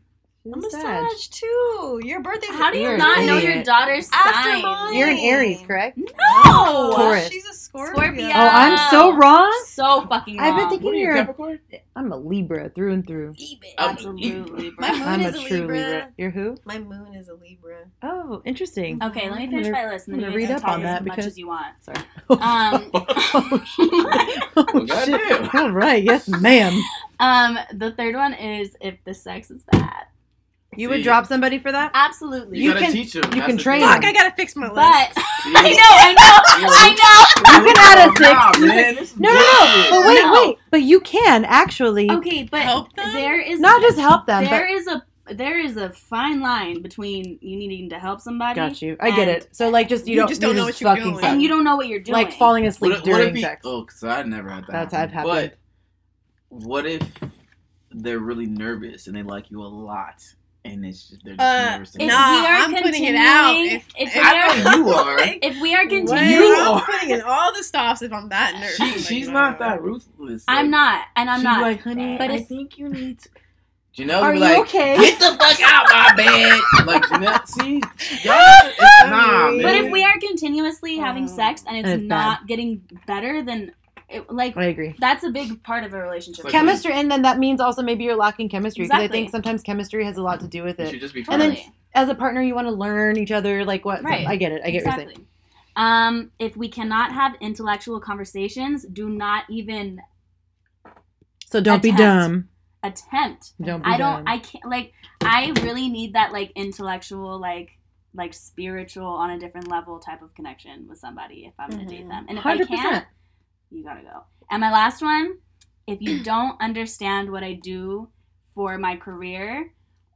a
You're sad.
massage too. Your birthday's
how do you
You're an
not know your
idiot.
daughter's
After
sign?
mine.
You're an Aries, correct?
No,
Taurus.
Oh, She's a Scorpio.
Scorpio.
Oh, I'm so wrong.
so fucking wrong.
I've been thinking
What are you,
you're. a-
Capricorn?
I'm a Libra through and through.
I'm-
absolutely. bro.
My moon
I'm a
is a
true
Libra.
Libra. You're who?
My moon is a Libra.
Oh, interesting.
Okay, let me
I'm
finish
gonna-
my list and
I'm
then you
gonna
read up on that as much
because-
as you want.
Sorry.
Um,
oh,
goddamn.
shit. All right. Yes, ma'am.
um, the third one is if the sex is bad.
See.
You would drop somebody for that?
Absolutely.
You,
You
gotta
can-
teach them.
you can train
Fuck,
them.
I gotta fix my list.
But
See?
I know, I know, I know.
You can add a six.
Nah,
You
man, this is
No, no, no.
bullshit.
But wait,
No.
wait. But you can actually
Okay, but
Help them?
there is
not just help them,
there is a there is a fine line between you needing to help
but
somebody
got you. I get
and-
it. So like, just you,
You
don't
just
you
don't know what you're
fucking
doing.
suck.
and you don't know what you're doing.
like falling asleep
What, if- what
during
if he,
sex.
Oh, because I never had that.
That's-
happen.
I've happened.
But what if they're really nervous and they like you a lot, and it's just they're just
Uh,
nervous. to
If
Nah,
we are
I'm putting it out.
continuing-
If-
if
if-
we
I
are
know you are.
if we are
What?
continuing
You
I'm
are-
putting in all the stops if I'm that nervous.
She,
Like,
she's
no.
not that ruthless.
I'm
Like,
not and I'm
she's
not
like, honey,
but
I
if-
think you need. To... Janelle
Are
be
you
like,
okay?
get the fuck out my bed. Like Janelle, see, y'all, it's, nah, man.
But if we are continuously having
Mm.
sex and it's,
And it's
not getting better, then it, like
I agree.
that's a big part of a relationship.
Like-
Chemistry, and then that means also maybe you're lacking chemistry because I
Exactly.
think sometimes chemistry has a lot to do with
you
it.
should just be
and
friends.
then- As a partner, you want to learn each other, like what?
Right.
I get it. I get what you're saying.
exactly. Um, if we cannot have intellectual conversations, do not even
So don't be
Attempt.
dumb.
attempt.
Don't be
I don't.
dumb.
I can't. Like, I really need that like intellectual, like like spiritual on a different level type of connection with somebody if I'm gonna date
Mhm.
them. And if I can't, you gotta go. And my last one, if you don't understand what I do for my career,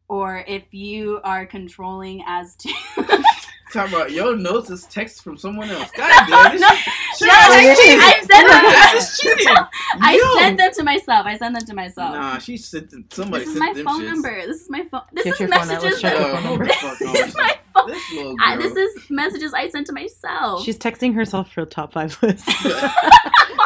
or if you are controlling as to
Talking about yo notes is text from someone else. God damn, this
No,
shit-
no,
shit is
that's
cheating.
I said that.
This is cheating.
I
Yo.
sent them to myself. I sent them to myself.
Nah, she sent them, somebody
This is
sent
my
them
phone
shits.
number. This is my phone. This
Get
is
your phone out.
messages.
Let's
Yo,
check
That,
your phone number.
fuck off.
this is my phone.
This little girl.
I, this is messages I sent to myself.
She's texting herself for a top five list.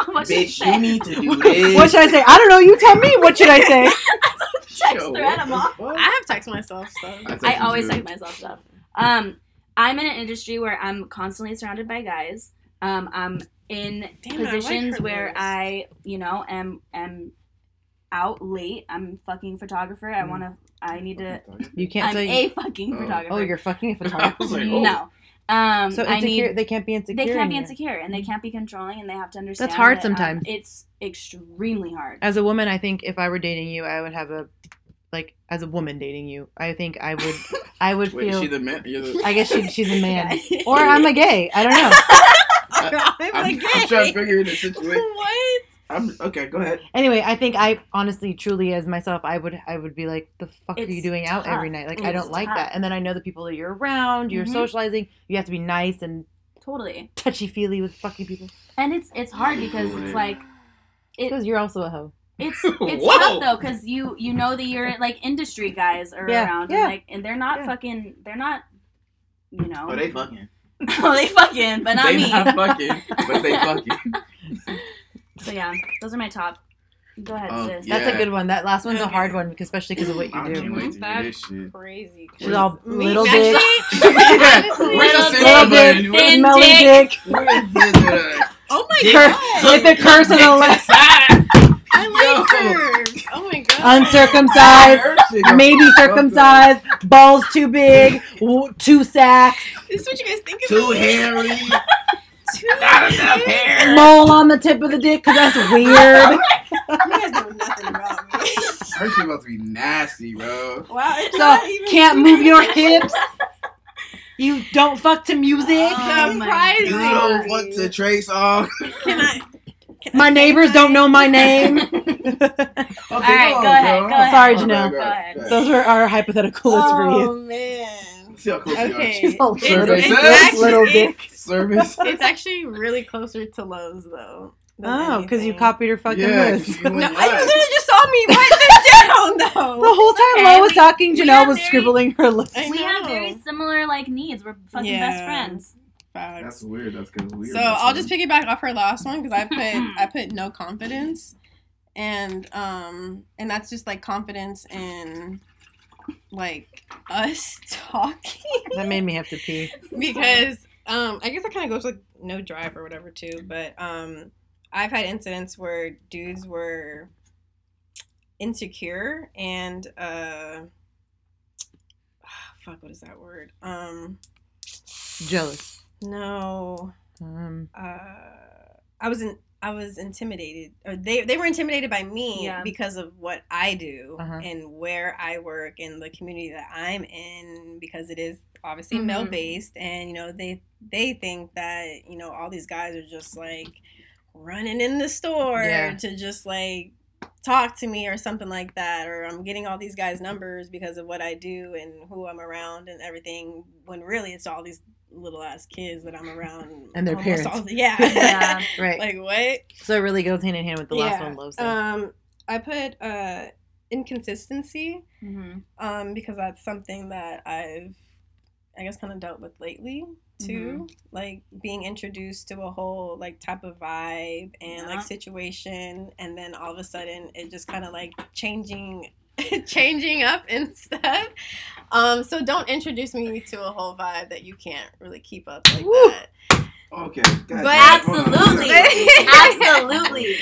what she
Bitch, you
said.
need to do this.
what should I say? I don't know. You tell me. What should I say?
text
Yo,
thread
what
them
the
all.
fuck?
I have text myself so.
text
I
them
always
too.
psych myself stuff. Um, I'm in an industry where I'm constantly surrounded by guys. Um, I'm in
Damn, I like
positions
her
where
voice.
I, you know, am am out late. I'm fucking photographer. I
Mm.
want to. I need to.
You can't
I'm
say.
a fucking
Oh.
photographer.
oh, you're fucking a
I was
photographer.
like, oh.
no. Um,
So
I
insecure.
need.
they can't be insecure.
They can't
in
be
you.
insecure and they can't be controlling and they have to understand.
hard
that, um,
sometimes.
it's extremely hard.
As a woman, I think if I were dating you, I would have a like as a woman dating you. I think I would. I would
Wait, is
feel.
she the man? You're the,
I guess she, she's a man,
Yeah.
or I'm a gay. I don't know.
I'm
I'm,
like,
I'm trying to figure this situation.
what?
I'm okay. Go ahead.
Anyway, I think I honestly, truly, as myself, I would, I would be like, the fuck are you
It's
doing out
tough.
every night? Like, I
It's
don't like
tough.
that. And then I know the people that you're around. You're
Mhm.
socializing. You have to be nice and
Totally.
touchy feely with fucking people
And it's it's hard because it's like it,
because you're also a hoe.
It's it's
Whoa.
tough though because you you know that you're like industry guys are
Yeah,
around
yeah,
and like and they're not
yeah.
fucking they're not you know
Oh, they fucking.
Oh, they fucking but not
they
me
not fucking, but they fucking.
so yeah those are my top go ahead
Oh,
sis
yeah.
That's a good one. That last one's a
Okay.
hard one, because, especially because of what
I can't
you do.
wait to hear this shit.
Crazy.
She's all little
Actually,
dick,
Yeah,
honestly,
Little
where's the censor button?
dick,
thin
smelly
dick.
dick.
Where's the censor button?
Oh my
Dick.
god.
With the curse of the
Dick
Lord.
to side.
I like
Yo.
curves. Oh my god.
Uncircumcised,
Hershey, yo.
maybe circumcised, balls too big, w- two sacks,
this is what you guys think of
Too
me?
hairy.
Two
Not enough
hair.
hair.
mole on the tip of the dick, because that's weird.
You guys know nothing about me.
Hershey about to be nasty, bro.
Wow. it's
So
not even-
can't move your hips. You don't fuck to music.
Oh my
Surprising.
You don't want to trace off.
Can I? can
My
I say
neighbors
hi?
don't know my name.
Okay,
right,
on,
go ahead,
girl.
go ahead.
Sorry,
Okay,
Janelle.
go
Go ahead.
ahead, go ahead.
Those are our hypothetical lists for you.
Oh man.
See how close we are.
Okay.
She's all
It's-
survey
it's
says
actually-
little dick.
Service.
It's actually really closer to Lowe's though. than
Oh, because you
anything.
copied her fucking
yeah, 'cause
list.
you
No,
went
I
last.
literally just saw me write this down
The
though.
whole time
okay,
Lo was
we-
talking,
we
Janelle
are
was
very-
scribbling her list.
I
We have
know.
very similar like needs. We're fucking best
Yeah.
friends.
That's weird. That's because weird.
So I'll just piggyback off her last one because I put I put no confidence, and um and that's just like confidence in like us talking
That made me have to pee.
because um I guess that kind of goes with no drive or whatever too. But um I've had incidents where dudes were insecure and uh ah, fuck what is that word um
Jealous.
no
Um,
uh, I was in, I was intimidated, or they they were intimidated by me
Yeah.
because of what I do
Uh-huh.
and where I work and the community that I'm in because it is obviously
Mm-hmm.
Mhm.
male based, and you know they they think that you know all these guys are just like running in the store
Yeah.
to just like talk to me or something like that or i'm getting all these guys numbers because of what i do and who i'm around and everything when really it's all these little ass kids that i'm around
And their
almost
parents.
all- yeah,
Yeah.
right.
like what
so it really goes hand in hand with the last
Yeah.
one, Lo said.
um i put uh inconsistency
hmm
um because that's something that i've i guess kind of dealt with lately
Mm-hmm.
too like being introduced to a whole like type of vibe and
Yeah.
like situation and then all of a sudden it just kind of like changing changing up and stuff um so don't introduce me to a whole vibe that you can't really keep up like
Woo.
that
Okay.
But-
Absolutely. Absolutely.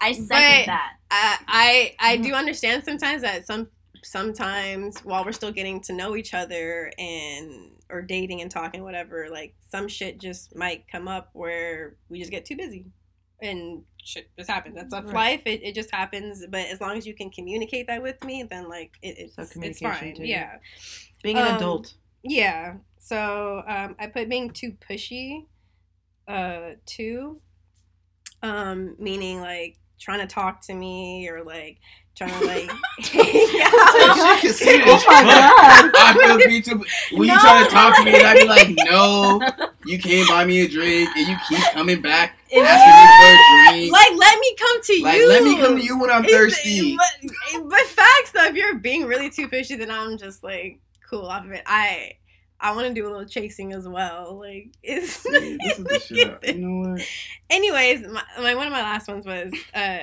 I second
But-
that.
I I I
Mm-hmm.
do understand sometimes that some sometimes while we're still getting to know each other and or dating and talking whatever, like some shit just might come up where we just get too busy and shit just happens. That's that's
Right.
life. It, it just happens. But as long as you can communicate that with me, then like it, it's
So
it's
communication
fine.
too.
Yeah,
Being an
um,
adult.
yeah. So um, I put being too pushy, uh, too, um, meaning like trying to talk to me or like trying to like. yeah.
I can see
Oh
this.
my God.
I feel me too. When you try to talk to me, and I be like, "No, you can't buy me a drink," and you keep coming back
If-
asking me for a drink.
Like let me come to
Like,
you.
let me come to you when I'm
It's-
thirsty.
But, eh, but facts though, if you're being really too pushy, then I'm just like cool off of it. I I want to do a little chasing as well. Like it's.
See, this is the shit. You know what?
anyways my, my one of my last ones was uh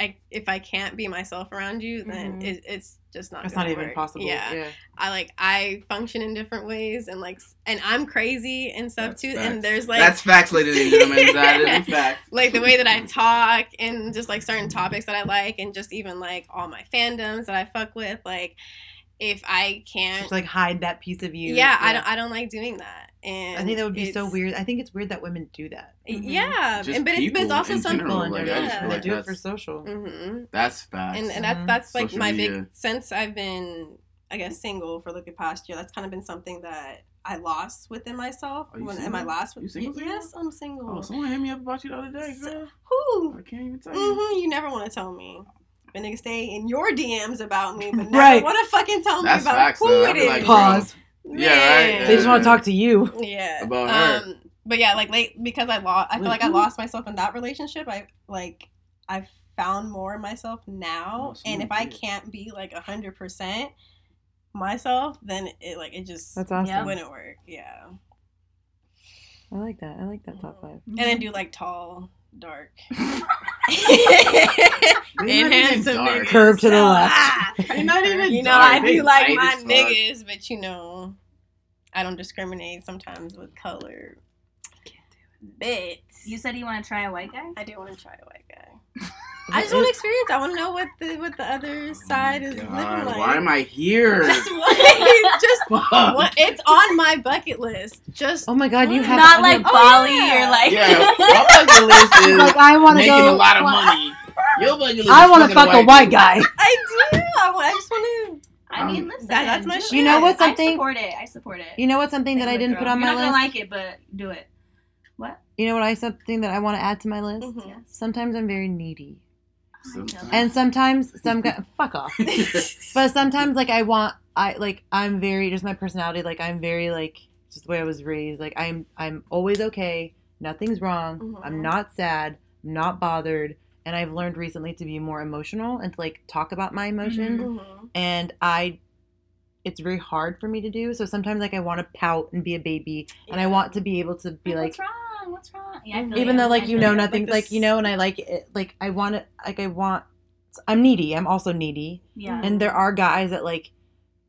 I, if i can't be myself around you then
Mhm.
it, it's just not
That's not
gonna
even
work.
possible.
yeah.
Yeah.
i like i function in different ways and like s- and i'm crazy and stuff
That's
too
facts.
and there's like
That's facts, ladies and gentlemen. That is a fact.
like the way that I talk and just like certain topics that I like and just even like all my fandoms that I fuck with like if I can't
Just like hide that piece of you.
yeah, I don't I don't like doing that and
I think that would be so
it's-
weird. Mm-hmm. I think it's weird that women do that.
Mhm.
yeah
Just
and, but, it's, but it's
people
also
in
something
general, like,
I just feel
they
like
do it for
that's-
social.
hmm
That's facts.
and and that's
Mhm.
that's like
Social
my big
media.
since I've been I guess single for like the past year. That's kind of been something that I lost within myself.
Are you
When am I
single?
lost? With,
You single, single?
Yes, I'm single.
oh, someone hit me up about you the other day, girl.
Who?
I can't even tell you.
hmm You never want to tell me. But niggas stay in your DMs about me, but never
Right.
want to fucking tell me
That's
about
facts,
who
though. I'd
it
be
is.
like, bro,
Pause.
Yeah, right,
Man.
They just want to
Yeah.
talk to you.
Yeah.
About her. Mm-hmm.
Um, but yeah, like late because I lost. I feel like I lost myself in that relationship. I like I found more in myself now,
Oh, so
and
you
if I
did.
can't be like a hundred percent myself, then it like it just
That's awesome.
Yeah.
wouldn't work. Yeah.
I like that. I like that top five.
And I
Mm-hmm.
do like tall, dark,
They're
and
not even
handsome
dark.
niggas.
Curve to the left.
Ah, You're not even. You know,
dark.
I
They
do like
light
my
as fuck.
niggas, but you know, I don't discriminate sometimes with color. But
You said you want to try a white guy?
I do want to try a white guy. I just want to experience. I want to know what the what the other side is living like.
Oh why am I here?
Just, what- just
Fuck.
what- it's on my bucket list. Just
Oh my god, you have
Mm. Not like
Oh,
Bali
yeah.
or like.
Yeah, my bucket list is
like I want to
making
go.
a lot of money. Your bucket list
I
is
want to
fucking
fuck a white guy.
I do. I, wa- I just want to.
I mean, listen.
That- that's my
do
shit.
it.
You know
what,
I
something-
support it. I support it.
You know what? Something that I didn't put on my
You're not
list.
gonna like it, but do it. What?
you know what? I something that I want to add to my list.
Mhm.
Mm-hmm.
Sometimes I'm very needy,
Oh my God.
and sometimes some guy, fuck off. But sometimes, like, I want, I like, I'm very just my personality. Like, I'm very like just the way I was raised. Like, I'm, I'm always okay. Nothing's wrong.
Mhm.
Mm-hmm.
I'm not sad. I'm not bothered. And I've learned recently to be more emotional and to like talk about my
Mm-hmm.
emotions.
Mhm.
And I, it's very hard for me to do. So sometimes, like, I want to pout and be a baby, and I want to be able to be like,
what's wrong? What's wrong? Oh, Yeah, I feel
even
you.
though
I
like you
feel
know
you.
nothing
Like
like,
this-
you know and i like it like i want it like i want i'm needy i'm also needy
Yeah.
and there are guys that like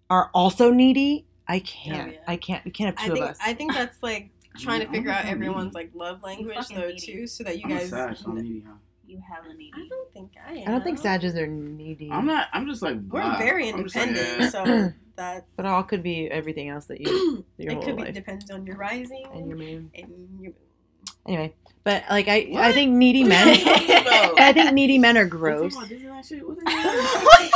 are also needy i can't
Oh, Yeah.
i can't we can't have
I
two
think
of us
I think that's like trying to
I'm
figure out
fucking
everyone's
needy.
like love language
fucking
though
needy.
too, so that you
I'm a
guys.
Sag, so I'm
I
needy, huh?
you hella needy.
don't think I. Am.
i don't think sages are needy
I'm not. I'm just like
We're
blah.
very
I'm just like,
independent,
eh.
so that
but all could be everything else that you your
it
whole
could be
life
depends on your rising
and your moon
and your
anyway but like i i
What?
think needy
What are you
men
talking about?
i think needy men are
Are you talking
gross
about Disneyland shit? What the hell?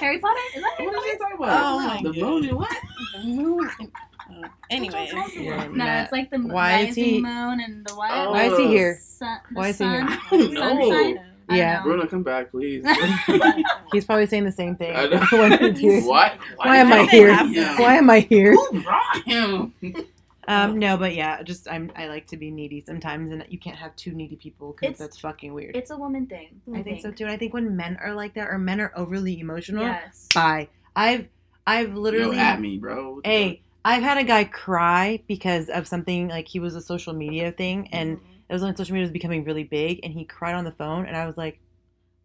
Harry Potter? Is that Harry
What are
Potter?
you talking about?
Oh my
the
God.
moon and what?
the moon. Uh, anyways,
Yeah,
No,
Matt.
it's like the
Why is
rising
he-
moon and the what?
Oh.
why is he here
Sun, the
Why is he here?
sun?
I don't
Sun
know.
sign? I
Yeah.
don't know.
Bruno, come back, please.
he's probably saying the same thing
I know.
Everyone's confused.
Why?
Why am
did
I
you
here?
have him?
why am i here
Who brought him?
Um, no, but yeah, just I'm I like to be needy sometimes, and you can't have two needy people
It's-
because that's fucking weird.
It's a woman thing.
I think so too, and I think when men are like that, or men are overly emotional,
Yes.
bye. I've I've
Yo,
literally
at me, bro.
hey, I've had a guy cry because of something like he was a social media thing, and
Mm-hmm.
it was when social media was becoming really big, and he cried on the phone, and I was like,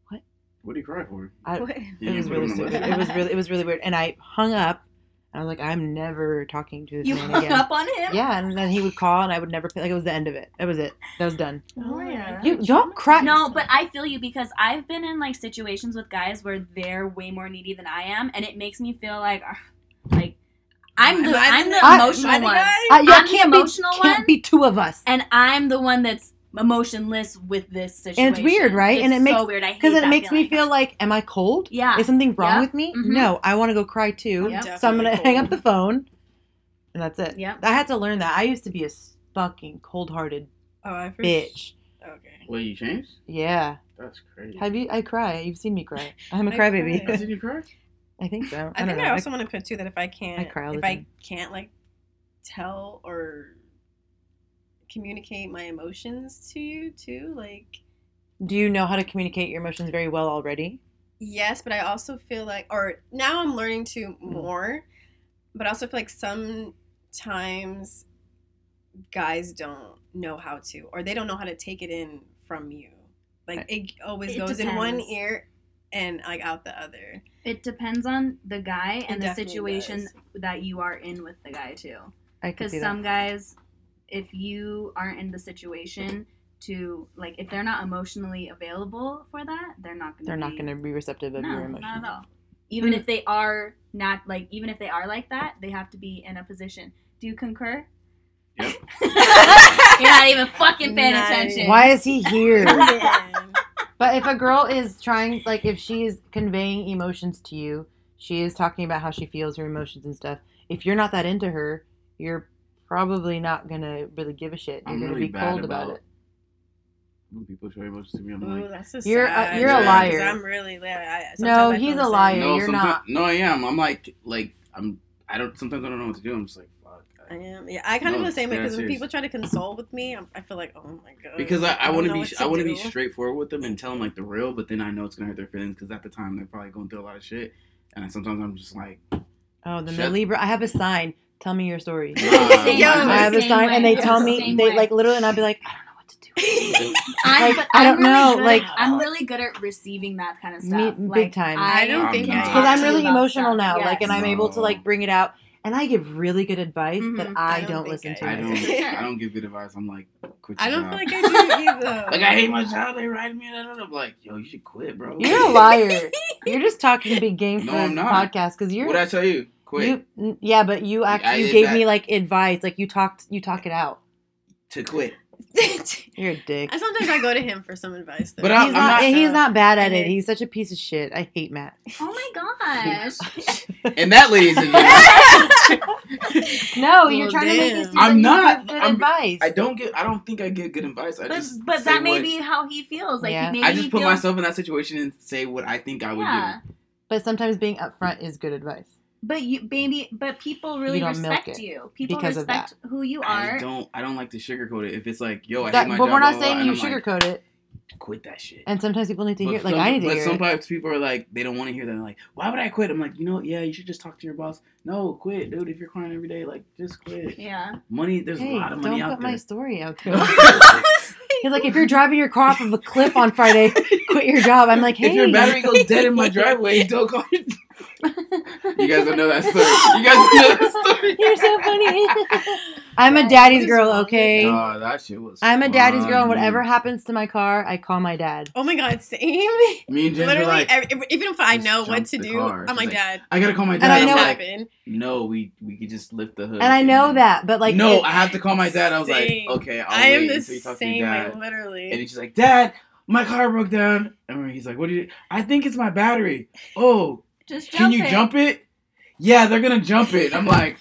what do you cry for?
I,
What?
You
it was
put him
really
on the list?
stupid. It was really it was really weird, and I hung up. And I was like, I'm never talking to this
You
man
hung
again.
up on him?
Yeah, and then he would call, and I would never like it was the end of it. That was it. That was done.
Oh, yeah.
You don't cry.
No, but I feel you because I've been in like situations with guys where they're way more needy than I am, and it makes me feel like, ah, like I'm the I'm the
I-
emotional one,
I, yeah,
I'm the
can't be-
emotional
can't
one.
be two of us.
and I'm the one that's emotionless with this situation.
it's weird, right?
It's
And it
so
makes-
weird. I hate
Because it
that
makes
feeling.
me feel like, am I cold?
yeah.
Is something wrong
Yeah.
with me?
Mhm.
No, I want to go cry too.
Yeah.
So I'm gonna hang up the phone, and that's it.
Yep.
I had to learn that. I used to be a s- fucking cold-hearted
Oh, I for-
bitch.
Okay.
Wait, you changed?
Yeah.
That's crazy.
Have you? I cry. You've seen me cry. I'm a
I
crybaby.
cry.
Did you cry?
I think so.
I,
I, don't
think
know.
I also want to put too that if I can't,
I cry all the
if I
time.
can't like tell or communicate my emotions to you too, like
Do you know how to communicate your emotions very well already?
yes, but I also feel like, or now I'm learning to
Hmm.
more, but I also feel like sometimes guys don't know how to, or they don't know how to take it in from you. Like it always
It
goes in one
depends.
ear and like out the other.
It depends on the guy and the
definitely
situation
does.
that you are in with the guy too.
I could
Because
see that.
some guys, if you aren't in the situation to like, if they're not emotionally available for that, they're not gonna.
They're not
be-
going to be receptive of
no,
your emotions.
not at all. Even if they are not like, even if they are like that, they have to be in a position. Do you concur?
Yep.
You're not even fucking paying
Not
attention.
even.
Why is he here?
Man.
But if a girl is trying, like, if she is conveying emotions to you, she is talking about how she feels, her emotions and stuff. If you're not that into her, you're probably not gonna really give a shit. You're
I'm
gonna
really
be
bad
cold about,
about-
it.
When people show emotions to me, I'm
Ooh,
like,
that's so
You're a-
sad.
you're
a
Yeah, 'cause
liar.
I'm really. Yeah, I,
No,
sometimes I feel
he's a
the same.
liar.
no,
you're
someti-
not.
No, I am. I'm like, like, I'm. I don't. Sometimes I don't know what to do. I'm just like, fuck.
I am. Yeah, I kind of feel
No,
the same way
yeah,
because when
serious.
people try to console with me, I'm, I feel like, oh my god.
Because I, I
don't
want to
know
be
what
I want to be
do.
straightforward with them and tell them like the real, but then I know it's gonna hurt their feelings because at the time they're probably going through a lot of shit, and sometimes I'm just like,
Oh, then the
Shut-
Libra. I have a sign. Tell me your story.
Yo,
I have a
Same
sign,
way.
and they
Yeah,
tell me
same
they
way.
like literally, and I'd be like, I don't know what to do.
I'm,
Like, I don't know,
Good,
like-
I'm really good at receiving that kind of
Me-
stuff.
big
like,
time.
I don't
I'm
think
not.
I
Because
talk
I'm
to you
really
about
emotional
stuff.
now,
Yes.
like, and I'm able to
No.
like bring it out. And I give really good advice that
Mhm.
I,
I don't
don't,
think
listen
I
to.
do.
I don't.
Yeah.
I don't give good advice. I'm like, quit.
I
your
don't
job.
feel like I do either.
Like I hate my job. They ride me. And I don't know. I'm like, yo, you should quit, bro.
You're a liar. you're just talking to be game
No,
for
I'm
the
not.
podcast because you're.
What I tell you, quit
You, n- yeah, but you
I
actually you
did
gave
that.
me like advice, like you talked, you talk it out.
to quit.
and
You're a dick.
sometimes I go to him for some advice. though.
But I-
he's not,
not-
and he's not bad at it.
And
He's such a piece of shit. I hate Matt.
Oh my gosh.
And that, ladies and gentlemen,
No,
Well,
you're trying to make
damn.
it seem
I'm
like you
not.
give good
I'm-
advice.
I don't get. I don't think I get good advice. I
but
just
but
say
that may
what-
be how he feels. Like
Yeah.
maybe
I
he
just put
feels-
myself in that situation and say what I think I would
Yeah.
do.
But sometimes being upfront is good advice.
But you, baby, but people really
don't milk
respect
it
you. People
because of
respect who you
I
are.
don't. I don't like to sugarcoat it. If it's like, yo, Oh, I
That-
hate my
but
job.
we're
blah,
not
blah,
saying
blah,
you
and I'm like,
sugarcoat it.
quit that shit.
And sometimes people need to hear,
But
like
some-
I need to
But
hear. it.
sometimes people are like, they don't want to hear that. Like, why would I quit? I'm like, you know, yeah, you should just talk to your boss. No, quit, dude. If you're crying every day, like, just quit.
Yeah.
Money, there's
Hey,
a lot of
don't
money
put
out
my
there.
story out there. He's like, if you're driving your car off of a cliff on Friday, quit your job. I'm like, hey,
If your battery goes dead in my driveway, don't call. you guys don't know that story. You guys don't know that story.
you're so funny. I'm a daddy's girl, okay?
Oh, that shit was.
I'm a daddy's girl, and
funny.
whatever happens to my car, I call my dad.
oh my god, same.
Me and Jen were
Literally,
like,
every, even if I
Just
know what
jump
to
the
do,
car.
I'm
She's
like,
like,
Dad,
I gotta call my dad.
And I
this
know-
am like,
happened.
no, we we could just lift the hood.
And I know that, but like,
no,
it-
I have to call my dad. I was
Same.
like, okay, I'll
I am
wait
the
until you talk to
same
your
way,
dad. And
literally.
he's just like, Dad, my car broke down. And he's like, What do you? I think it's my battery. Oh,
Just
can you jump it? Yeah, they're gonna jump it. I'm like,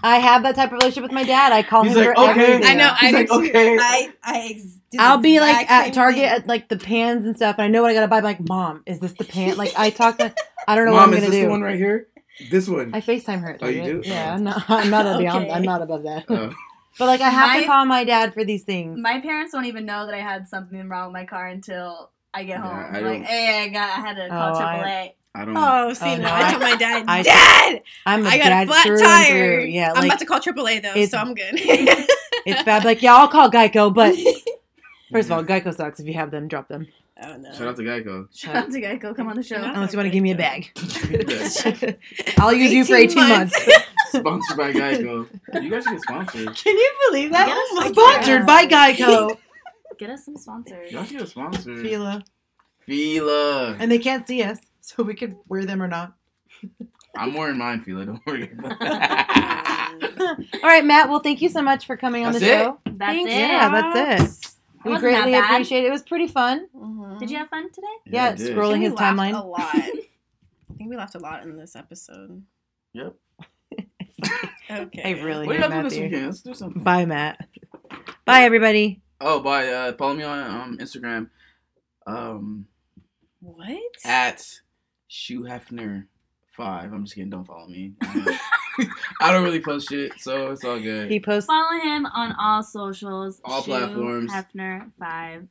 I have that type of relationship with my dad. I call
He's
him
like,
for
okay.
everything.
I know. I
He's like,
do too.
okay.
I, I ex- do the
I'll be
exact
like at
same
Target
thing.
at like the pans and stuff, and I know what I gotta buy. I'm like, Mom, is this the pan? Like, I talk to, I don't know
Mom,
what
is this
I'm gonna do.
the one right here? This one.
I FaceTime her. at
Oh, you
Target.
do?
Yeah,
Oh.
I'm not, I'm not a beyond,
Okay.
I'm not above that.
Uh,
But like, I have to
My-
call my dad for these things.
My parents don't even know that I had something wrong with my car until I get
Yeah,
home.
I
I'm
don't-
like, hey, I got, I had to call
Oh, I-
AAA.
I don't.
Oh, see,
Oh,
no,
no,
I
I-
told my dad,
I-
Dad,
I'm a
I got
dad
a flat
through and
tire.
through. Yeah,
I'm
like
about to call AAA though,
it's-
so I'm good.
it's bad. Like, yeah, I'll call Geico, but first of all, Geico sucks. If you have them, drop them
oh no.
Shout out to Geico.
Shout out to Geico. Come on the show.
Yeah.
unless you want to give me a bag.
Yeah.
I'll use you
18
for eighteen months.
months.
Sponsored by Geico. You guys should get sponsored.
Can you believe that?
Yes.
Oh my God.
Sponsored by Geico.
Get us some sponsors.
Y'all should get sponsored. Fila.
Fila, and they can't see us, so we could wear them or not.
I'm wearing mine, Fila. Don't worry.
All right, Matt. Well, thank you so much for coming on
That's
the
it?
show.
That's
Thanks.
it.
Yeah, that's it. We
wasn't that
greatly
bad.
appreciate it. It was pretty fun.
Mhm.
Did you have fun today?
Yeah,
I did.
scroll- Rolling
I
his
think we laughed
timeline.
A lot. I think we laughed a lot in this episode.
Yep.
Okay.
I really
What are y'all
hate
doing this
Matthew.
weekend? Let's do something.
Bye, Matt. Bye, everybody.
Oh, bye. Uh, follow me on um, Instagram um,
What?
at Shoe Hefner five. I'm just kidding. Don't follow me. I don't- I don't really post shit, so it's all good.
He posts.
Follow him on all socials.
All
Shu
platforms.
Hefner five,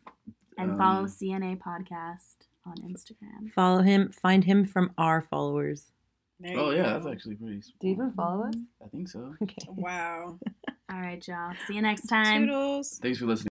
and
Um,
follow CNA podcast on Instagram.
Follow him. Find him from our followers.
There you
oh yeah, that's
go.
actually pretty. small.
Do you even follow us?
I think so.
Okay.
Wow.
All right, y'all. See you next time.
Toodles.
Thanks for listening.